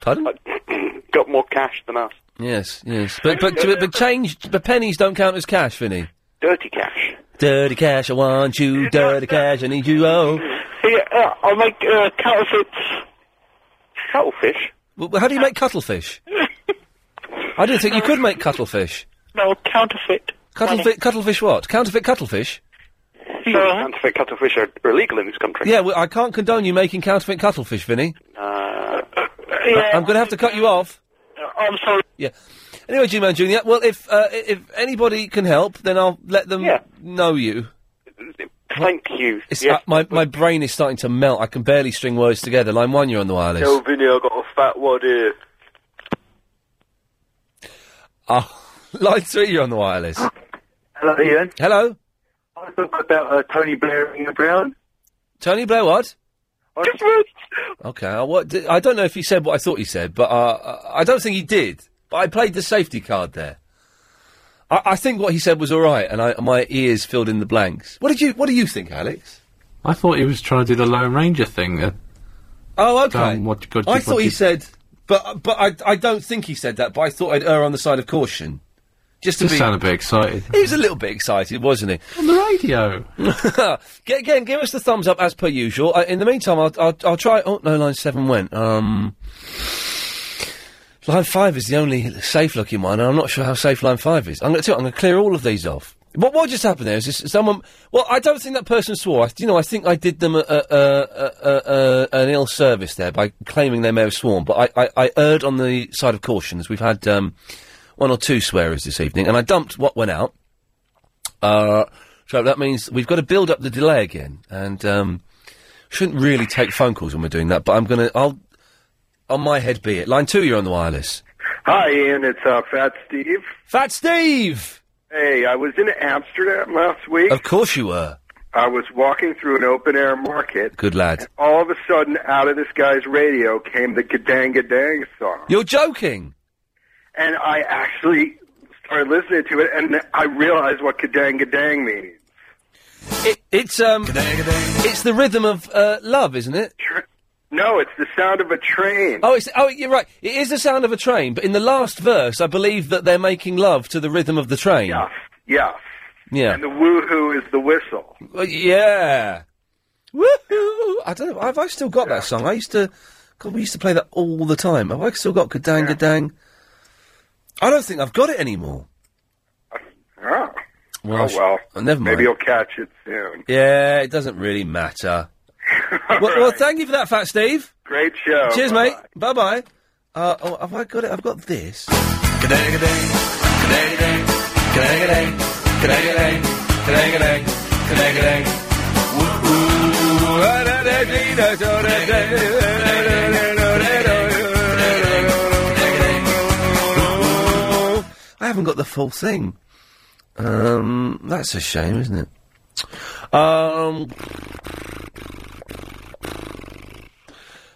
[SPEAKER 1] Pardon?
[SPEAKER 5] got more cash than us.
[SPEAKER 1] Yes, yes. But, but, but, but change, but pennies don't count as cash, Vinny.
[SPEAKER 5] Dirty cash.
[SPEAKER 1] Dirty cash, I want you. Dirty cash, I need you. Oh.
[SPEAKER 34] Yeah, uh, I'll make uh, counterfeits.
[SPEAKER 5] Cuttlefish?
[SPEAKER 1] Well, how do you make cuttlefish? I didn't think you could make cuttlefish.
[SPEAKER 34] No, counterfeit.
[SPEAKER 1] Cuttlefi- cuttlefish what? Counterfeit cuttlefish?
[SPEAKER 34] Uh-huh.
[SPEAKER 5] Counterfeit cuttlefish are are illegal in this country.
[SPEAKER 1] Yeah, well, I can't condone you making counterfeit cuttlefish, Vinny.
[SPEAKER 5] Uh,
[SPEAKER 1] I- I'm going to have to cut you off.
[SPEAKER 34] Uh, I'm sorry.
[SPEAKER 1] Yeah. Anyway, G Man Junior. Well, if uh, i- if anybody can help, then I'll let them know you.
[SPEAKER 5] Thank you.
[SPEAKER 1] It's, uh, my my brain is starting to melt. I can barely string words together. Line one, you're on the wireless.
[SPEAKER 35] Yo, Vinny, I got a fat wad here.
[SPEAKER 1] Oh, line three, you're on the wireless.
[SPEAKER 2] Hello, Ian.
[SPEAKER 1] Hello.
[SPEAKER 2] I want to talk about uh, Tony Blair and Brown.
[SPEAKER 1] Tony Blair, what? Okay. uh, What? di- I don't know if he said what I thought he said, but uh, I I don't think he did. But I played the safety card there. I, I think what he said was all right, and I, my ears filled in the blanks. What did you What do you think, Alex?
[SPEAKER 18] I thought he was trying to do the Lone Ranger thing. Uh,
[SPEAKER 1] Oh, okay.
[SPEAKER 18] Um, what, God,
[SPEAKER 1] I
[SPEAKER 18] what
[SPEAKER 1] thought he
[SPEAKER 18] you-
[SPEAKER 1] said, but but I I don't think he said that. But I thought I'd err on the side of caution, just to
[SPEAKER 18] Just
[SPEAKER 1] be.
[SPEAKER 18] sound a bit excited.
[SPEAKER 1] He was a little bit excited, wasn't he?
[SPEAKER 18] On the radio.
[SPEAKER 1] G- Again, give us the thumbs up as per usual. Uh, in the meantime, I'll, I'll, I'll try. Oh no, line seven went. Um, line five is the only safe-looking one, and I'm not sure how safe line five is. I'm going to I'm going to clear all of these off. What what just happened there is this, someone. Well, I don't think that person swore. I, you know, I think I did them a, a, a, a, a, an ill service there by claiming they may have sworn, but I, I, I erred on the side of caution as we've had um, one or two swearers this evening, and I dumped what went out. Uh, so that means we've got to build up the delay again, and um, shouldn't really take phone calls when we're doing that. But I'm gonna, I'll, on my head be it. Line two, you're on the wireless.
[SPEAKER 2] Hi, Ian. It's uh, Fat Steve.
[SPEAKER 1] Fat Steve.
[SPEAKER 2] Hey, I was in Amsterdam last week.
[SPEAKER 1] Of course you were.
[SPEAKER 2] I was walking through an open air market.
[SPEAKER 1] Good lad.
[SPEAKER 2] All of a sudden, out of this guy's radio came the Gadanga Dang song,
[SPEAKER 1] You're joking.
[SPEAKER 2] and I actually started listening to it, and I realized what Gadanga Dang means.
[SPEAKER 1] It, it's um, it's the rhythm of uh, love, isn't it?
[SPEAKER 2] No, it's the sound of a train.
[SPEAKER 1] Oh, it's oh, you're right. It is the sound of a train, but in the last verse, I believe that they're making love to the rhythm of the train. Yeah.
[SPEAKER 2] Yeah,
[SPEAKER 1] Yeah.
[SPEAKER 2] and the woohoo is the whistle.
[SPEAKER 1] Well, yeah. Woohoo! I don't know. Have I still got that song? I used to. God, we used to play that all the time. Have I still got Gadang Gadang? I don't think I've got it anymore.
[SPEAKER 2] Oh,
[SPEAKER 1] Well, I
[SPEAKER 2] oh
[SPEAKER 1] sh-
[SPEAKER 2] well.
[SPEAKER 1] oh, never mind.
[SPEAKER 2] Maybe you'll catch it soon.
[SPEAKER 1] Yeah, it doesn't really matter. well, well, thank you for that, Fat Steve.
[SPEAKER 2] Great show.
[SPEAKER 5] Oh,
[SPEAKER 1] Cheers, mate. Bye bye. Uh, oh, have I got it? I've got this. I haven't got the full thing. Um, that's a shame, isn't it? Um,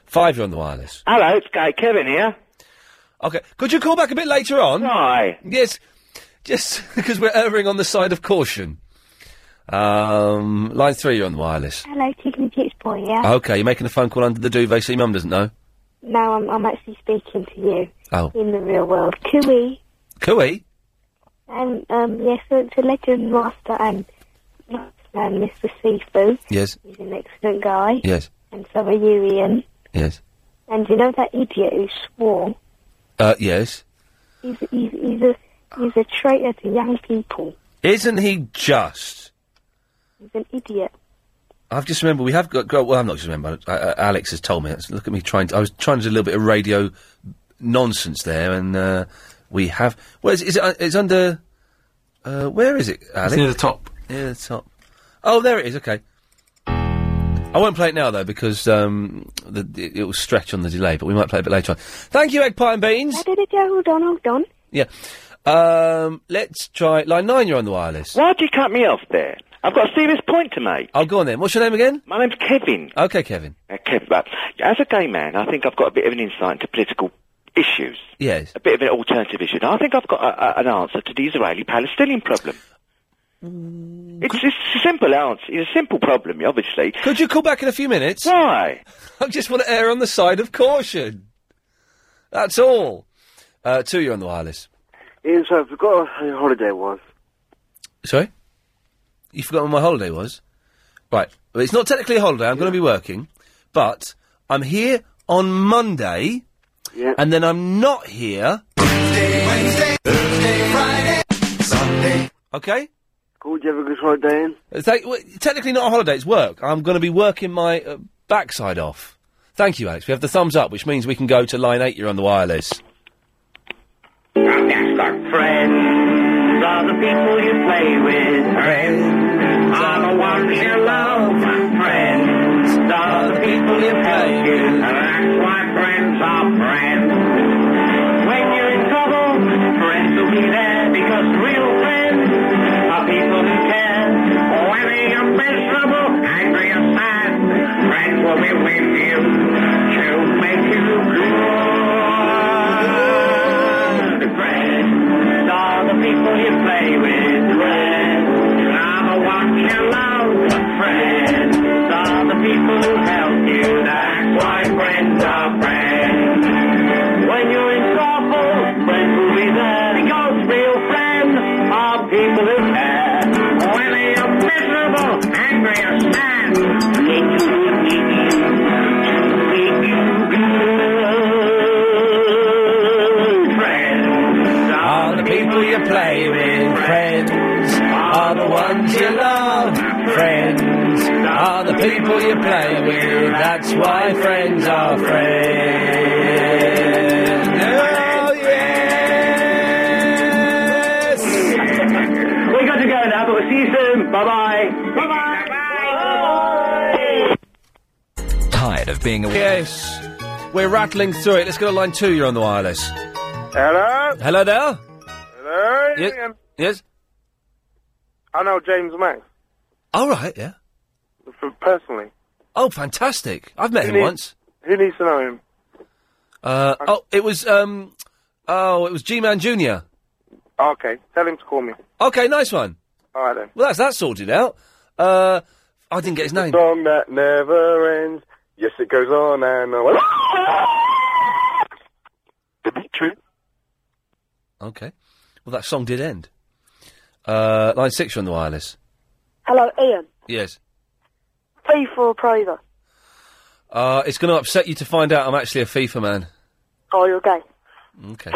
[SPEAKER 1] five, you're on the wireless.
[SPEAKER 25] Hello, it's Guy Kevin here.
[SPEAKER 1] Okay, could you call back a bit later on?
[SPEAKER 25] Why?
[SPEAKER 1] Yes, just because we're erring on the side of caution. Um, line three, you're on the wireless.
[SPEAKER 26] Hello, Chicken Chips Boy, yeah?
[SPEAKER 1] Okay, you're making a phone call under the duvet so your mum doesn't know.
[SPEAKER 26] No, I'm, I'm actually speaking to you
[SPEAKER 1] Oh.
[SPEAKER 26] in the real world. Cooey,
[SPEAKER 1] Cooey?
[SPEAKER 26] and um, yes, it's a legend master and um, Mr. Sifu.
[SPEAKER 1] Yes.
[SPEAKER 26] He's an excellent guy.
[SPEAKER 1] Yes.
[SPEAKER 26] And so are you, Ian.
[SPEAKER 1] Yes.
[SPEAKER 26] And you know that idiot who swore?
[SPEAKER 1] Uh, yes.
[SPEAKER 26] He's, he's, he's, a, he's a traitor to young people.
[SPEAKER 1] Isn't he just?
[SPEAKER 26] He's an idiot.
[SPEAKER 1] I've just remembered we have got. got- Well, I'm not just remembered. Uh, uh, Alex has told me. That's- Look at me trying. To, I was trying to do a little bit of radio nonsense there, and uh, we have. Well, is, is it? uh, It's under. Uh, where is it, Alex?
[SPEAKER 9] near the top.
[SPEAKER 1] Near the top. Oh, there it is. Okay. I won't play it now though because um, the, it, it will stretch on the delay. But we might play it a bit later on. Thank you, egg pie and beans.
[SPEAKER 26] No, no, no, hold on, hold on.
[SPEAKER 1] Yeah. Um, let's try line nine. You're on the wireless.
[SPEAKER 25] Why'd you cut me off there? I've got a serious point to make.
[SPEAKER 1] I'll go on then. What's your name again?
[SPEAKER 25] My name's Kevin.
[SPEAKER 1] Okay, Kevin.
[SPEAKER 25] Uh, Kevin, but as a gay man, I think I've got a bit of an insight into political issues,
[SPEAKER 1] Yes.
[SPEAKER 25] a bit of an alternative issue. And I think I've got a, a, an answer to the Israeli-Palestinian problem. It's, it's a simple answer. It's a simple problem, obviously.
[SPEAKER 1] Could you call back in a few minutes?
[SPEAKER 25] Why?
[SPEAKER 1] I just want to err on the side of caution. That's all. Uh, two, you're on the wireless.
[SPEAKER 21] Ian, so I forgot how your holiday was.
[SPEAKER 1] Sorry? You forgot when my holiday was? Right. Well, it's not technically a holiday. I'm going to be working. But I'm here on Monday. And then I'm not here. Okay?
[SPEAKER 21] Cool, did you have a good holiday, Ian?
[SPEAKER 1] It's like- well, technically not a holiday, it's work. I'm going to be working my uh, backside off. Thank you, Alex. We have the thumbs up, which means we can go to line eight. You're on the wireless.
[SPEAKER 14] Friends are the people you play with. Friends are the ones you love. Friends are the people you play with. And that's why friends are friends. When you're in trouble, friends will be there because real friends are people who care. Whether you're miserable, angry or sad, friends will be with you to make you good. Friends are the people you play with. Friends are the ones you love. Friends are the people who help you. That's why friends are friends. When you're in trouble, friends will be there. Because real friends are people who care. When you're miserable, angry, or sad, they do need you to make you good. Friends are
[SPEAKER 1] Ah,
[SPEAKER 14] the people you play with. Friends are the ones you love. Friends are the people you play with. That's why friends are friends. Oh, yes!
[SPEAKER 26] we got to go now, but we'll see you soon. Bye bye. Bye bye.
[SPEAKER 1] Tired of being a Yes. We're rattling through it. Let's go to line two. You're on the wireless.
[SPEAKER 28] Hello?
[SPEAKER 1] Hello there.
[SPEAKER 28] Hello?
[SPEAKER 1] Yes.
[SPEAKER 28] Ian?
[SPEAKER 1] Yes.
[SPEAKER 28] I know James May,
[SPEAKER 1] All right. Yeah.
[SPEAKER 28] f- personally.
[SPEAKER 1] Oh, fantastic. I've met
[SPEAKER 28] Who
[SPEAKER 1] him
[SPEAKER 28] needs-
[SPEAKER 1] once.
[SPEAKER 28] Who needs to know him?
[SPEAKER 1] Uh, oh, it was um, oh, it was G-Man Junior.
[SPEAKER 28] Ah, Okay, tell him to call me.
[SPEAKER 1] Okay, nice one.
[SPEAKER 28] All right, then.
[SPEAKER 1] Well, that's that sorted out. Uh, I didn't get his name.
[SPEAKER 28] Song that never ends. Yes, it goes on and
[SPEAKER 2] uh,
[SPEAKER 28] on.
[SPEAKER 1] Okay. Well, that song did end. Uh, line six, you're on the wireless.
[SPEAKER 27] Hello, Ian.
[SPEAKER 1] Yes.
[SPEAKER 27] FIFA appraiser.
[SPEAKER 1] Uh, it's going to upset you to find out I'm actually a FIFA man.
[SPEAKER 27] Oh, you're gay.
[SPEAKER 1] Okay.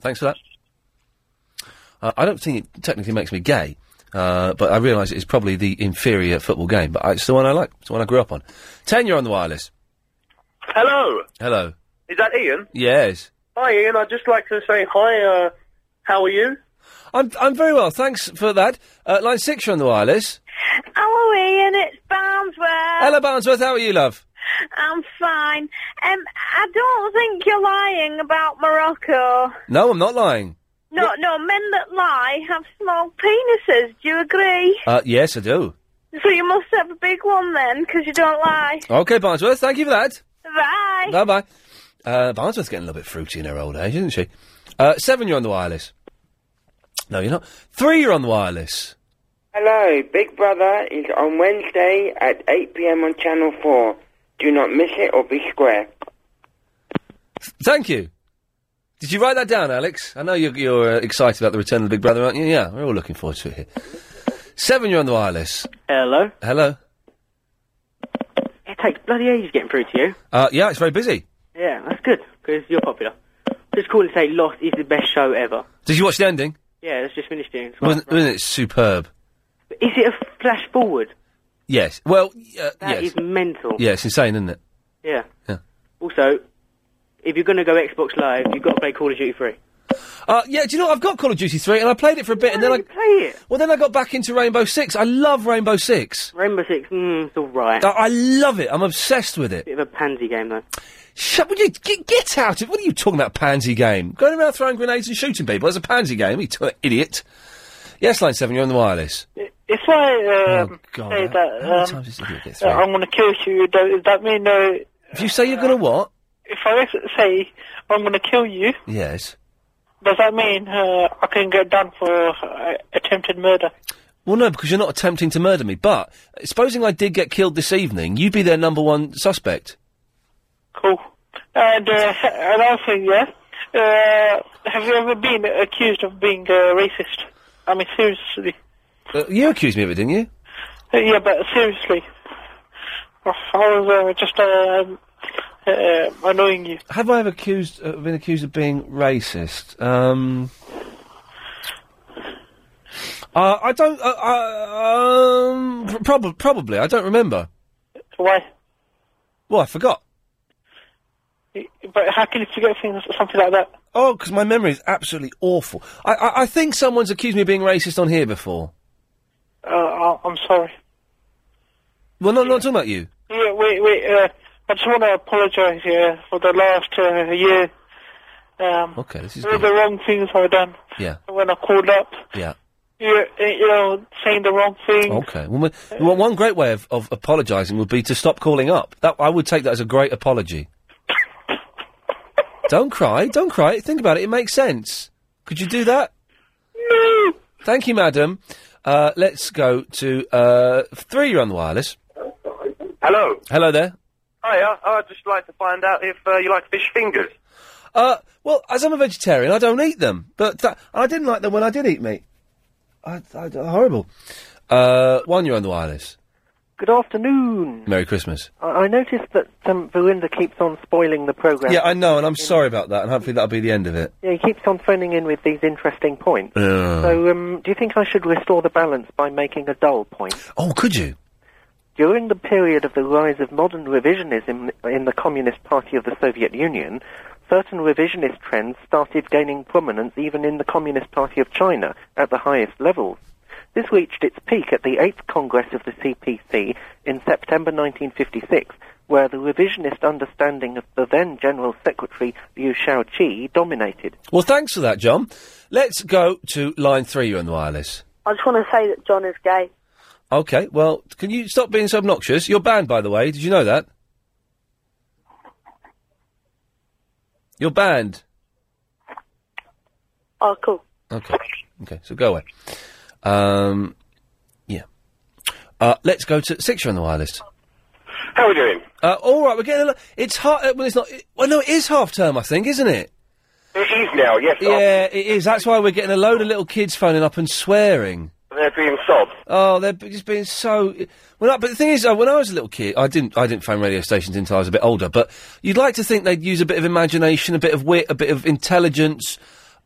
[SPEAKER 1] Thanks for that. Uh, I don't think it technically makes me gay, uh, but I realise it's probably the inferior football game. But I, it's the one I like. It's the one I grew up on. Ten, you're on the wireless.
[SPEAKER 13] Hello,
[SPEAKER 1] Hello.
[SPEAKER 13] is that Ian?
[SPEAKER 1] Yes.
[SPEAKER 13] Hi, Ian. I'd just like to say hi. Uh, how are you?
[SPEAKER 1] I'm I'm very well. Thanks for that. Uh, line six, you're on the wireless.
[SPEAKER 36] Oh,
[SPEAKER 12] Hello, Ian. It's Barnsworth.
[SPEAKER 1] Ella Barnsworth, how are you, love?
[SPEAKER 12] I'm fine. Um, I don't think you're lying about Morocco.
[SPEAKER 1] No, I'm not lying.
[SPEAKER 12] No, no, men that lie have small penises. Do you agree?
[SPEAKER 1] Uh, yes, I do.
[SPEAKER 12] So you must have a big one then, because you don't lie.
[SPEAKER 1] Okay, Barnsworth, thank you for that.
[SPEAKER 12] Bye.
[SPEAKER 1] Bye bye. Uh, Barnsworth's getting a little bit fruity in her old age, isn't she? Uh, seven, you're on the wireless. No, you're not. Three, you're on the wireless.
[SPEAKER 37] Hello, Big Brother is on Wednesday at 8 p.m. on Channel 4. Do not miss it or be square.
[SPEAKER 1] Thank you. Did you write that down, Alex? I know you're, you're uh, excited about the return of the Big Brother, aren't you? Yeah, we're all looking forward to it here. Seven, you're on the wireless.
[SPEAKER 14] Hello.
[SPEAKER 1] Hello.
[SPEAKER 14] It takes bloody ages getting through to you.
[SPEAKER 1] Uh, yeah, it's very busy.
[SPEAKER 14] Yeah, that's good, because you're popular. Just call and say Lost is the best show ever.
[SPEAKER 1] Did you watch the ending?
[SPEAKER 14] Yeah, let's just finish doing
[SPEAKER 1] Wasn't, wasn't it superb?
[SPEAKER 14] Is it a flash forward?
[SPEAKER 1] Yes. Well, uh,
[SPEAKER 14] That
[SPEAKER 1] yes.
[SPEAKER 14] is mental.
[SPEAKER 1] Yeah, it's insane, isn't it?
[SPEAKER 14] Yeah.
[SPEAKER 1] Yeah.
[SPEAKER 14] Also, if you're going to go Xbox Live, you've got to play Call of Duty 3.
[SPEAKER 1] Uh, yeah, do you know what? I've got Call of Duty 3 and I played it for a bit and then I.
[SPEAKER 14] play it?
[SPEAKER 1] Well, then I got back into Rainbow Six. I love Rainbow Six.
[SPEAKER 14] Rainbow Six, mm, it's alright.
[SPEAKER 1] I, I love it. I'm obsessed with it.
[SPEAKER 14] Bit of a pansy game, though.
[SPEAKER 1] Shut, would you get, get out of What are you talking about, pansy game? Going around throwing grenades and shooting people. That's a pansy game, you t- idiot. Yes, line 7, you're on the wireless.
[SPEAKER 5] If I um,
[SPEAKER 1] Oh, God,
[SPEAKER 5] say
[SPEAKER 1] how-
[SPEAKER 5] that,
[SPEAKER 1] how many
[SPEAKER 5] um,
[SPEAKER 1] times does it get
[SPEAKER 5] that
[SPEAKER 1] through?
[SPEAKER 5] I'm going to kill you, do- does that mean uh,
[SPEAKER 1] If you say you're going to what?
[SPEAKER 5] if I say I'm going to kill you,
[SPEAKER 1] Yes.
[SPEAKER 5] does that mean uh, I can get done for uh, attempted murder?
[SPEAKER 1] Well, no, because you're not attempting to murder me. But uh, supposing I did get killed this evening, you'd be their number one suspect.
[SPEAKER 5] Cool. And uh, another thing, yeah. Uh, have you ever been accused of being uh, racist? I mean, seriously.
[SPEAKER 1] Uh, you accused me of it, didn't you?
[SPEAKER 5] Uh, yeah, but seriously. Oh, I was uh, just um, uh, annoying you.
[SPEAKER 1] Have I ever accused, uh, been accused of being racist? Um, uh, I don't. Uh, uh, um, pr- prob- probably. I don't remember.
[SPEAKER 5] Why?
[SPEAKER 1] Well, I forgot.
[SPEAKER 5] But how can you forget things, something like that?
[SPEAKER 1] Oh, because my memory is absolutely awful. I, I, I think someone's accused me of being racist on here before.
[SPEAKER 5] Uh, I- I'm sorry.
[SPEAKER 1] Well, no, I'm not talking about you.
[SPEAKER 5] Yeah, wait, wait. Uh, I just want to apologise yeah, for the last uh, year. Um,
[SPEAKER 1] Okay, this is
[SPEAKER 5] all the wrong things I've done
[SPEAKER 1] yeah,
[SPEAKER 5] when I called up.
[SPEAKER 1] yeah.
[SPEAKER 5] You, uh, you know, saying the wrong thing.
[SPEAKER 1] Okay. Well, my- well, one great way of, of apologising would be to stop calling up. That I would take that as a great apology. don't cry. Don't cry. Think about it. It makes sense. Could you do that?
[SPEAKER 5] No.
[SPEAKER 1] Thank you, madam. Uh, let's go to uh, three. You're on the wireless.
[SPEAKER 2] Hello.
[SPEAKER 1] Hello there.
[SPEAKER 18] uh,
[SPEAKER 2] Hiya. I'd just like to find out if uh, you like fish fingers.
[SPEAKER 1] Uh, well, as I'm a vegetarian, I don't eat them. But tha- I didn't like them when I did eat meat. I, I, horrible. Uh, one. You're on the wireless.
[SPEAKER 3] Good afternoon.
[SPEAKER 1] Merry Christmas.
[SPEAKER 3] I, I noticed that um, Verinda keeps on spoiling the program.
[SPEAKER 1] Yeah, I know, and I'm sorry about that, and hopefully that'll be the end of it.
[SPEAKER 3] Yeah, he keeps on phoning in with these interesting points.
[SPEAKER 9] Uh.
[SPEAKER 1] Ugh.
[SPEAKER 3] So, um, do you think I should restore the balance by making a dull point?
[SPEAKER 1] Oh, could you?
[SPEAKER 3] During the period of the rise of modern revisionism in the Communist Party of the Soviet Union, certain revisionist trends started gaining prominence even in the Communist Party of China at the highest levels. This reached its peak at the 8th Congress of the CPC in September 1956, where the revisionist understanding of the then General Secretary Liu Shaoqi dominated.
[SPEAKER 1] Well, thanks for that, John. Let's go to line three. You're on the wireless.
[SPEAKER 38] I just want to say that John is gay.
[SPEAKER 1] Okay. Well, can you stop being so obnoxious? You're banned, by the way. Did you know that? You're banned.
[SPEAKER 38] Oh, cool.
[SPEAKER 1] Okay. Okay. So go away. Um, yeah. Uh, let's go to six. You're on the wireless.
[SPEAKER 2] How are we doing?
[SPEAKER 1] Uh, all right. We're getting. A lo- it's hard. Uh, well, it's not. It, well, no, it is half term. I think, isn't it?
[SPEAKER 2] It is now, yes.
[SPEAKER 1] Yeah, it is. That's why we're getting a load of little kids phoning up and swearing.
[SPEAKER 2] They're being sobbed.
[SPEAKER 1] Oh, they're b- just being so. Well, no, but the thing is, uh, when I was a little kid, I didn't, I didn't phone radio stations until I was a bit older. But you'd like to think they'd use a bit of imagination, a bit of wit, a bit of intelligence.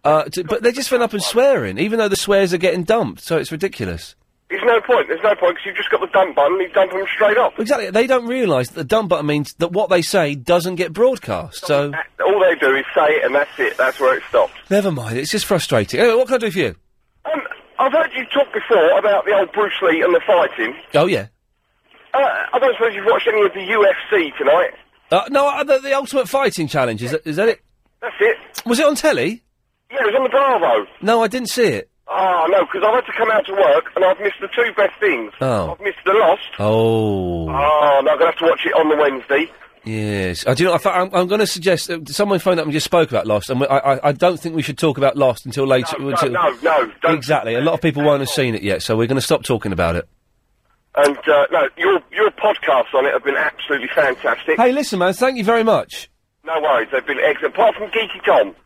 [SPEAKER 1] Uh, to, but they just phone up and swearing, even though the swears are getting dumped. So it's ridiculous.
[SPEAKER 2] There's no point. There's no point because you've just got the dump button. You dump them straight off.
[SPEAKER 1] Exactly. They don't realise that the dump button means that what they say doesn't get broadcast. So
[SPEAKER 2] All they do is say it, and that's it. That's where it stops.
[SPEAKER 1] never mind. It's just frustrating. Anyway, what can I do for you?
[SPEAKER 18] Um, I've heard you talk before about the old Bruce Lee and the fighting.
[SPEAKER 1] Oh yeah.
[SPEAKER 18] Uh, I don't suppose you've watched any of the UFC tonight.
[SPEAKER 1] Uh, no, uh, the, the Ultimate Fighting Challenge is that, is that it?
[SPEAKER 18] That's it.
[SPEAKER 1] Was it on telly?
[SPEAKER 18] Yeah, it was on the Bravo.
[SPEAKER 1] No, I didn't see it.
[SPEAKER 18] Oh, no, because I've had to come out to work and I've missed the two best things.
[SPEAKER 1] Oh.
[SPEAKER 18] I've missed the loss.
[SPEAKER 1] Oh.
[SPEAKER 18] Oh, no, I'm going to have to watch it on the Wednesday.
[SPEAKER 1] Yes. I do. You know, I fa- I'm, I'm going to suggest uh, someone phoned up and just spoke about Lost, and we, I, I, I don't think we should talk about Lost until later.
[SPEAKER 18] No,
[SPEAKER 1] until,
[SPEAKER 18] no, no,
[SPEAKER 1] Exactly. A lot of people won't have seen it yet, so we're going to stop talking about it.
[SPEAKER 18] And, uh, no, your, your podcasts on it have been absolutely fantastic.
[SPEAKER 1] Hey, listen, man. Thank you very much.
[SPEAKER 18] No worries, they've been excellent. Apart from Geeky Tom.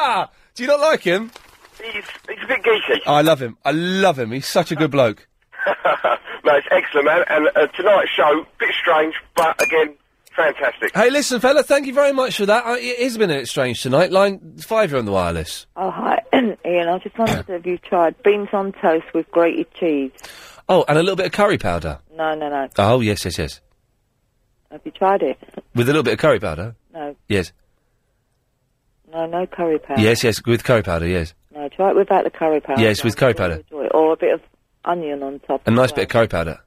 [SPEAKER 1] do you not like him? Oh,
[SPEAKER 18] He's, he's a bit geeky.
[SPEAKER 1] I love him. I love him. He's such a good bloke.
[SPEAKER 18] no, it's excellent, man. And uh, tonight's show, bit strange, but again, fantastic.
[SPEAKER 1] Hey, listen, fella. Thank you very much for that. I, it has been a bit strange tonight. Line five, you're on the wireless.
[SPEAKER 13] Oh, hi, Ian. I just wondered if you tried beans on toast with grated cheese.
[SPEAKER 1] Oh, and a little bit of curry powder.
[SPEAKER 13] No, no, no.
[SPEAKER 1] Oh, yes, yes, yes.
[SPEAKER 13] Have you tried it?
[SPEAKER 1] With a little bit of curry powder.
[SPEAKER 13] No,
[SPEAKER 1] Yes.
[SPEAKER 13] no, no curry powder.
[SPEAKER 1] Yes, yes. With curry powder. Yes.
[SPEAKER 13] No, try it without the curry powder.
[SPEAKER 1] Yes, with curry powder.
[SPEAKER 13] Enjoy it. Or a bit of onion on top.
[SPEAKER 1] A nice bit of curry powder.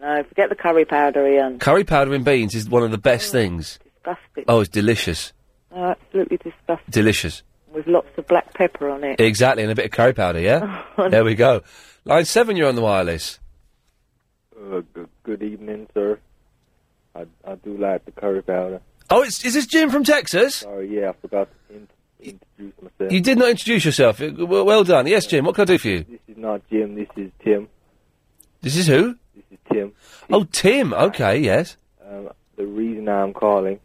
[SPEAKER 13] No, forget the curry powder, Ian.
[SPEAKER 1] Curry powder in beans is one of the best things.
[SPEAKER 13] Disgusting.
[SPEAKER 1] Oh, it's delicious.
[SPEAKER 13] No, absolutely disgusting.
[SPEAKER 1] Delicious.
[SPEAKER 13] With lots of black pepper on it.
[SPEAKER 1] Exactly, and a bit of curry powder, yeah? there we go. Line seven, you're on the wireless.
[SPEAKER 5] Uh, good, good evening, sir. I, I do like the curry powder.
[SPEAKER 1] Oh, it's, is this Jim from Texas?
[SPEAKER 5] Sorry, yeah, I forgot to in- introduce myself.
[SPEAKER 1] You did not introduce yourself. Uh, Well, well done. Yes, Jim, what can I do for you?
[SPEAKER 5] This is not Jim. This is Tim.
[SPEAKER 1] This is who?
[SPEAKER 5] This is Tim.
[SPEAKER 1] Oh, Tim. Okay, yes.
[SPEAKER 5] Um, the reason I'm calling,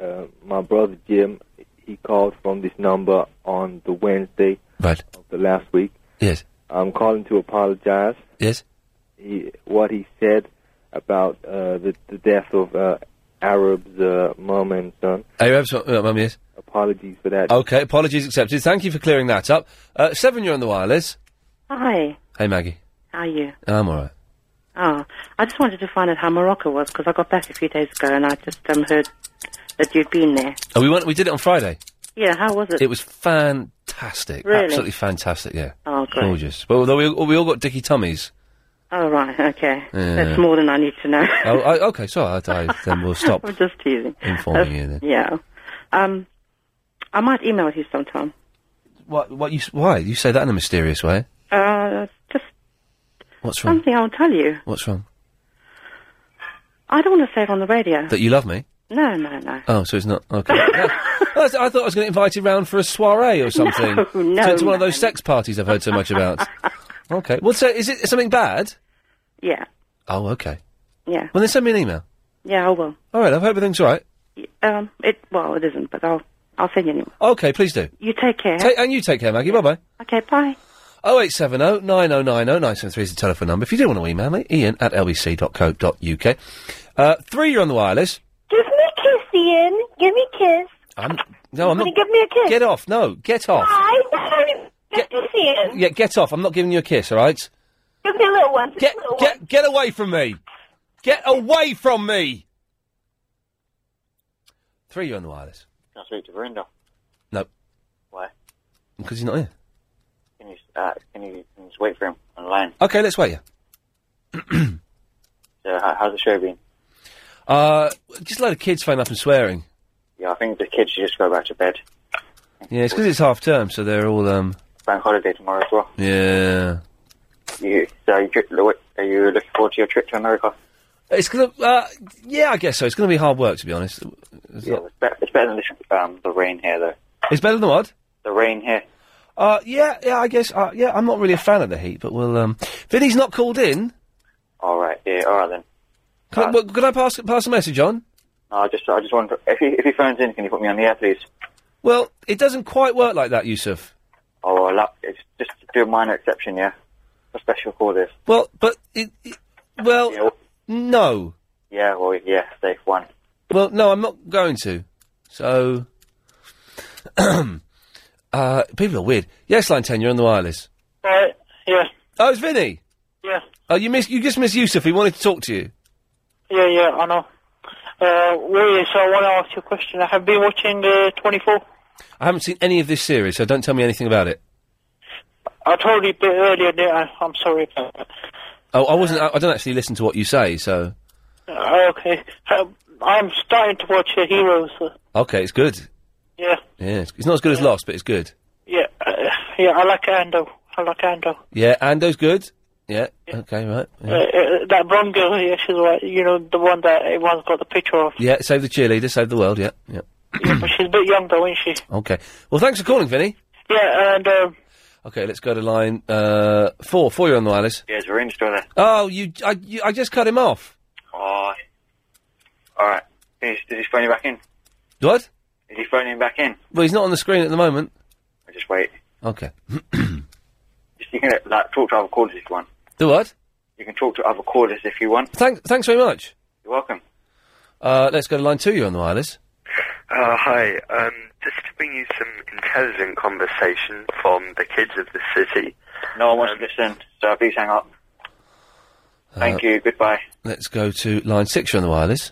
[SPEAKER 5] uh, my brother Jim, he called from this number on the Wednesday
[SPEAKER 1] Right.
[SPEAKER 5] of the last week.
[SPEAKER 1] Yes.
[SPEAKER 5] I'm calling to apologize.
[SPEAKER 1] Yes.
[SPEAKER 5] He, what he said about uh, the, the death of uh, Arab's uh, mom and son.
[SPEAKER 1] Arabs, uh, mum, yes.
[SPEAKER 5] Apologies for that.
[SPEAKER 1] Okay, apologies accepted. Thank you for clearing that up. Uh, seven, you're on the wireless.
[SPEAKER 14] Hi,
[SPEAKER 1] Hey, Maggie.
[SPEAKER 14] how are you?
[SPEAKER 1] I'm all right.
[SPEAKER 14] Oh, I just wanted to find out how Morocco was because I got back a few days ago and I just um, heard that you'd been there.
[SPEAKER 1] Oh, we went. We did it on Friday.
[SPEAKER 14] Yeah, how was it?
[SPEAKER 1] It was fantastic.
[SPEAKER 14] Really?
[SPEAKER 1] Absolutely fantastic. Yeah.
[SPEAKER 14] Oh, great.
[SPEAKER 1] Gorgeous. But although we, oh, we all got dicky tummies.
[SPEAKER 14] Oh, right, okay.
[SPEAKER 1] Yeah.
[SPEAKER 14] That's more than I need to know.
[SPEAKER 1] oh, I, okay. So I, I, then we'll stop
[SPEAKER 14] I'm just teasing.
[SPEAKER 1] informing
[SPEAKER 14] Uh,
[SPEAKER 1] you. Then.
[SPEAKER 14] Yeah. Um, I might email you sometime.
[SPEAKER 1] What? What? You? s- Why? You say that in a mysterious way.
[SPEAKER 14] Uh, just
[SPEAKER 1] What's wrong?
[SPEAKER 14] something I'll tell you.
[SPEAKER 1] What's wrong?
[SPEAKER 14] I don't want to say it on the radio.
[SPEAKER 1] That you love me?
[SPEAKER 14] No, no, no.
[SPEAKER 1] Oh, so it's not okay. No. I th- I thought I was going to invite you round for a soiree or something.
[SPEAKER 14] No, no,
[SPEAKER 1] to, to one of those sex parties I've heard so much about. okay. Well, so is it something bad?
[SPEAKER 14] Yeah,
[SPEAKER 1] Oh, okay.
[SPEAKER 14] yeah,
[SPEAKER 1] Well, then send me an email.
[SPEAKER 14] yeah, I will.
[SPEAKER 1] All right. I hope everything's all right.
[SPEAKER 14] Um, it, well, it isn't, but I'll, I'll send you an email.
[SPEAKER 1] Okay. Please do.
[SPEAKER 14] You take care.
[SPEAKER 1] Ta- and you take care, Maggie. Oh, Bye bye.
[SPEAKER 14] okay, bye.
[SPEAKER 1] 0870 9090 973 is the telephone number. If you do want to email me, ian at lbc.co.uk. Uh, three, you're on the wireless.
[SPEAKER 39] Give me a kiss, Ian. Give me a kiss.
[SPEAKER 1] I'm, no, I'm
[SPEAKER 39] Will
[SPEAKER 1] not.
[SPEAKER 39] you give me a kiss?
[SPEAKER 1] Get off. No, get off.
[SPEAKER 39] Hi. Good to see you.
[SPEAKER 1] Oh. Yeah, get off. I'm not giving you a kiss, all right?
[SPEAKER 39] Give me a little one.
[SPEAKER 1] Get, get, get away from me. Get away from me. Three, you're on the wireless.
[SPEAKER 40] Can I speak to Verinda?
[SPEAKER 1] No,
[SPEAKER 40] Why?
[SPEAKER 1] because he's not here.
[SPEAKER 40] Can you, uh, can you, can you just wait for him on the line?
[SPEAKER 1] Okay, let's wait. Yeah.
[SPEAKER 40] So, how, how's the show been?
[SPEAKER 1] Uh, just a load of kids phone up and swearing.
[SPEAKER 40] Yeah, I think the kids should just go back to bed.
[SPEAKER 1] Yeah, it's because it's half term, so they're all, um,
[SPEAKER 40] Bank holiday tomorrow as well.
[SPEAKER 1] yeah.
[SPEAKER 40] You, so, you, tri- lo- are you looking forward to your trip to America?
[SPEAKER 1] It's gonna, uh, yeah, I guess so. It's gonna be hard work, to be honest. It's,
[SPEAKER 40] Yeah,
[SPEAKER 1] not-
[SPEAKER 40] it's, be- it's better than this, um, the rain here, though.
[SPEAKER 1] it's better than what?
[SPEAKER 40] The rain here.
[SPEAKER 1] Uh, yeah, yeah, I guess, uh, yeah, I'm not really a fan of the heat, but we'll, um, Vinny's not called in.
[SPEAKER 40] All right, yeah, all right then. Uh,
[SPEAKER 1] Can, I- well, could I pass, pass a message on?
[SPEAKER 40] No, I just, I just wonder if he, if he phones in, can you put me on the air, please?
[SPEAKER 1] Well, it doesn't quite work like that, Yusuf.
[SPEAKER 40] Oh, well, that- it's just do a minor exception, yeah. A special call this.
[SPEAKER 1] Well, but it, it well, no.
[SPEAKER 40] Yeah, well, yeah, safe one.
[SPEAKER 1] Well, no, I'm not going to. So, uh, people are weird. Yes, line ten, you're on the wireless.
[SPEAKER 4] Uh, yeah,
[SPEAKER 1] Oh, it's Vinny.
[SPEAKER 4] yeah,
[SPEAKER 1] Oh, you miss, you just missed Yusuf. He wanted to talk to you.
[SPEAKER 4] yeah, yeah, I know. Uh, well, yeah, so I want to ask you a question. I have been watching uh, 24.
[SPEAKER 1] I haven't seen any of this series, so don't tell me anything about it.
[SPEAKER 5] I told you a bit earlier, that I, I'm sorry about that.
[SPEAKER 1] Oh, I wasn't. I, I don't actually listen to what you say, so
[SPEAKER 5] Uh, okay. Um, I'm starting to watch uh, Heroes. Uh,
[SPEAKER 1] okay, it's good.
[SPEAKER 5] yeah,
[SPEAKER 1] Yeah, it's, it's not as good as Lost, but it's good.
[SPEAKER 5] yeah, uh, yeah, I like Ando. I like Ando.
[SPEAKER 1] Yeah, Ando's good. Yeah. Okay, right.
[SPEAKER 5] Uh,
[SPEAKER 1] Yeah.
[SPEAKER 5] uh, that blonde girl, yeah, she's right. You know, the one that everyone's got the picture of.
[SPEAKER 1] Yeah, save the cheerleader, save the world. Yeah, yeah.
[SPEAKER 5] yeah, but she's a bit young, though, isn't she?
[SPEAKER 1] Okay. Well, thanks for calling, Vinny.
[SPEAKER 5] Yeah, and um,
[SPEAKER 1] Okay, let's go to line uh, four. Four, you're on the wireless.
[SPEAKER 41] Yes, we're in still there.
[SPEAKER 1] Oh, you I, you, I just cut him off.
[SPEAKER 41] Oh. All right. Is, is he phoning back in?
[SPEAKER 1] What?
[SPEAKER 41] Is he phoning back in?
[SPEAKER 1] Well, he's not on the screen at the moment.
[SPEAKER 41] I just wait.
[SPEAKER 1] Okay.
[SPEAKER 41] Just you can like talk to other callers if you want.
[SPEAKER 1] Do what?
[SPEAKER 41] You can talk to other callers if you want.
[SPEAKER 1] Thanks. Thanks very much.
[SPEAKER 41] You're welcome.
[SPEAKER 1] Uh, let's go to line two. You're on the wireless.
[SPEAKER 8] Uh, hi. Um, just to bring you some intelligent conversation from the kids of the city. Um,
[SPEAKER 41] No one wants to listen, so please hang up. Thank
[SPEAKER 1] Uh,
[SPEAKER 41] you. Goodbye.
[SPEAKER 1] Let's go to line six. You're on the wireless.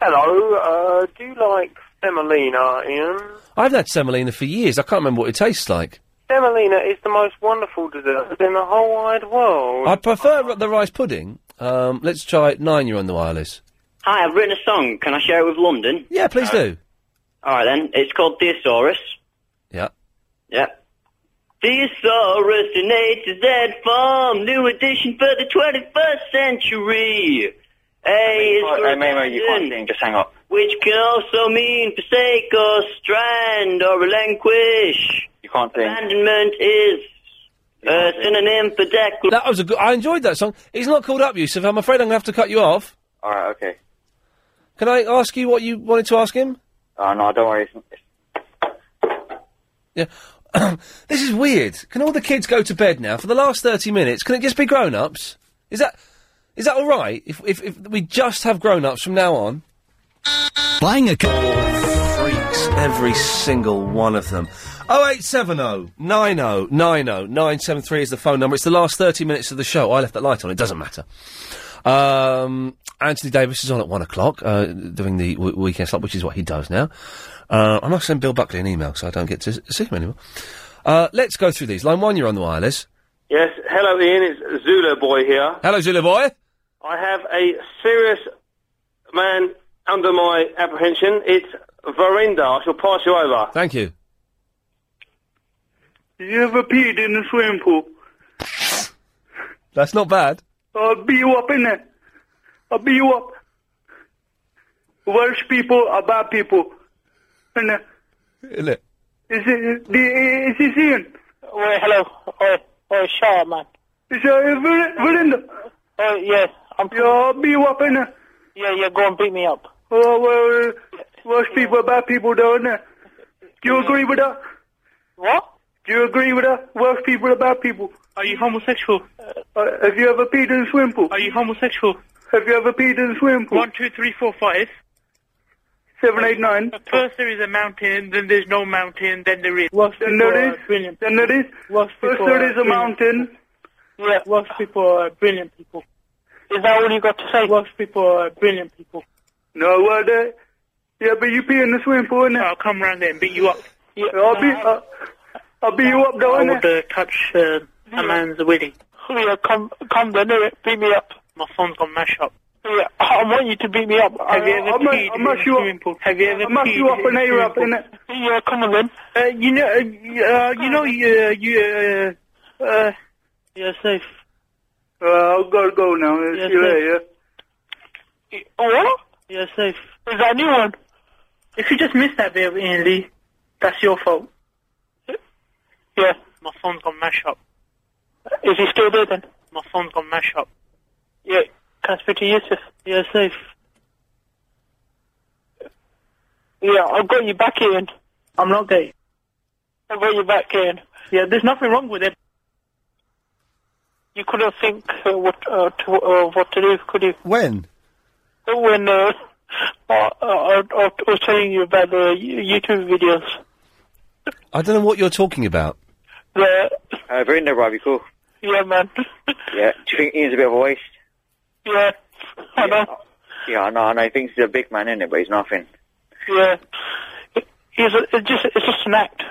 [SPEAKER 8] Hello, uh, do you like semolina, Ian?
[SPEAKER 1] I've had semolina for years. I can't remember what it tastes like.
[SPEAKER 8] Semolina is the most wonderful dessert in the whole wide world.
[SPEAKER 1] I prefer r- the rice pudding. Um, let's try nine. You're on the wireless.
[SPEAKER 4] Hi, I've written a song. Can I share it with London? Uh,
[SPEAKER 1] Yeah, please do.
[SPEAKER 4] All right then. It's called Theosaurus.
[SPEAKER 1] Yeah.
[SPEAKER 4] Yeah. Theosaurus in A to Z form, new edition for the 21st century. A is for
[SPEAKER 41] Hey, mate, mate, you can't sing. Just hang up.
[SPEAKER 4] which can also mean forsake or strand or relinquish.
[SPEAKER 41] You can't sing.
[SPEAKER 4] Abandonment is a synonym for death.
[SPEAKER 1] That was a good. I enjoyed that song. He's not called up, Yusuf. I'm afraid I'm going to have to cut you off.
[SPEAKER 41] All right. Okay.
[SPEAKER 1] Can I ask you what you wanted to ask him?
[SPEAKER 41] Oh no, don't worry. It's, it's,
[SPEAKER 1] Yeah.
[SPEAKER 4] Ah.
[SPEAKER 1] this is weird. Can all the kids go to bed now for the last thirty minutes? Can it just be grown-ups? Is that is that all right? If if, if we just have grown-ups from now on. Buying a freaks, every single one of them. 0870 90 90 973 is the phone number. It's the last 30 minutes of the show. I left that light on, it doesn't matter. Um, Anthony Davis is on at one o'clock, uh, doing the w- weekend slot, which is what he does now. Uh, I must send Bill Buckley an email, so I don't get to s- see him anymore. Uh, let's go through these. Line one, you're on the wireless.
[SPEAKER 8] Yes, hello, Ian. It's Zula Boy here.
[SPEAKER 1] Hello, Zulu boy.
[SPEAKER 8] I have a serious man under my apprehension. It's Varinda. I shall pass you over.
[SPEAKER 1] Thank you.
[SPEAKER 2] You ever peed in a swimming pool?
[SPEAKER 1] That's not bad.
[SPEAKER 2] I'll beat you up in there. I'll beat you up. Welsh people are bad people. And uh,
[SPEAKER 1] Isn't it?
[SPEAKER 2] is it the is this Ian?
[SPEAKER 5] Well, hello. Oh, oh, sure, man.
[SPEAKER 2] Is it Valinda?
[SPEAKER 5] Oh, yes. I'm.
[SPEAKER 2] Yeah, I'll beat you up in there.
[SPEAKER 5] Yeah, yeah. Go and beat me up.
[SPEAKER 2] Oh well, Welsh people are bad people down there. Do you agree with that?
[SPEAKER 5] What?
[SPEAKER 2] Do you agree with that? Welsh people are bad people.
[SPEAKER 5] Are you homosexual?
[SPEAKER 2] Uh, have you ever peed in a swimming pool? Are you homosexual? Have you ever peed in a swimming pool?
[SPEAKER 14] One, two, three, four, five.
[SPEAKER 2] Seven, eight, nine.
[SPEAKER 14] First there is a mountain, then there's no mountain, then there is. Worst
[SPEAKER 2] Then there is. Then there is.
[SPEAKER 14] Worst
[SPEAKER 2] First there is a mountain.
[SPEAKER 5] Yeah, worst people are brilliant people. Is that all you got to say? Worst people are brilliant people.
[SPEAKER 2] No, what? Uh, yeah, but you pee in the swimming pool, innit?
[SPEAKER 14] I'll come round there and beat you up.
[SPEAKER 2] I'll be, uh, I'll be you up though,
[SPEAKER 14] I
[SPEAKER 2] innit?
[SPEAKER 14] would uh, touch uh, a man's wedding.
[SPEAKER 5] Yeah, come, come then, do it. Beat me up.
[SPEAKER 14] My phone's gone mash up.
[SPEAKER 5] Yeah, I want you to beat me up.
[SPEAKER 14] Have you ever peed in a swimming pool? Have you ever peed in a swimming pool?
[SPEAKER 5] Yeah, come on then.
[SPEAKER 14] Uh, you know, uh, you- uh, you know, you, uh, you, uh, uh, you're safe.
[SPEAKER 2] Uh, I've got to go now. See
[SPEAKER 14] Yes,
[SPEAKER 2] you
[SPEAKER 14] sir.
[SPEAKER 2] later.
[SPEAKER 5] What?
[SPEAKER 14] You're safe.
[SPEAKER 5] Is that a new one?
[SPEAKER 14] If you just missed that bit of Ian Lee, that's your fault.
[SPEAKER 5] Yeah.
[SPEAKER 14] My phone's gone mash up.
[SPEAKER 5] Is he still there then?
[SPEAKER 14] My phone's gone mash up.
[SPEAKER 5] Yeah. Can I speak to Yusuf?
[SPEAKER 14] You're safe.
[SPEAKER 5] Yeah, I've got you back, Ian.
[SPEAKER 14] I'm not gay.
[SPEAKER 5] I've got you back, Ian.
[SPEAKER 14] Yeah, there's nothing wrong with it.
[SPEAKER 5] You couldn't think uh, what uh, to, uh, what to do, could you?
[SPEAKER 1] When?
[SPEAKER 5] When uh, I, I, I was telling you about the YouTube videos,
[SPEAKER 1] I don't know what you're talking about.
[SPEAKER 5] the
[SPEAKER 41] uh, we're in there, Robbie. Cool.
[SPEAKER 5] yeah, man,
[SPEAKER 41] Yeah. Do you think Ian's a bit of a waste?
[SPEAKER 5] yeah, I know,
[SPEAKER 41] Yeah, I know. I know. He thinks he's a big man in it, but he's nothing.
[SPEAKER 5] yeah. It's, a, it's just it's just an act.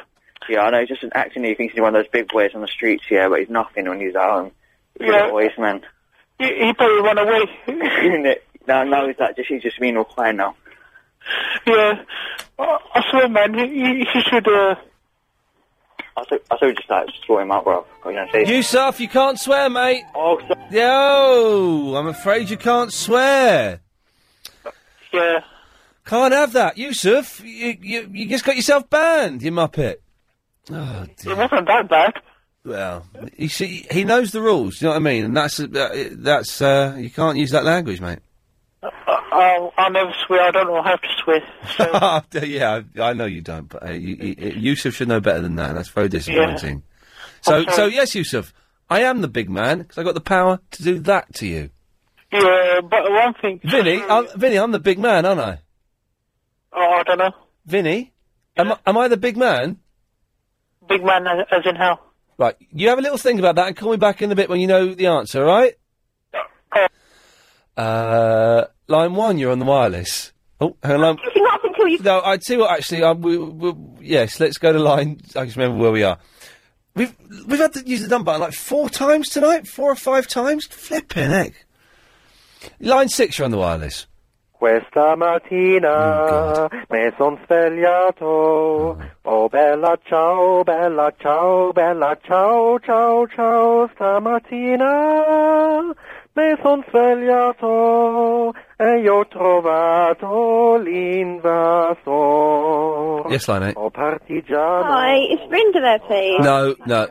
[SPEAKER 5] here. I know he's just an acting. He thinks he's one of those big boys on the streets here, but he's nothing when he's at home. He's
[SPEAKER 17] Yeah.
[SPEAKER 5] a boys man.
[SPEAKER 17] He, he probably run away.
[SPEAKER 5] no, no, he's like just he's just being all quiet now.
[SPEAKER 17] Yeah. I, I swear, man, he, he- he should, uh,
[SPEAKER 5] I thought I thought we just like throw him out, bro. What you gonna say?
[SPEAKER 1] Yusuf, you can't swear, mate. Oh, Yo, I'm afraid you can't swear. Yeah. Can't have that, Yusuf. You, you, you just got yourself banned, you muppet. Oh, dear. It wasn't that bad. Well, you see, he knows the rules. You know what I mean? And that's uh, that's uh, you can't use that language, mate.
[SPEAKER 17] Uh, I'll, I'll never swear. I don't know how to swear.
[SPEAKER 1] yeah, I, I know you don't, but uh, you, you, Yusuf should know better than that. That's very disappointing. So,
[SPEAKER 17] I'm
[SPEAKER 1] so
[SPEAKER 17] sorry.
[SPEAKER 1] yes, Yusuf, I am the big man because I got the power to do that to you.
[SPEAKER 17] Yeah, Uh, but one thing.
[SPEAKER 1] Vinny, I'm, Vinny, I'm the big man, aren't I?
[SPEAKER 17] Oh, I don't know.
[SPEAKER 1] Vinny, am, I- am I the big man?
[SPEAKER 17] Big man, as, as in how?
[SPEAKER 1] Right, you have a little think about that and call me back in a bit when you know the answer, all right? Uh, line one, you're on the wireless. Oh, hang on, line... No, I'd see what, actually, um, we, we, yes, let's go to line... I just remember where we are. We've we've had to use the dumb button like four times tonight, four or five times. Flipping heck. Line six, you're on the wireless.
[SPEAKER 3] Questa mattina mi son svegliato, oh bella ciao, bella ciao, bella ciao, ciao, ciao, stamattina mi son svegliato e io ho trovato l'invasor.
[SPEAKER 1] Yes, line eight.
[SPEAKER 3] Oh partigiano.
[SPEAKER 14] Hi, it's Brenda there, please.
[SPEAKER 1] No, no.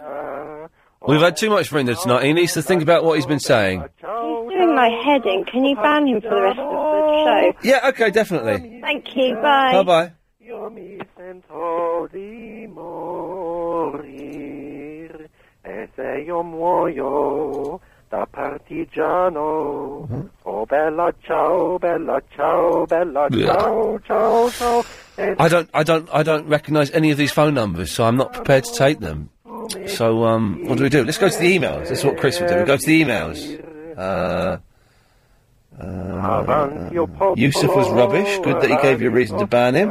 [SPEAKER 1] We've had too much Verinda tonight. He needs to think about what he's been saying.
[SPEAKER 14] He's doing my head in. Can you ban him for the rest of the
[SPEAKER 1] Yeah, okay, definitely.
[SPEAKER 14] show? Thank you. Bye.
[SPEAKER 1] Bye bye.
[SPEAKER 3] Io mi sento di morir e se io muoio da partigiano.
[SPEAKER 1] Mm-hmm.
[SPEAKER 3] Oh bella ciao, bella ciao, bella
[SPEAKER 1] Yeah.
[SPEAKER 3] ciao, ciao, ciao. E
[SPEAKER 1] I don't, I don't, I don't recognise any of these phone numbers, so I'm not prepared to take them. So, um, what do we do? Let's go to the emails. That's what Chris would do. We go to the emails. Uh, uh, Yusuf was rubbish. Good that he gave you a reason to ban him.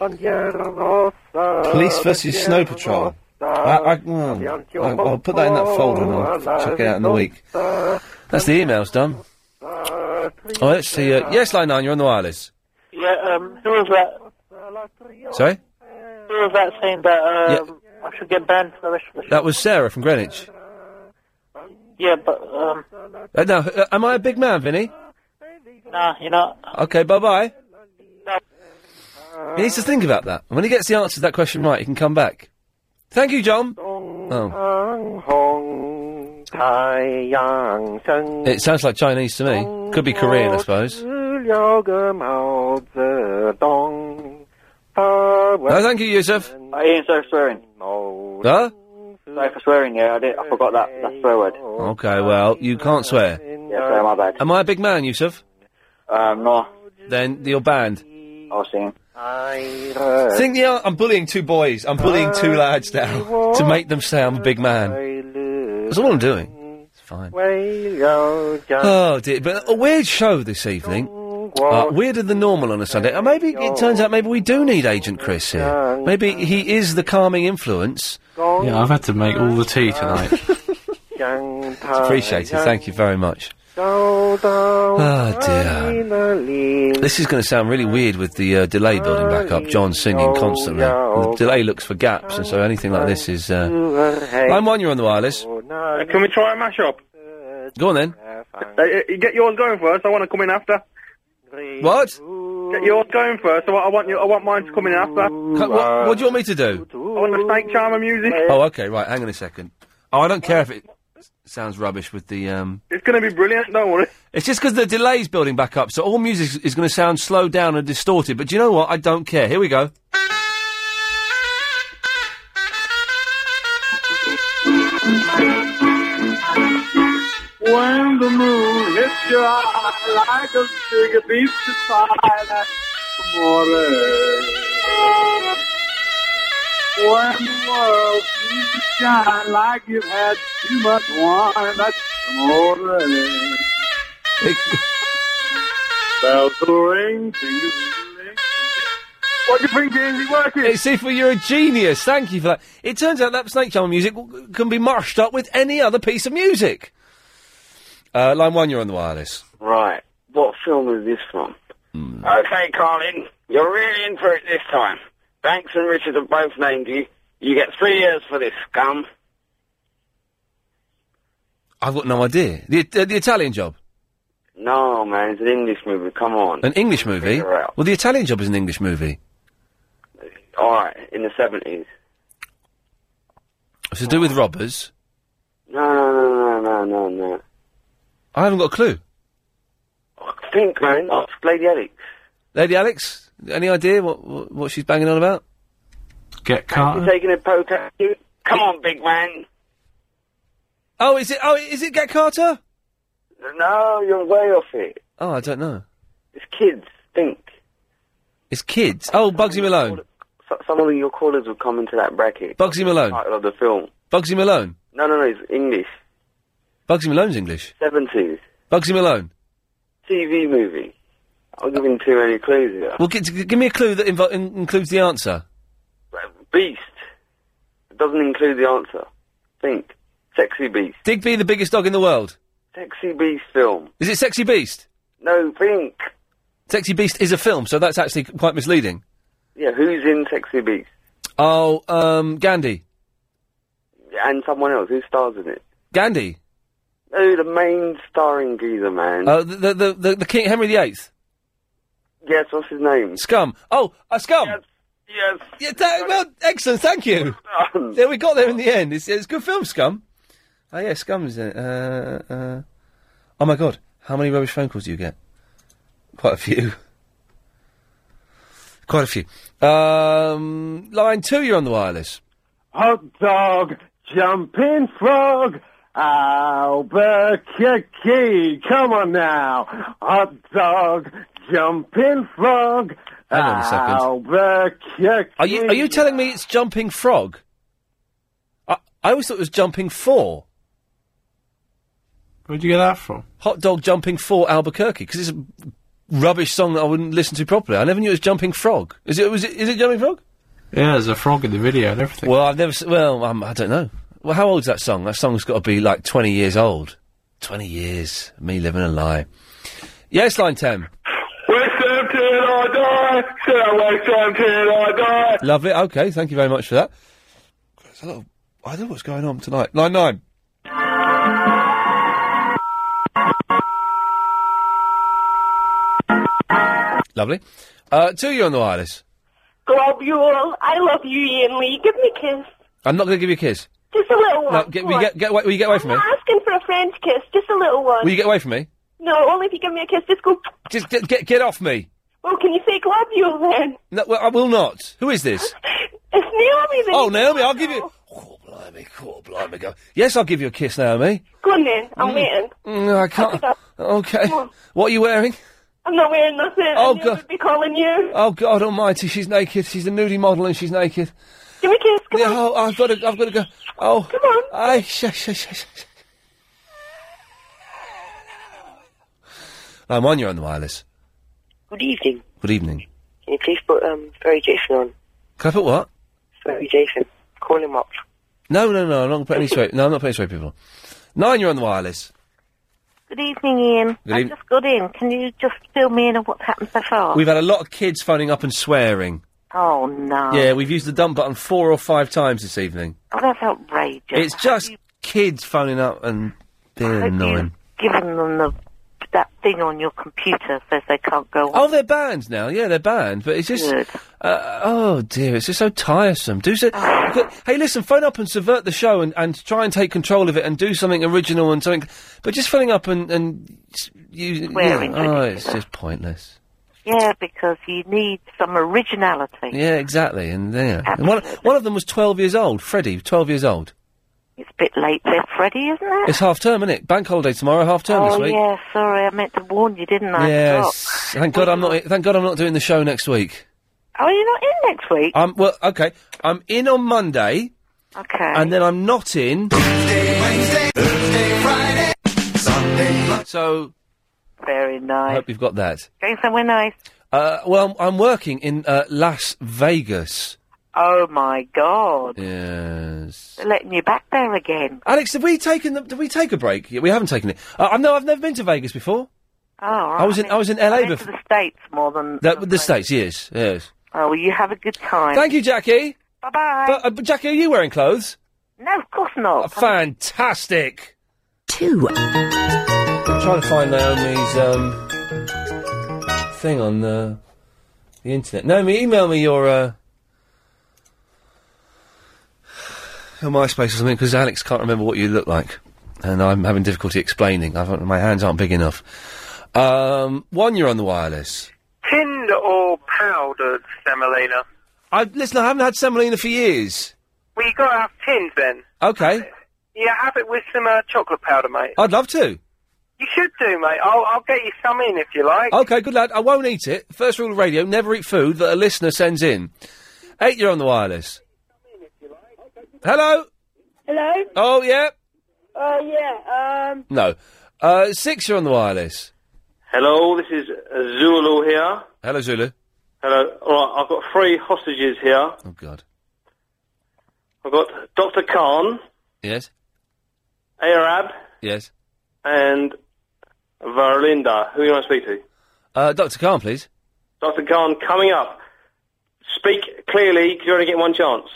[SPEAKER 3] bandiera rossa.
[SPEAKER 1] Police versus Snow Patrol. I, I, well, I, I'll put that in that folder and I'll f- check it out in the week. That's the emails done. Oh, let's see. Uh, yes, line nine. You're on the wireless.
[SPEAKER 17] Yeah, um, who was that?
[SPEAKER 1] Sorry,
[SPEAKER 17] Who was that saying that, um, I should get banned for the rest of the
[SPEAKER 1] that was Sarah from Greenwich.
[SPEAKER 17] Yeah, but, um,
[SPEAKER 1] Uh, now, uh, am I a big man, Vinny?
[SPEAKER 17] nah, you know.
[SPEAKER 1] Okay, bye bye. He needs to think about that. And when he gets the answer to that question right, he can come back. Thank you, John. Oh.
[SPEAKER 3] Hong Tai Yang Sheng.
[SPEAKER 1] It sounds like Chinese to me. Could be Korean, I suppose.
[SPEAKER 3] 治疗个毛泽东。
[SPEAKER 5] No,
[SPEAKER 1] thank you, Yusuf.
[SPEAKER 5] Oh, Ian, sorry for swearing.
[SPEAKER 1] Huh?
[SPEAKER 5] Sorry for swearing. Yeah, I did. I forgot that that swear word.
[SPEAKER 1] Okay, well, you can't swear.
[SPEAKER 5] Yeah, sorry, my bad.
[SPEAKER 1] Am I a big man, Yusuf?
[SPEAKER 5] Um, no.
[SPEAKER 1] Then you're banned.
[SPEAKER 5] I'll see.
[SPEAKER 1] Think the, I'm bullying two boys. I'm bullying two lads now to make them say I'm a big man. That's all I'm doing. It's fine. Oh dear, but a weird show this evening. Uh, weirder than normal on a Sunday. Uh, maybe it turns out maybe we do need Agent Chris here. Maybe he is the calming influence.
[SPEAKER 42] Yeah, I've had to make all the tea tonight.
[SPEAKER 1] It's appreciated. Thank you very much. Oh dear. This is going to sound really weird with the uh, delay building back up. John singing constantly. The delay looks for gaps, and so anything like this is. Uh... Line one, you're on the wireless.
[SPEAKER 2] Uh, can we try a mashup?
[SPEAKER 1] Go on then.
[SPEAKER 2] Uh, uh, get yours going first. I want to come in after.
[SPEAKER 1] What?
[SPEAKER 2] Get yours going first. I want, I want you. I want mine to come in after.
[SPEAKER 1] Ca- what, what do you want me to do?
[SPEAKER 2] I want the snake charmer music.
[SPEAKER 1] Oh, okay, right. Hang on a second. Oh, I don't care if it s- sounds rubbish with the. um...
[SPEAKER 2] It's going to be brilliant. Don't worry.
[SPEAKER 1] It's just because the delay's building back up, so all music is going to sound slowed down and distorted. But do you know what? I don't care. Here we go.
[SPEAKER 2] When the moon hits your eye like a big beast to fire,
[SPEAKER 1] Oh.
[SPEAKER 2] When the world seems to shine like you've had too much wine, that's amore. Bells will ring, fingers will ring.
[SPEAKER 1] What do you think is working? It's if you're a genius. Thank you for that. It turns out that Snake Charmer music w- can be mushed up with any other piece of music. Uh, line one, you're on the wireless.
[SPEAKER 5] Right. What film is this from?
[SPEAKER 1] Hmm.
[SPEAKER 5] Okay, Colin, you're really in for it this time. Banks and Richard have both named you. You get three years for this, scum.
[SPEAKER 1] I've got no idea. The, uh, the Italian job,
[SPEAKER 5] No, man, it's an English movie. Come on.
[SPEAKER 1] an English movie.
[SPEAKER 5] Figure out.
[SPEAKER 1] Well, the Italian job is an English movie.
[SPEAKER 5] All right, in the seventies.
[SPEAKER 1] It's to do with robbers.
[SPEAKER 5] No, no, no, no, no, no, no.
[SPEAKER 1] I haven't got a clue.
[SPEAKER 5] Think, man. Ask Lady Alex.
[SPEAKER 1] Lady Alex, any idea what what, what she's banging on about? Get
[SPEAKER 5] You're taking a poke at you. Come on, big man.
[SPEAKER 1] Oh, is it? Oh, is it Get Carter?
[SPEAKER 5] No, you're way off it.
[SPEAKER 1] Oh, I don't know.
[SPEAKER 5] It's kids. Think.
[SPEAKER 1] It's kids. Oh, Bugsy Malone.
[SPEAKER 5] So- Some of your callers will come into that bracket.
[SPEAKER 1] Bugsy Malone.
[SPEAKER 5] Title of the film.
[SPEAKER 1] Bugsy Malone.
[SPEAKER 5] No, no, no. It's English.
[SPEAKER 1] Bugsy Malone's English.
[SPEAKER 5] Seventies.
[SPEAKER 1] Bugsy Malone.
[SPEAKER 5] TV movie. I'm giving too many clues here.
[SPEAKER 1] Well, g- g- give me a clue that invo- in- includes the answer.
[SPEAKER 5] Beast. It doesn't include the answer. Think. Sexy Beast.
[SPEAKER 1] Digby, the biggest dog in the world.
[SPEAKER 5] Sexy Beast film.
[SPEAKER 1] Is it Sexy Beast?
[SPEAKER 5] No, think.
[SPEAKER 1] Sexy Beast is a film, so that's actually quite misleading.
[SPEAKER 5] Yeah, who's in Sexy Beast?
[SPEAKER 1] Oh, um, Gandhi.
[SPEAKER 5] And someone else. Who stars in it?
[SPEAKER 1] Gandhi.
[SPEAKER 5] No, the main starring geezer man.
[SPEAKER 1] Oh, the, the, the, the, the King, Henry VIII.
[SPEAKER 5] Yes, what's his name?
[SPEAKER 1] Scum. Oh, a scum.
[SPEAKER 5] Yes.
[SPEAKER 1] Yeah, tha- well, excellent. Thank you. yeah, we got there in the end. It's, it's a good film, Scum. Oh yeah, Scum's in it. Uh, uh, oh my God, how many rubbish phone calls do you get? Quite a few. Quite a few. Um, line two, you're on the wireless.
[SPEAKER 43] Hot
[SPEAKER 5] Uh,
[SPEAKER 43] dog, jumping frog, Albuquerque. Come on now. Hot dog, jumping frog,
[SPEAKER 1] Hang on a second.
[SPEAKER 43] Albuquerque.
[SPEAKER 1] Are you are you telling me it's Jumping Frog? I I always thought it was Jumping Four. Where'd you get that from? Hot Dog Jumping Four Albuquerque because it's a rubbish song that I wouldn't listen to properly. I never knew it was Jumping Frog. Is it was it is it Jumping Frog?
[SPEAKER 44] Yeah, there's a frog in the video and everything.
[SPEAKER 1] Well, I've never. s- Well, um, I don't know. Well, how old's that song? That song's got to be like twenty years old. Twenty years, me living a lie. Yes, line ten.
[SPEAKER 43] Listen till I die. Till I wake up till I die.
[SPEAKER 1] Lovely. Okay, thank you very much for that. There's a lot of- I don't know what's going on tonight. Line nine. Lovely. Uh, two, you're on the wireless.
[SPEAKER 12] Globule, I love you, Ian Lee. Give me a kiss.
[SPEAKER 1] I'm not going to give you a kiss.
[SPEAKER 12] Just a little one.
[SPEAKER 1] No, get,
[SPEAKER 12] Come
[SPEAKER 1] will, you
[SPEAKER 12] on.
[SPEAKER 1] get, get away, will you get away from me?
[SPEAKER 12] I'm not asking for a French kiss, just a little one.
[SPEAKER 1] Will you get away from me?
[SPEAKER 12] No, only if you give me a kiss. Just go.
[SPEAKER 1] Just get, get, get off me.
[SPEAKER 12] Well, can you say globule then?
[SPEAKER 1] No, well, I will not. Who is this?
[SPEAKER 12] It's Naomi then.
[SPEAKER 1] Oh, Naomi, I'll give you. Oh, blimey, go. Yes, I'll give you a kiss, Naomi.
[SPEAKER 12] Go on then. I'm
[SPEAKER 1] Mm.
[SPEAKER 12] waiting.
[SPEAKER 1] No, I can't. Okay. What are you wearing?
[SPEAKER 12] I'm not wearing nothing.
[SPEAKER 1] Oh,
[SPEAKER 12] I knew
[SPEAKER 1] God.
[SPEAKER 12] I'd be calling you.
[SPEAKER 1] Oh God Almighty, she's naked. She's a nudie model and she's naked.
[SPEAKER 12] Give me a kiss.
[SPEAKER 1] Come on. Oh, I've got to. I've got to go. Oh, come on. I sh- sh- sh- sh- sh- I'm on. You're on the wireless.
[SPEAKER 45] Good evening.
[SPEAKER 1] Good evening.
[SPEAKER 45] Can you please put um Ferry Jason on?
[SPEAKER 1] Can I put what?
[SPEAKER 45] Ferry Jason. Call him up.
[SPEAKER 1] No, no, no. I'm not putting any straight. No, I'm not putting straight people. Nine. You're on the wireless.
[SPEAKER 14] Good evening, Ian.
[SPEAKER 1] Good
[SPEAKER 14] I've
[SPEAKER 1] even-
[SPEAKER 14] just got in. Can you just fill me in on what's happened so
[SPEAKER 12] Oh.
[SPEAKER 14] far?
[SPEAKER 1] We've had a lot of kids phoning up and swearing.
[SPEAKER 14] Oh, no.
[SPEAKER 1] Yeah, we've used the dump button four or five times this evening.
[SPEAKER 14] Oh, that's outrageous.
[SPEAKER 1] It's just kids phoning up and being annoying.
[SPEAKER 14] Giving them the, that thing on your computer says they can't go on.
[SPEAKER 1] Oh, they're banned now. Yeah, they're banned. But it's just, uh, oh dear, it's just so tiresome. Do so.
[SPEAKER 14] Ah.
[SPEAKER 1] Look, hey, listen, phone up and subvert the show and, and try and take control of it and do something original and something. But just phoning up and and s- you,
[SPEAKER 14] Swearing,
[SPEAKER 1] yeah, oh, it's just pointless.
[SPEAKER 14] Yeah, because you need some originality.
[SPEAKER 1] Yeah, exactly. And yeah, and one one of them was twelve years old. Freddie, twelve years old.
[SPEAKER 14] It's a bit late there, Freddie, isn't it?
[SPEAKER 1] It's half term, isn't it? Bank holiday tomorrow, half term this
[SPEAKER 14] oh,
[SPEAKER 1] week.
[SPEAKER 14] yeah, sorry, I meant to warn you, didn't I?
[SPEAKER 46] Oh.
[SPEAKER 1] Yes. Thank God I'm not. Thank God I'm not doing the show next week.
[SPEAKER 14] Oh, you're not in next week?
[SPEAKER 1] Um. Well, okay. I'm in on Monday,
[SPEAKER 14] Okay.
[SPEAKER 1] and then I'm not in. So
[SPEAKER 14] Very nice.
[SPEAKER 1] I hope you've got that.
[SPEAKER 14] Going somewhere nice.
[SPEAKER 1] Uh, well, I'm, I'm working in uh, Las Vegas.
[SPEAKER 46] Oh my God!
[SPEAKER 1] Yes.
[SPEAKER 46] They're letting you back there again.
[SPEAKER 1] Alex, have we taken the, did we take a break? Yeah, we haven't taken it. Uh, I know I've never been to Vegas before.
[SPEAKER 46] Oh, all right.
[SPEAKER 1] I was in- I was in LA
[SPEAKER 46] I've been to
[SPEAKER 1] before.
[SPEAKER 46] the states more than.
[SPEAKER 1] That, the States, yes, yes.
[SPEAKER 46] Oh, well, you have a good time.
[SPEAKER 1] Thank you, Jackie.
[SPEAKER 46] Bye bye.
[SPEAKER 1] But, uh, but Jackie, are you wearing clothes? Oh,
[SPEAKER 46] No, of course not.
[SPEAKER 1] Fantastic. Two. trying to find Naomi's um, thing on the the internet. Naomi, email me your uh, your MySpace or something because Alex can't remember what you look like, and I'm having difficulty explaining. I've, my hands aren't big enough. Um, one, you're on the wireless.
[SPEAKER 47] Tinned or powdered semolina?
[SPEAKER 1] I listen. I haven't had semolina for years.
[SPEAKER 47] Well, you got to have tinned then.
[SPEAKER 1] Okay,
[SPEAKER 47] Yeah, have it with some uh, chocolate powder,
[SPEAKER 8] Oh.
[SPEAKER 47] mate.
[SPEAKER 1] I'd love to.
[SPEAKER 47] You should do, mate. I'll, I'll get you some in if you like.
[SPEAKER 8] Oh.
[SPEAKER 1] Okay, good lad. I won't eat it. First rule of radio: never eat food that a listener sends in. Eight, you're on the wireless. Hello.
[SPEAKER 48] Hello?
[SPEAKER 1] Oh yeah.
[SPEAKER 3] Uh,
[SPEAKER 48] Oh, yeah. Um,
[SPEAKER 1] No. Uh, six, you're on the wireless.
[SPEAKER 8] Hello, this is uh, Zulu here.
[SPEAKER 1] Hello, Zulu.
[SPEAKER 8] Hello. All right, I've got three hostages here.
[SPEAKER 1] Oh God.
[SPEAKER 8] I've got Dr. Khan,
[SPEAKER 1] Yes.
[SPEAKER 8] Arab,
[SPEAKER 1] Yes.
[SPEAKER 8] and Verlinda. Who do you want to speak to?
[SPEAKER 1] Uh, Doctor Khan, please.
[SPEAKER 8] Dr. Khan, coming up. Speak clearly, 'cause you only get one chance.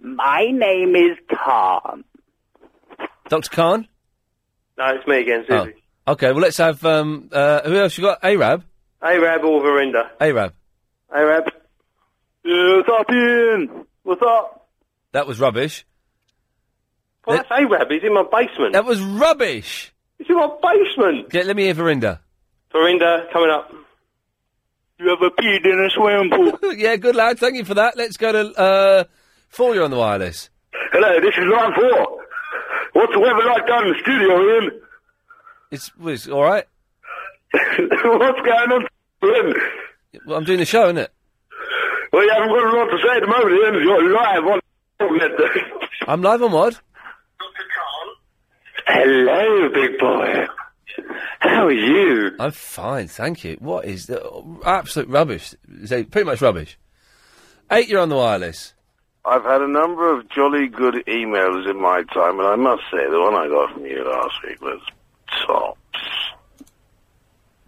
[SPEAKER 17] My name is Tom.
[SPEAKER 1] Doctor Khan.
[SPEAKER 8] No, it's me again, Susie.
[SPEAKER 1] Okay. Well, let's have um. Uh, who else you got? Arab.
[SPEAKER 8] Arab or Verinda?
[SPEAKER 1] Arab.
[SPEAKER 8] Arab.
[SPEAKER 1] what's up, Ian? What's up? That was rubbish.
[SPEAKER 8] Well, that's Arab. He's in my basement.
[SPEAKER 1] That was rubbish.
[SPEAKER 8] He's in my basement.
[SPEAKER 1] Get, let me hear Verinda.
[SPEAKER 8] Verinda, coming up.
[SPEAKER 1] You have a peed in a swimming pool. yeah, good lad. Thank you for that. Let's go to uh, four. You're on the wireless.
[SPEAKER 49] Hello, this is line four. What's the weather like down in the studio, Ian?
[SPEAKER 1] It's, well, it's all right.
[SPEAKER 49] What's going on, Ian?
[SPEAKER 1] Well, I'm doing the show, innit?
[SPEAKER 49] Well, you haven't got a lot to say at the moment, Ian. You're live on the internet.
[SPEAKER 1] I'm live on what?
[SPEAKER 49] Hello, big boy.
[SPEAKER 1] How are you? I'm fine, thank you. What is the oh, absolute rubbish? Say, pretty much rubbish. Eight, you're on the wireless.
[SPEAKER 5] I've had a number of jolly good emails in my time, and I must say the one I got from you last week was top.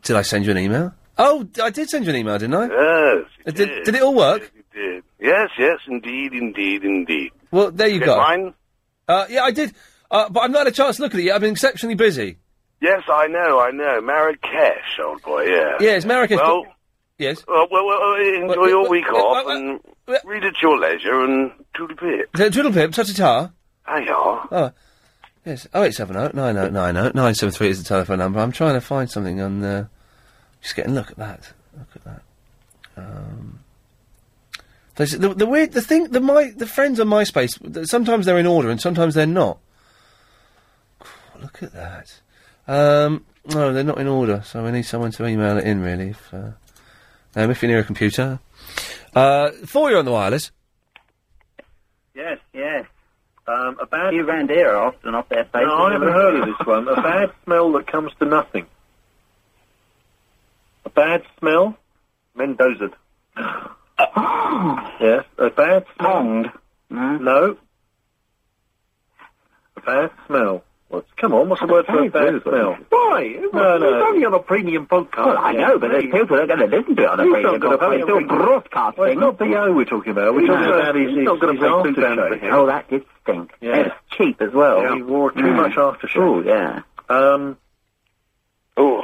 [SPEAKER 1] Did I send you an email? Oh, d- I did send you an email, didn't I?
[SPEAKER 5] Yes, you
[SPEAKER 1] did, did. it all work?
[SPEAKER 5] Yes, yes, yes, indeed, indeed, indeed.
[SPEAKER 1] Well, there you
[SPEAKER 5] Is it
[SPEAKER 1] go.
[SPEAKER 5] mine?
[SPEAKER 1] Uh, yeah, I did. Uh, but I've not had a chance to look at it yet. I've been exceptionally busy.
[SPEAKER 5] Yes, I know, I know. Marrakesh, old boy, yeah.
[SPEAKER 1] Yeah, it's Marrakesh.
[SPEAKER 5] Well,
[SPEAKER 1] Yes.
[SPEAKER 5] well, well, well enjoy
[SPEAKER 1] Well,
[SPEAKER 5] your
[SPEAKER 1] well,
[SPEAKER 5] week
[SPEAKER 1] well,
[SPEAKER 5] off
[SPEAKER 1] well,
[SPEAKER 5] and read at your leisure and doodle bit.
[SPEAKER 1] Is it Twiddle Pip, touch a tar.
[SPEAKER 5] Hey, are.
[SPEAKER 1] Oh, yes. Oh, eight seven oh nine oh nine oh nine seven three is the telephone number. I'm trying to find something on the. Just getting look at that. Look at that. Um, there's- the, the weird the thing the my the friends on MySpace th- sometimes they're in order and sometimes they're not. Look at that. Um, no, they're not in order, so we need someone to email it in really. If, uh, um, if you're near a computer, uh, four you're on the wireless.
[SPEAKER 14] Yes, yes. Um, a bad you round here are often off their faces.
[SPEAKER 3] No, I haven't heard of this one. A bad smell that comes to nothing. A bad smell? Mendoza. yes, a bad smell. No. A bad smell. What's, come on, what's the word for a bad smell?
[SPEAKER 14] Why?
[SPEAKER 3] No, no.
[SPEAKER 14] It's only on a premium podcast.
[SPEAKER 3] Well, I know, but there's people
[SPEAKER 14] that are going to listen to it on a
[SPEAKER 3] He's
[SPEAKER 14] premium
[SPEAKER 3] not gonna
[SPEAKER 14] podcast.
[SPEAKER 3] pay
[SPEAKER 14] It's
[SPEAKER 3] a
[SPEAKER 14] still
[SPEAKER 3] premium-
[SPEAKER 14] broadcasting.
[SPEAKER 3] Well, it's not BO we're talking about. We're talking about his, his,
[SPEAKER 14] not going to
[SPEAKER 3] his aftershave.
[SPEAKER 14] Oh, that did stink.
[SPEAKER 3] Yeah.
[SPEAKER 14] It was cheap as well.
[SPEAKER 3] Yeah, he wore too
[SPEAKER 14] Mm.
[SPEAKER 3] much aftershave.
[SPEAKER 14] Oh, yeah.
[SPEAKER 3] Um,
[SPEAKER 8] Oh,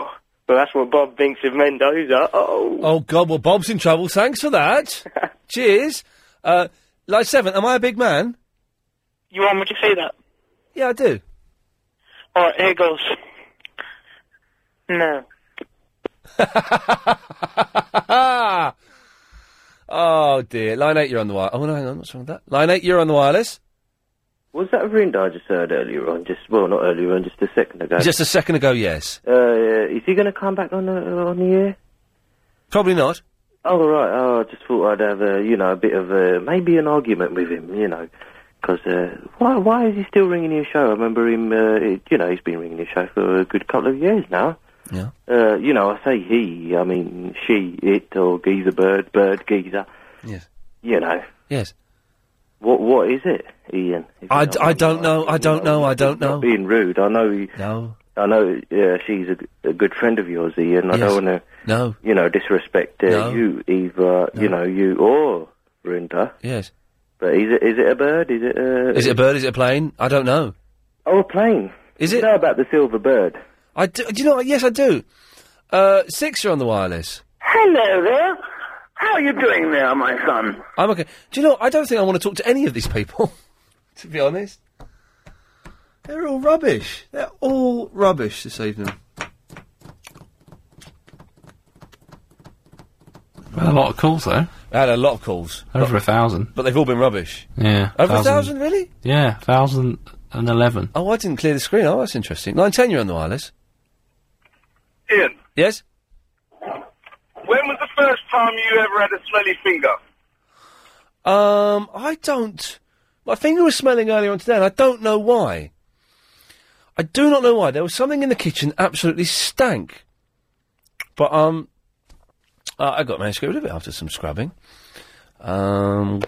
[SPEAKER 8] well, that's what Bob thinks of Mendoza. Oh.
[SPEAKER 1] Oh God! Well, Bob's in trouble. Thanks for that. Cheers. Uh, line seven. Am I a big man?
[SPEAKER 50] You want me to say that?
[SPEAKER 1] Yeah, I do.
[SPEAKER 50] All right, here goes. No.
[SPEAKER 1] oh dear. Line eight. You're on the wire. Oh no, hang on. What's wrong with that? Line eight. You're on the wireless.
[SPEAKER 3] was that a ring I just heard earlier on? Just well, not earlier on, just a second ago.
[SPEAKER 1] Just a second ago. Yes.
[SPEAKER 3] Uh, is he going to come back on the on the air?
[SPEAKER 1] Probably not.
[SPEAKER 3] Oh right. Oh, I just thought I'd have a you know a bit of a maybe an argument with him. You know, because uh, why why is he still ringing your show? I remember him. Uh, it, you know, he's been ringing your show for a good couple of years now.
[SPEAKER 1] Yeah.
[SPEAKER 5] Uh, you know, I say he, I mean she, it, or geezer bird, bird geezer.
[SPEAKER 1] Yes.
[SPEAKER 5] You know.
[SPEAKER 1] Yes.
[SPEAKER 5] What What is it, Ian? If
[SPEAKER 1] I,
[SPEAKER 5] you
[SPEAKER 1] d- I don't know. I don't know. Oh, I don't
[SPEAKER 5] know.
[SPEAKER 1] know.
[SPEAKER 5] what I mean. Being rude, I know. You,
[SPEAKER 1] no.
[SPEAKER 5] I know. Uh, she's a, g- a good friend of yours, Ian. I
[SPEAKER 1] Yes.
[SPEAKER 5] don't want to,
[SPEAKER 1] No.
[SPEAKER 5] you know, disrespect uh,
[SPEAKER 1] No.
[SPEAKER 5] you either. You know, you or Rinda.
[SPEAKER 1] Yes.
[SPEAKER 5] But is it is it a bird? Is it a
[SPEAKER 1] Is it a bird? Is it a plane? I don't know.
[SPEAKER 5] Oh, a plane.
[SPEAKER 1] Is
[SPEAKER 5] You
[SPEAKER 1] it?
[SPEAKER 5] know about the silver bird?
[SPEAKER 1] I do. Do you know? what? Yes, I do. Uh, six, you're on the wireless.
[SPEAKER 51] Hello there. How are you doing there, my son?
[SPEAKER 1] I'm okay. Do you know? what? I don't think I want to talk to any of these people. to be honest, they're all rubbish. They're all rubbish this evening.
[SPEAKER 8] Had a lot of calls though.
[SPEAKER 1] I had a lot of calls.
[SPEAKER 8] Over a
[SPEAKER 1] but,
[SPEAKER 8] thousand.
[SPEAKER 1] but they've all been rubbish.
[SPEAKER 8] Yeah.
[SPEAKER 1] Over a thousand, really?
[SPEAKER 8] Yeah, thousand and eleven.
[SPEAKER 1] Oh, I didn't clear the screen. Oh, that's interesting. Nine ten, you're on the wireless.
[SPEAKER 52] Ian,
[SPEAKER 1] Yes.
[SPEAKER 52] when was the first time you ever had a smelly finger?
[SPEAKER 1] Um, I don't. My finger was smelling earlier on today, and I don't know why. I do not know why. There was something in the kitchen that absolutely stank, but um, uh, I got managed to get rid of it after some scrubbing. Um,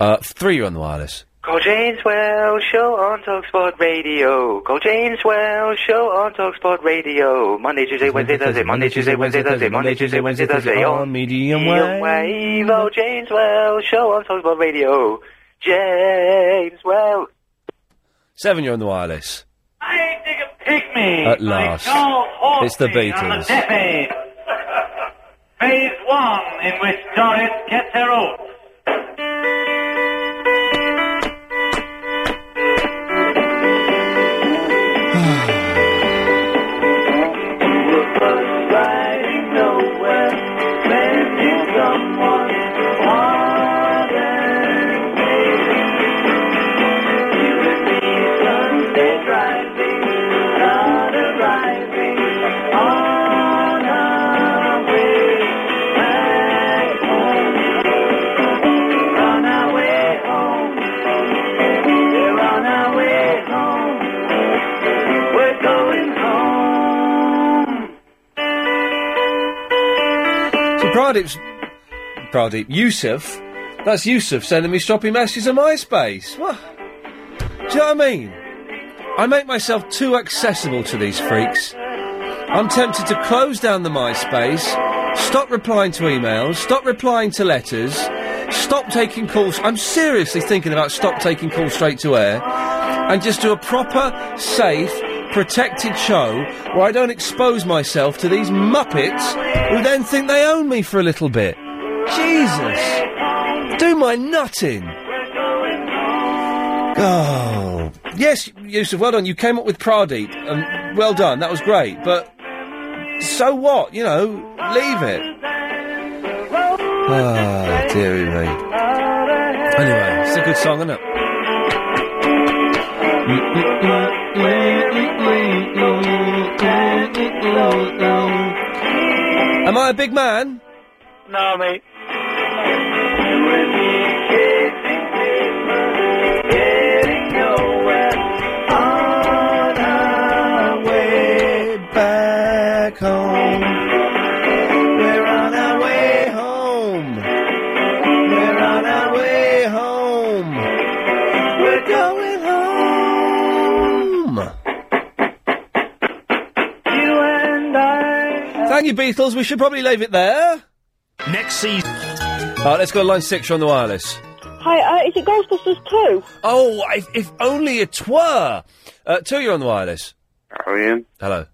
[SPEAKER 1] uh, three, you're on the wireless.
[SPEAKER 14] Call James Well Show on TalkSport Radio. Call James Well Show on TalkSport Radio. Monday, Tuesday, Wednesday, Thursday. Monday, Tuesday, Wednesday, Thursday. Monday, Tuesday, Wednesday, Thursday.
[SPEAKER 1] on medium wave.
[SPEAKER 14] Medium wave. Oh, James Well Show on TalkSport Radio. James Well.
[SPEAKER 1] Seven, you're on the wireless.
[SPEAKER 51] I ain't dig a pig me.
[SPEAKER 1] At last, it's the Beatles.
[SPEAKER 51] Phase one, in which Doris gets her oath.
[SPEAKER 1] So Pradeep's Pradeep Yusuf. That's Yusuf sending me stroppy messages on MySpace. What? Do you know what I mean? I make myself too accessible to these freaks. I'm tempted to close down the MySpace, stop replying to emails, stop replying to letters, stop taking calls. I'm seriously thinking about stop taking calls straight to air and just do a proper, safe, protected show where I don't expose myself to these muppets who then think they own me for a little bit. Jesus. Do my nutting. Oh. Yes, Yusuf, well done. You came up with Pradeep. Um, well done. That was great. But so what? You know, leave it. Ah, dearie me. Anyway, it's a good song, isn't it? Am I a big man?
[SPEAKER 51] No, mate.
[SPEAKER 1] back home. We're on our way home. We're on our way home. We're going home. You and I. Thank you, Beatles. We should probably leave it there. Next season. All right, let's go to line six. You're on the wireless.
[SPEAKER 53] Hi, uh, is it Ghostbusters 2?
[SPEAKER 1] Oh, if, if only it were. Uh, two, you're on the wireless.
[SPEAKER 54] How are you?
[SPEAKER 1] Hello.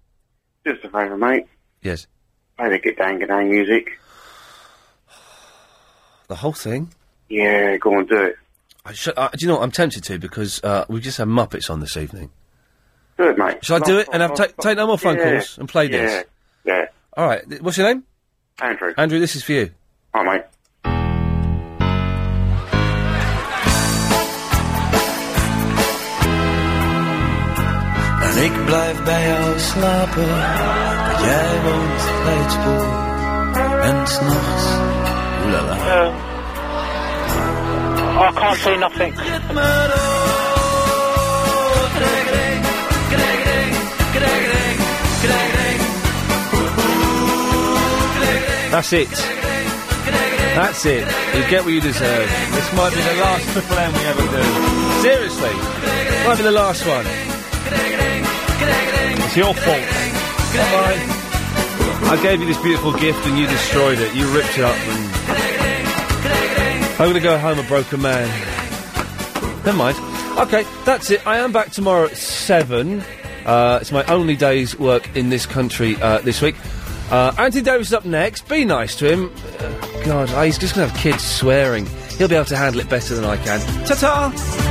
[SPEAKER 54] Just a favour, mate.
[SPEAKER 1] Yes.
[SPEAKER 54] Play the Get Down, Get Down music.
[SPEAKER 1] The whole thing.
[SPEAKER 54] Yeah, go and do it.
[SPEAKER 1] I should, uh, do you know what? I'm tempted to because uh, we just had Muppets on this evening.
[SPEAKER 54] Do it, mate.
[SPEAKER 1] Shall I do it and have, take, take no more phone
[SPEAKER 54] Yeah.
[SPEAKER 1] calls and play this?
[SPEAKER 54] Yeah.
[SPEAKER 1] All right. th- What's your name?
[SPEAKER 54] Andrew.
[SPEAKER 1] Andrew, this is for you.
[SPEAKER 54] All right, mate.
[SPEAKER 55] En ik blijf bij jou slapen, want jij woont bij het spoor. En s'nachts, oelala.
[SPEAKER 56] Oh, I can't say nothing.
[SPEAKER 55] Krijg, krijg, krijg, krijg, krijg,
[SPEAKER 1] That's it. That's it. You get what you deserve. This might be the last plan we ever do. Seriously. Might be the last one. It's your fault. Bye. I gave you this beautiful gift and you destroyed it. You ripped it up and... I'm going to go home a broken man. Never mind. Okay, that's it. I am back tomorrow at 7. Uh, it's my only day's work in this country uh, this week. Uh, Anthony Davis is up next. Be nice to him. Uh, God, oh, he's just going to have kids swearing. He'll be able to handle it better than I can. Ta ta!